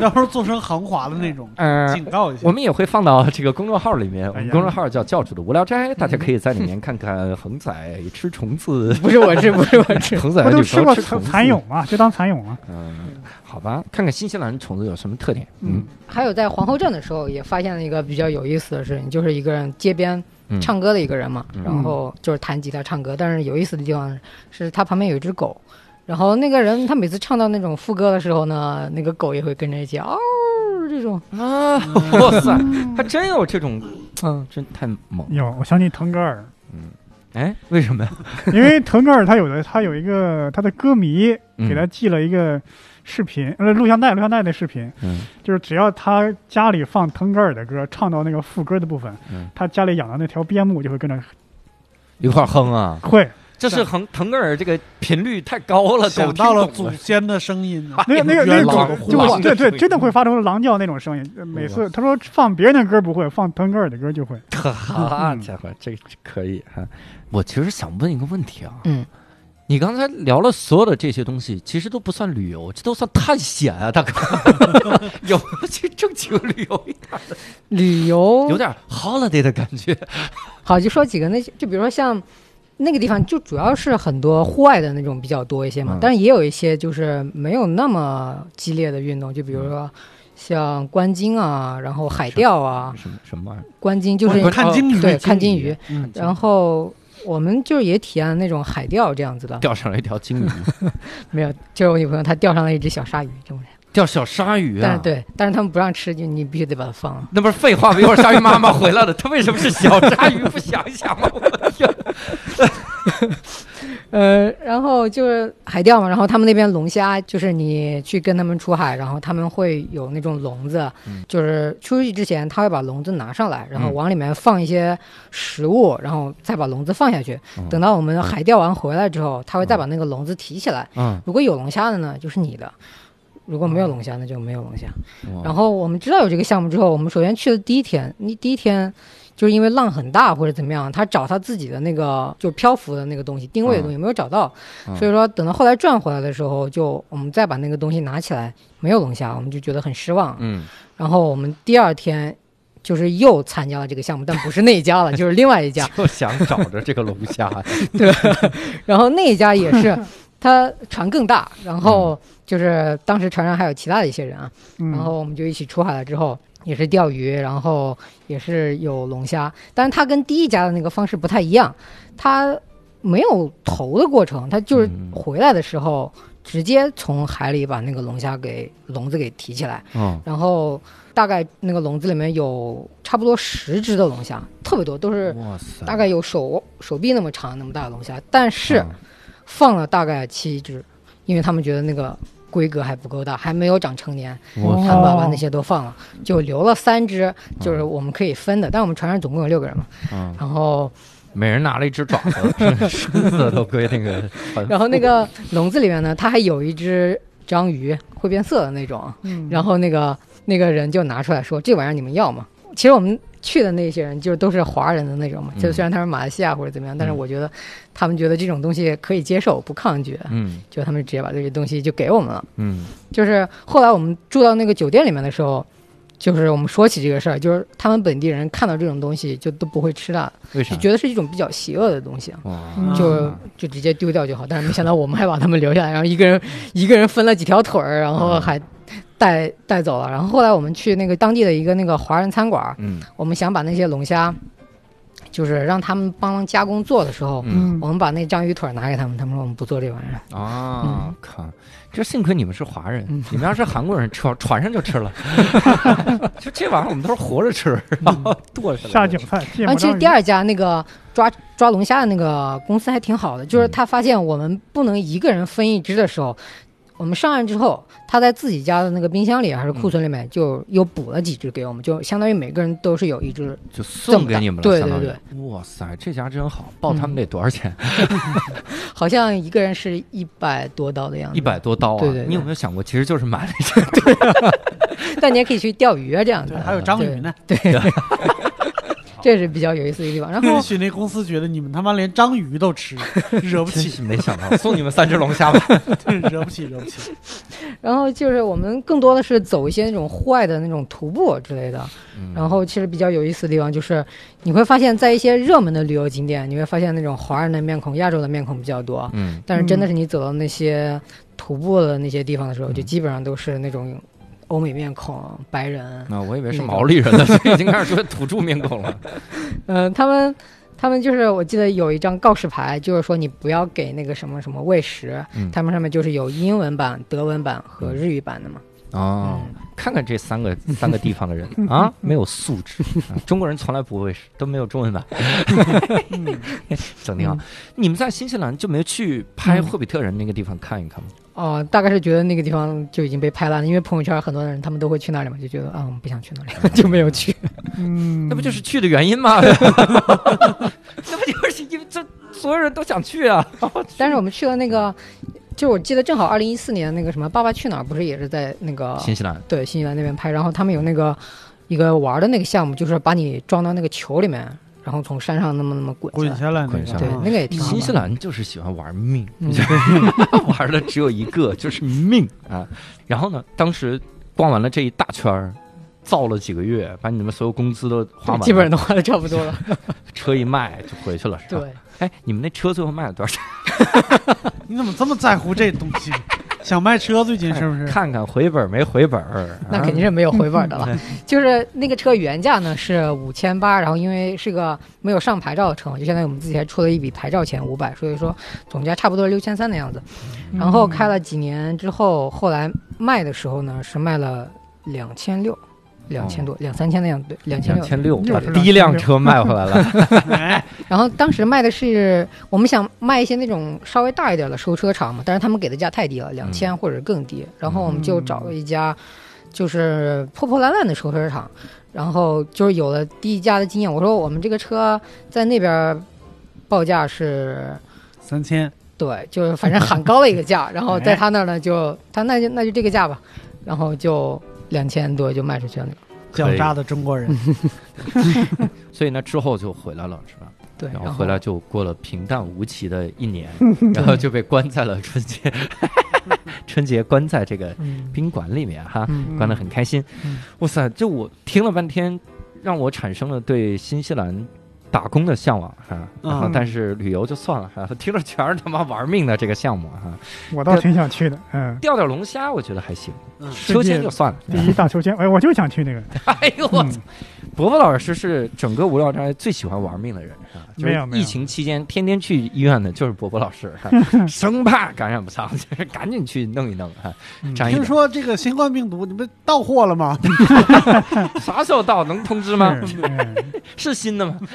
Speaker 3: 要不是做成豪华的那种，
Speaker 1: 嗯、
Speaker 3: 警告一下
Speaker 1: 我。们也会放到这个公众号里面，我
Speaker 2: 哎
Speaker 1: 们
Speaker 2: 呀
Speaker 1: 公众号叫教主的无聊斋，大家可以在里面看看恒仔吃虫子，
Speaker 4: 不是我 吃，不是我吃。
Speaker 1: 恒仔
Speaker 2: 不
Speaker 1: 的
Speaker 2: 都
Speaker 1: 女
Speaker 2: 吃
Speaker 1: 朋
Speaker 2: 过
Speaker 1: 友
Speaker 2: 蚕
Speaker 1: 虫子
Speaker 2: 蚕蛹吗？就当蚕蛹啊。
Speaker 1: 嗯，好吧，看看新西兰虫子有什么特点。嗯
Speaker 2: 嗯，
Speaker 4: 还有在皇后镇的时候，也发现了一个比较有意思的事情，就是一个人街边
Speaker 1: 嗯
Speaker 4: 唱歌的一个人嘛，
Speaker 1: 嗯
Speaker 4: 然后就是弹吉他唱歌。但是有意思的地方是他旁边有一只狗，然后那个人他每次唱到那种副歌的时候呢，那个狗也会跟着一起嗷就是这种，
Speaker 1: 啊！ 哇塞，
Speaker 2: 嗯
Speaker 1: 还真有这种，啊
Speaker 4: 嗯，
Speaker 1: 真太猛！
Speaker 2: 有，我想起腾格尔，
Speaker 1: 哎，为什么呀？
Speaker 2: 因为腾格尔他有的他有一个他的歌迷
Speaker 1: 嗯
Speaker 2: 给他寄了一个视频，呃，录像带，录像带的视频，
Speaker 1: 嗯
Speaker 2: 就是只要他家里放腾格尔的歌，唱到那个副歌的部分，
Speaker 1: 嗯
Speaker 2: 他家里养的那条边牧就会跟着
Speaker 1: 一块儿哼啊！
Speaker 2: 会。
Speaker 1: 这是腾腾格尔这个频率太高了，
Speaker 3: 想
Speaker 1: 都
Speaker 3: 到了
Speaker 1: 听懂
Speaker 3: 祖先的声音 啊，
Speaker 2: 那个那个那
Speaker 1: 原
Speaker 2: 个
Speaker 1: 来
Speaker 2: 狗
Speaker 1: 是
Speaker 2: 就
Speaker 1: 狼
Speaker 2: 会对对，
Speaker 1: 对
Speaker 2: 真的会发出狼叫那种声音。呃每次他说放别人的歌不会，放腾格尔的歌就会。
Speaker 1: 好
Speaker 2: 嗯
Speaker 1: 啊家伙，这这可以哈、我其实想问一个问题啊，
Speaker 4: 嗯，
Speaker 1: 你刚才聊了所有的这些东西，其实都不算旅游，这都算探险啊，大 哥。有没有去正经旅游，
Speaker 4: 旅游
Speaker 1: 有点 holiday 的感觉。
Speaker 4: 好，就说几个那些，就比如说像那个地方，就主要是很多户外的那种比较多一些嘛
Speaker 1: 嗯，
Speaker 4: 但是也有一些就是没有那么激烈的运动，就比如说像观鲸啊，然后海钓啊，
Speaker 1: 什么什么玩意儿？
Speaker 4: 观鲸就是哦
Speaker 1: 观
Speaker 3: 看鲸鱼，
Speaker 4: 对看
Speaker 1: 鲸
Speaker 4: 鲸
Speaker 1: 鱼
Speaker 4: 鱼，
Speaker 3: 嗯，
Speaker 4: 然后。我们就是也体验了那种海钓这样子的，
Speaker 1: 钓上来一条鲸鱼，
Speaker 4: 没有，就是我女朋友她钓上了一只小鲨鱼，这种人。
Speaker 1: 钓小鲨鱼啊！
Speaker 4: 但是，对，但是他们不让吃，就你必须得把它放了。
Speaker 1: 那不是废话吗？一会儿鲨鱼妈妈回来了，它为什么是小鲨鱼？不想一想吗？我的天！
Speaker 4: 呃，然后就是海钓嘛，然后他们那边龙虾，就是你去跟他们出海，然后他们会有那种笼子，
Speaker 1: 嗯
Speaker 4: 就是出去之前他会把笼子拿上来，然后
Speaker 1: 嗯
Speaker 4: 往里面放一些食物，然后再把笼子放下去。
Speaker 1: 嗯
Speaker 4: 等到我们海钓完回来之后，他会再把那个笼子提起来。
Speaker 1: 嗯，
Speaker 4: 如果有龙虾的呢，就是你的；如果没有龙虾，那就没有龙虾。然
Speaker 1: 后
Speaker 4: 后我们知道有这个项目之后，我们首先去的第一天，你第一天就是因为浪很大或者怎么样，他找他自己的那个就漂浮的那个东西定位的东西没有找到，
Speaker 1: 嗯
Speaker 4: 所以说等到后来转回来的时候，就我们再把那个东西拿起来，没有龙虾，我们就觉得很失望。
Speaker 1: 嗯，
Speaker 4: 然后我们第二天就是又参加了这个项目，但不是那 一家了，就是另外一家。
Speaker 1: 就想找着这个龙虾，
Speaker 4: 然后那一家也 是，他船更大，然
Speaker 1: 嗯
Speaker 4: 后就是当时船上还有其他的一些人啊，然
Speaker 2: 嗯，
Speaker 4: 后我们就一起出海了之后，也是钓鱼，然后也是有龙虾，但是它跟第一家的那个方式不太一样，它没有投的过程，它就是
Speaker 1: 嗯
Speaker 4: 回来的时候直接从海里把那个龙虾给笼子给提起来，
Speaker 1: 嗯，
Speaker 4: 然后大概那个笼子里面有差不多十只的龙虾，特别多，都是
Speaker 1: 哇塞，
Speaker 4: 大概有手手臂那么长那么大的龙虾，但是。
Speaker 1: 嗯
Speaker 4: 放了大概七只，因为他们觉得那个规格还不够大，还没有长成年，
Speaker 1: 我
Speaker 4: 他们
Speaker 2: 哦
Speaker 4: 把把那些都放了，就留了三只，
Speaker 1: 哦
Speaker 4: 就是我们可以分的。但我们船上总共有六个人嘛，
Speaker 1: 嗯，
Speaker 4: 然后
Speaker 1: 每人拿了一只爪子， 身子都归那个船。
Speaker 4: 然后那个笼子里面呢，它还有一只章鱼，会变色的那种。
Speaker 2: 嗯
Speaker 4: 然后那个那个人就拿出来说：“这玩意儿你们要吗？”其实我们去的那些人就都是华人的那种嘛，
Speaker 1: 嗯
Speaker 4: 就虽然他是马来西亚或者怎么样，但是
Speaker 1: 嗯
Speaker 4: 我觉得他们觉得这种东西可以接受，不抗拒，
Speaker 1: 嗯
Speaker 4: 就他们直接把这些东西就给我们了。
Speaker 1: 嗯
Speaker 4: 就是后来我们住到那个酒店里面的时候，就是我们说起这个事儿，就是他们本地人看到这种东西就都不会吃的，
Speaker 1: 为啥
Speaker 4: 就？觉得是一种比较邪恶的东西，
Speaker 1: 哇，
Speaker 2: 嗯
Speaker 4: 就就直接丢掉就好。但是没想到我们还把他们留下来，然后一个人一个人分了几条腿儿，然后还带带走了。然后后来我们去那个当地的一个那个华人餐馆，
Speaker 1: 嗯
Speaker 4: 我们想把那些龙虾，就是让他们帮忙加工做的时候。
Speaker 1: 嗯
Speaker 4: 我们把那章鱼腿儿拿给他们，他们说我们不做这玩意儿。
Speaker 1: 啊，靠！这幸亏你们是华人
Speaker 4: 嗯，
Speaker 1: 你们要是韩国人，船船上就吃 了。就这玩意儿，我们都是活着吃，然后剁嗯下来
Speaker 2: 下酒菜，芥
Speaker 4: 然
Speaker 2: 末
Speaker 4: 后其实
Speaker 2: 章鱼
Speaker 4: 第。二家那个抓抓龙虾的那个公司还挺好的，就是他发现我们不能一个人分一只的时候，我们上岸之后，他在自己家的那个冰箱里还是库存里面就又补了几只给我们，就相当于每个人都是有一只。
Speaker 1: 就送给你们了。
Speaker 4: 这么大
Speaker 1: 相当于
Speaker 4: 对对
Speaker 1: 哇塞，这家真好！报他们得多少钱？
Speaker 4: 好像一个人是一百多刀的样子，
Speaker 1: 一百。多刀啊
Speaker 4: 对对！对
Speaker 1: 你有没有想过，其实就是买了一只
Speaker 4: 但你也可以去钓鱼啊，这样子
Speaker 3: 对，。还有章鱼呢。
Speaker 4: 这是比较有意思的地方。然
Speaker 3: 也
Speaker 4: 后
Speaker 3: 许那公司觉得你们他妈连章鱼都吃，惹不
Speaker 1: 真
Speaker 3: 起，
Speaker 1: 是没想到，送你们三只龙虾 吧。
Speaker 3: 对惹不起，惹不起。
Speaker 4: 然后就是我们更多的是走一些那种户外的那种徒步之类的。
Speaker 1: 嗯
Speaker 4: 然后其实比较有意思的地方就是，你会发现在一些热门的旅游景点，你会发现那种华人的面孔、亚洲的面孔比较多。
Speaker 1: 嗯，
Speaker 4: 但是真的是你走到那些徒步的那些地方的时
Speaker 1: 嗯
Speaker 4: 候，就基本上都是那种欧美面孔、白人。
Speaker 1: 那我以为是
Speaker 4: 那个
Speaker 1: 毛利人 呢，这已经开始说土著面孔了。
Speaker 4: 嗯、他们他们就是我记得有一张告示牌，就是说你不要给那个什么什么喂食，
Speaker 1: 嗯
Speaker 4: 他们上面就是有英文版、德文版和日语版的嘛。
Speaker 1: 哦，看看这三 个三个地方的人啊，没有素质、啊中国人从来不会是都没有中文版，嗯 整挺好。你们在新西兰就没去拍《霍比特人》那个地方看一看吗？
Speaker 4: 哦、大概是觉得那个地方就已经被拍烂了，因为朋友圈很多人他们都会去那里嘛，就觉得啊，我们不想去那里， 就没有去。
Speaker 2: 嗯，
Speaker 1: 那不就是去的原因吗？ 那不就是因为这所有人都想去啊？
Speaker 4: 但是我们去了那个，就我记得正好二零一四年那个什么《爸爸去哪儿》不是也是在那个
Speaker 1: 新西兰
Speaker 4: 对新西兰那边拍，然后他们有那个一个玩的那个项目，就是把你装到那个球里面，然后从山上那么那么滚下
Speaker 3: 滚
Speaker 4: 来。
Speaker 3: 下来那
Speaker 1: 滚下
Speaker 3: 个，
Speaker 1: 来啊
Speaker 4: 对，那个也挺好玩
Speaker 1: 新
Speaker 4: 的
Speaker 1: 西兰就是喜欢玩命，
Speaker 4: 嗯
Speaker 1: 玩的只有一个，就是命啊。然后呢，当时逛完了这一大圈儿，造了几个月，把你们所有工资都花完了，
Speaker 4: 基本上都花的差不多 了。
Speaker 1: 车一卖就回去了，是吧？
Speaker 4: 对，
Speaker 1: 哎，你们那车最后卖了多少钱？
Speaker 3: 你怎么这么在乎这东西？想卖车最近是不是？
Speaker 1: 看看回本没回本儿？
Speaker 4: 那
Speaker 1: 啊
Speaker 4: 肯定是没有回本的了
Speaker 1: 对。
Speaker 4: 就是那个车原价呢是五千八，然后因为是个没有上牌照的车嘛，就相当于我们自己还出了一笔牌照钱五百，所以说总价差不多六千三的样子。然
Speaker 1: 嗯
Speaker 4: 后开了几年之后，后来卖的时候呢是卖了两千六，两千多，两三千的样子，对，两
Speaker 1: 哦
Speaker 4: 千
Speaker 1: 两
Speaker 4: 六。
Speaker 1: 千六，
Speaker 2: 又是
Speaker 1: 把
Speaker 2: 2600
Speaker 1: 第一辆车卖回来了。
Speaker 3: 哎，
Speaker 4: 然后当时卖的是我们想卖一些那种稍微大一点的收车厂嘛，但是他们给的价太低了，两
Speaker 1: 嗯
Speaker 4: 千或者更低。然后我们就找了一家就是破破烂烂的收车厂，然后就是有了低价的经验。我说我们这个车在那边报价是。
Speaker 3: 三千，
Speaker 4: 对，就是反正喊高了一 个价，然
Speaker 1: 哎
Speaker 4: 后在他那儿呢，就他那就那就这个价吧，然后就两千多就卖出去了。
Speaker 1: 以
Speaker 3: 狡诈的中国人，
Speaker 1: 所以呢，之后就回来了，是吧？
Speaker 4: 对，
Speaker 1: 然
Speaker 4: 然
Speaker 1: 后回来就过了平淡无奇的一年， 然后就被关在了春节， 春节关在这个
Speaker 4: 嗯
Speaker 1: 宾馆里面哈，
Speaker 4: 嗯
Speaker 1: 关得很开心
Speaker 4: 嗯。
Speaker 1: 哇塞，这我听了半天，让我产生了对新西兰。打工的向往哈、然后
Speaker 3: 嗯
Speaker 1: 但是旅游就算了，哈，听着全是他妈玩命的这个项目哈、
Speaker 2: 我倒挺想去的，嗯，
Speaker 1: 钓钓龙虾我觉得还行，
Speaker 3: 嗯
Speaker 1: 秋千就算了。
Speaker 2: 第 一大秋千，哎，我就想去那个，
Speaker 1: 哎呦我
Speaker 2: 嗯
Speaker 1: 操！伯伯老师是整个无聊斋最喜欢玩命的人啊，就
Speaker 2: 没
Speaker 1: 是
Speaker 2: 有没有
Speaker 1: 疫情期间天天去医院的就是伯伯老师， 啊生怕感染不上，就是赶紧去弄一弄啊，
Speaker 2: 嗯
Speaker 1: 沾一
Speaker 3: 听
Speaker 1: 点。
Speaker 3: 说这个新冠病毒，你们到货了吗？
Speaker 1: 啥时候到能通知吗？
Speaker 2: 是嗯
Speaker 1: 是新的吗？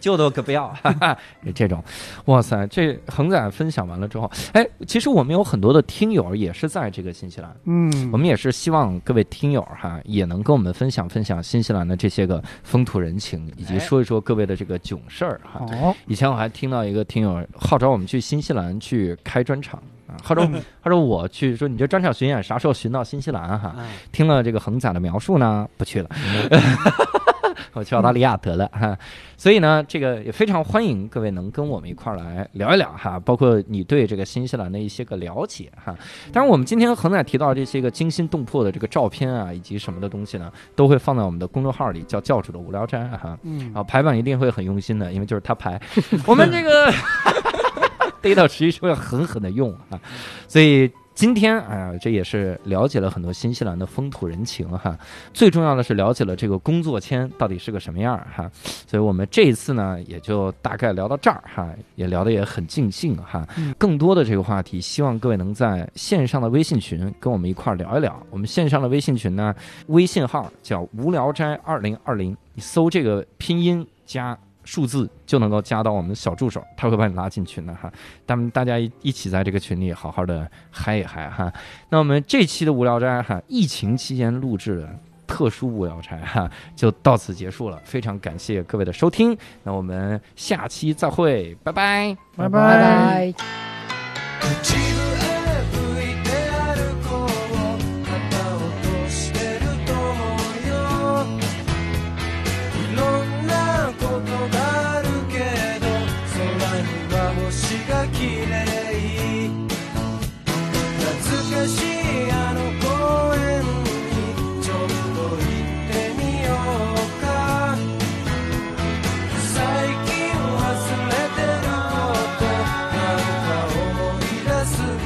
Speaker 1: 旧的我可不要，哈哈这种，哇塞！这恒仔分享完了之后，哎，其实我们有很多的听友也是在这个新西兰，
Speaker 2: 嗯，
Speaker 1: 我们也是希望各位听友哈，也能跟我们分享分享新西兰的这些个风土人情，以及说一说各位的这个囧事儿哈。
Speaker 2: 好，
Speaker 1: 以前我还听到一个听友号召我们去新西兰去开专场啊，号召
Speaker 3: 嗯
Speaker 1: 号召我去说你这专场巡演啥时候巡到新西兰哈？听了这个恒仔的描述呢，不去了， 我去澳大利亚得了哈。所以呢，这个也非常欢迎各位能跟我们一块儿来聊一聊哈，包括你对这个新西兰的一些个了解哈。当然，我们今天恒仔提到这些个惊心动魄的这个照片啊，以及什么的东西呢，都会放在我们的公众号里，叫教主的无聊斋哈。
Speaker 3: 嗯
Speaker 1: 啊，排版一定会很用心的，因为就是他排。我们这个 data 实际上要狠狠的用啊，所以今天啊，这也是了解了很多新西兰的风土人情哈、最重要的是了解了这个工作签到底是个什么样儿哈、所以我们这一次呢，也就大概聊到这儿哈、也聊得也很尽兴哈、更多的这个话题，希望各位能在线上的微信群跟我们一块儿聊一聊。我们线上的微信群呢，微信号叫“无聊斋二零二零”，你搜这个拼音加数字就能够加到我们的小助手，他会把你拉进群的哈。咱们大家一一起在这个群里好好的嗨一嗨哈。那我们这期的无聊斋哈，疫情期间录制的特殊无聊斋哈，就到此结束了。非常感谢各位的收听，那我们下期再会，拜拜。
Speaker 2: 拜
Speaker 4: 拜
Speaker 2: 拜。
Speaker 4: 拜。
Speaker 6: 口笛笛で歩いて歩こう旗を落としてると思うよいろんなことがあるけど空には星が綺麗懐かしいあの公園にちょっと行ってみようか最近忘れてることなんか思い出す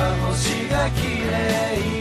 Speaker 6: 綺麗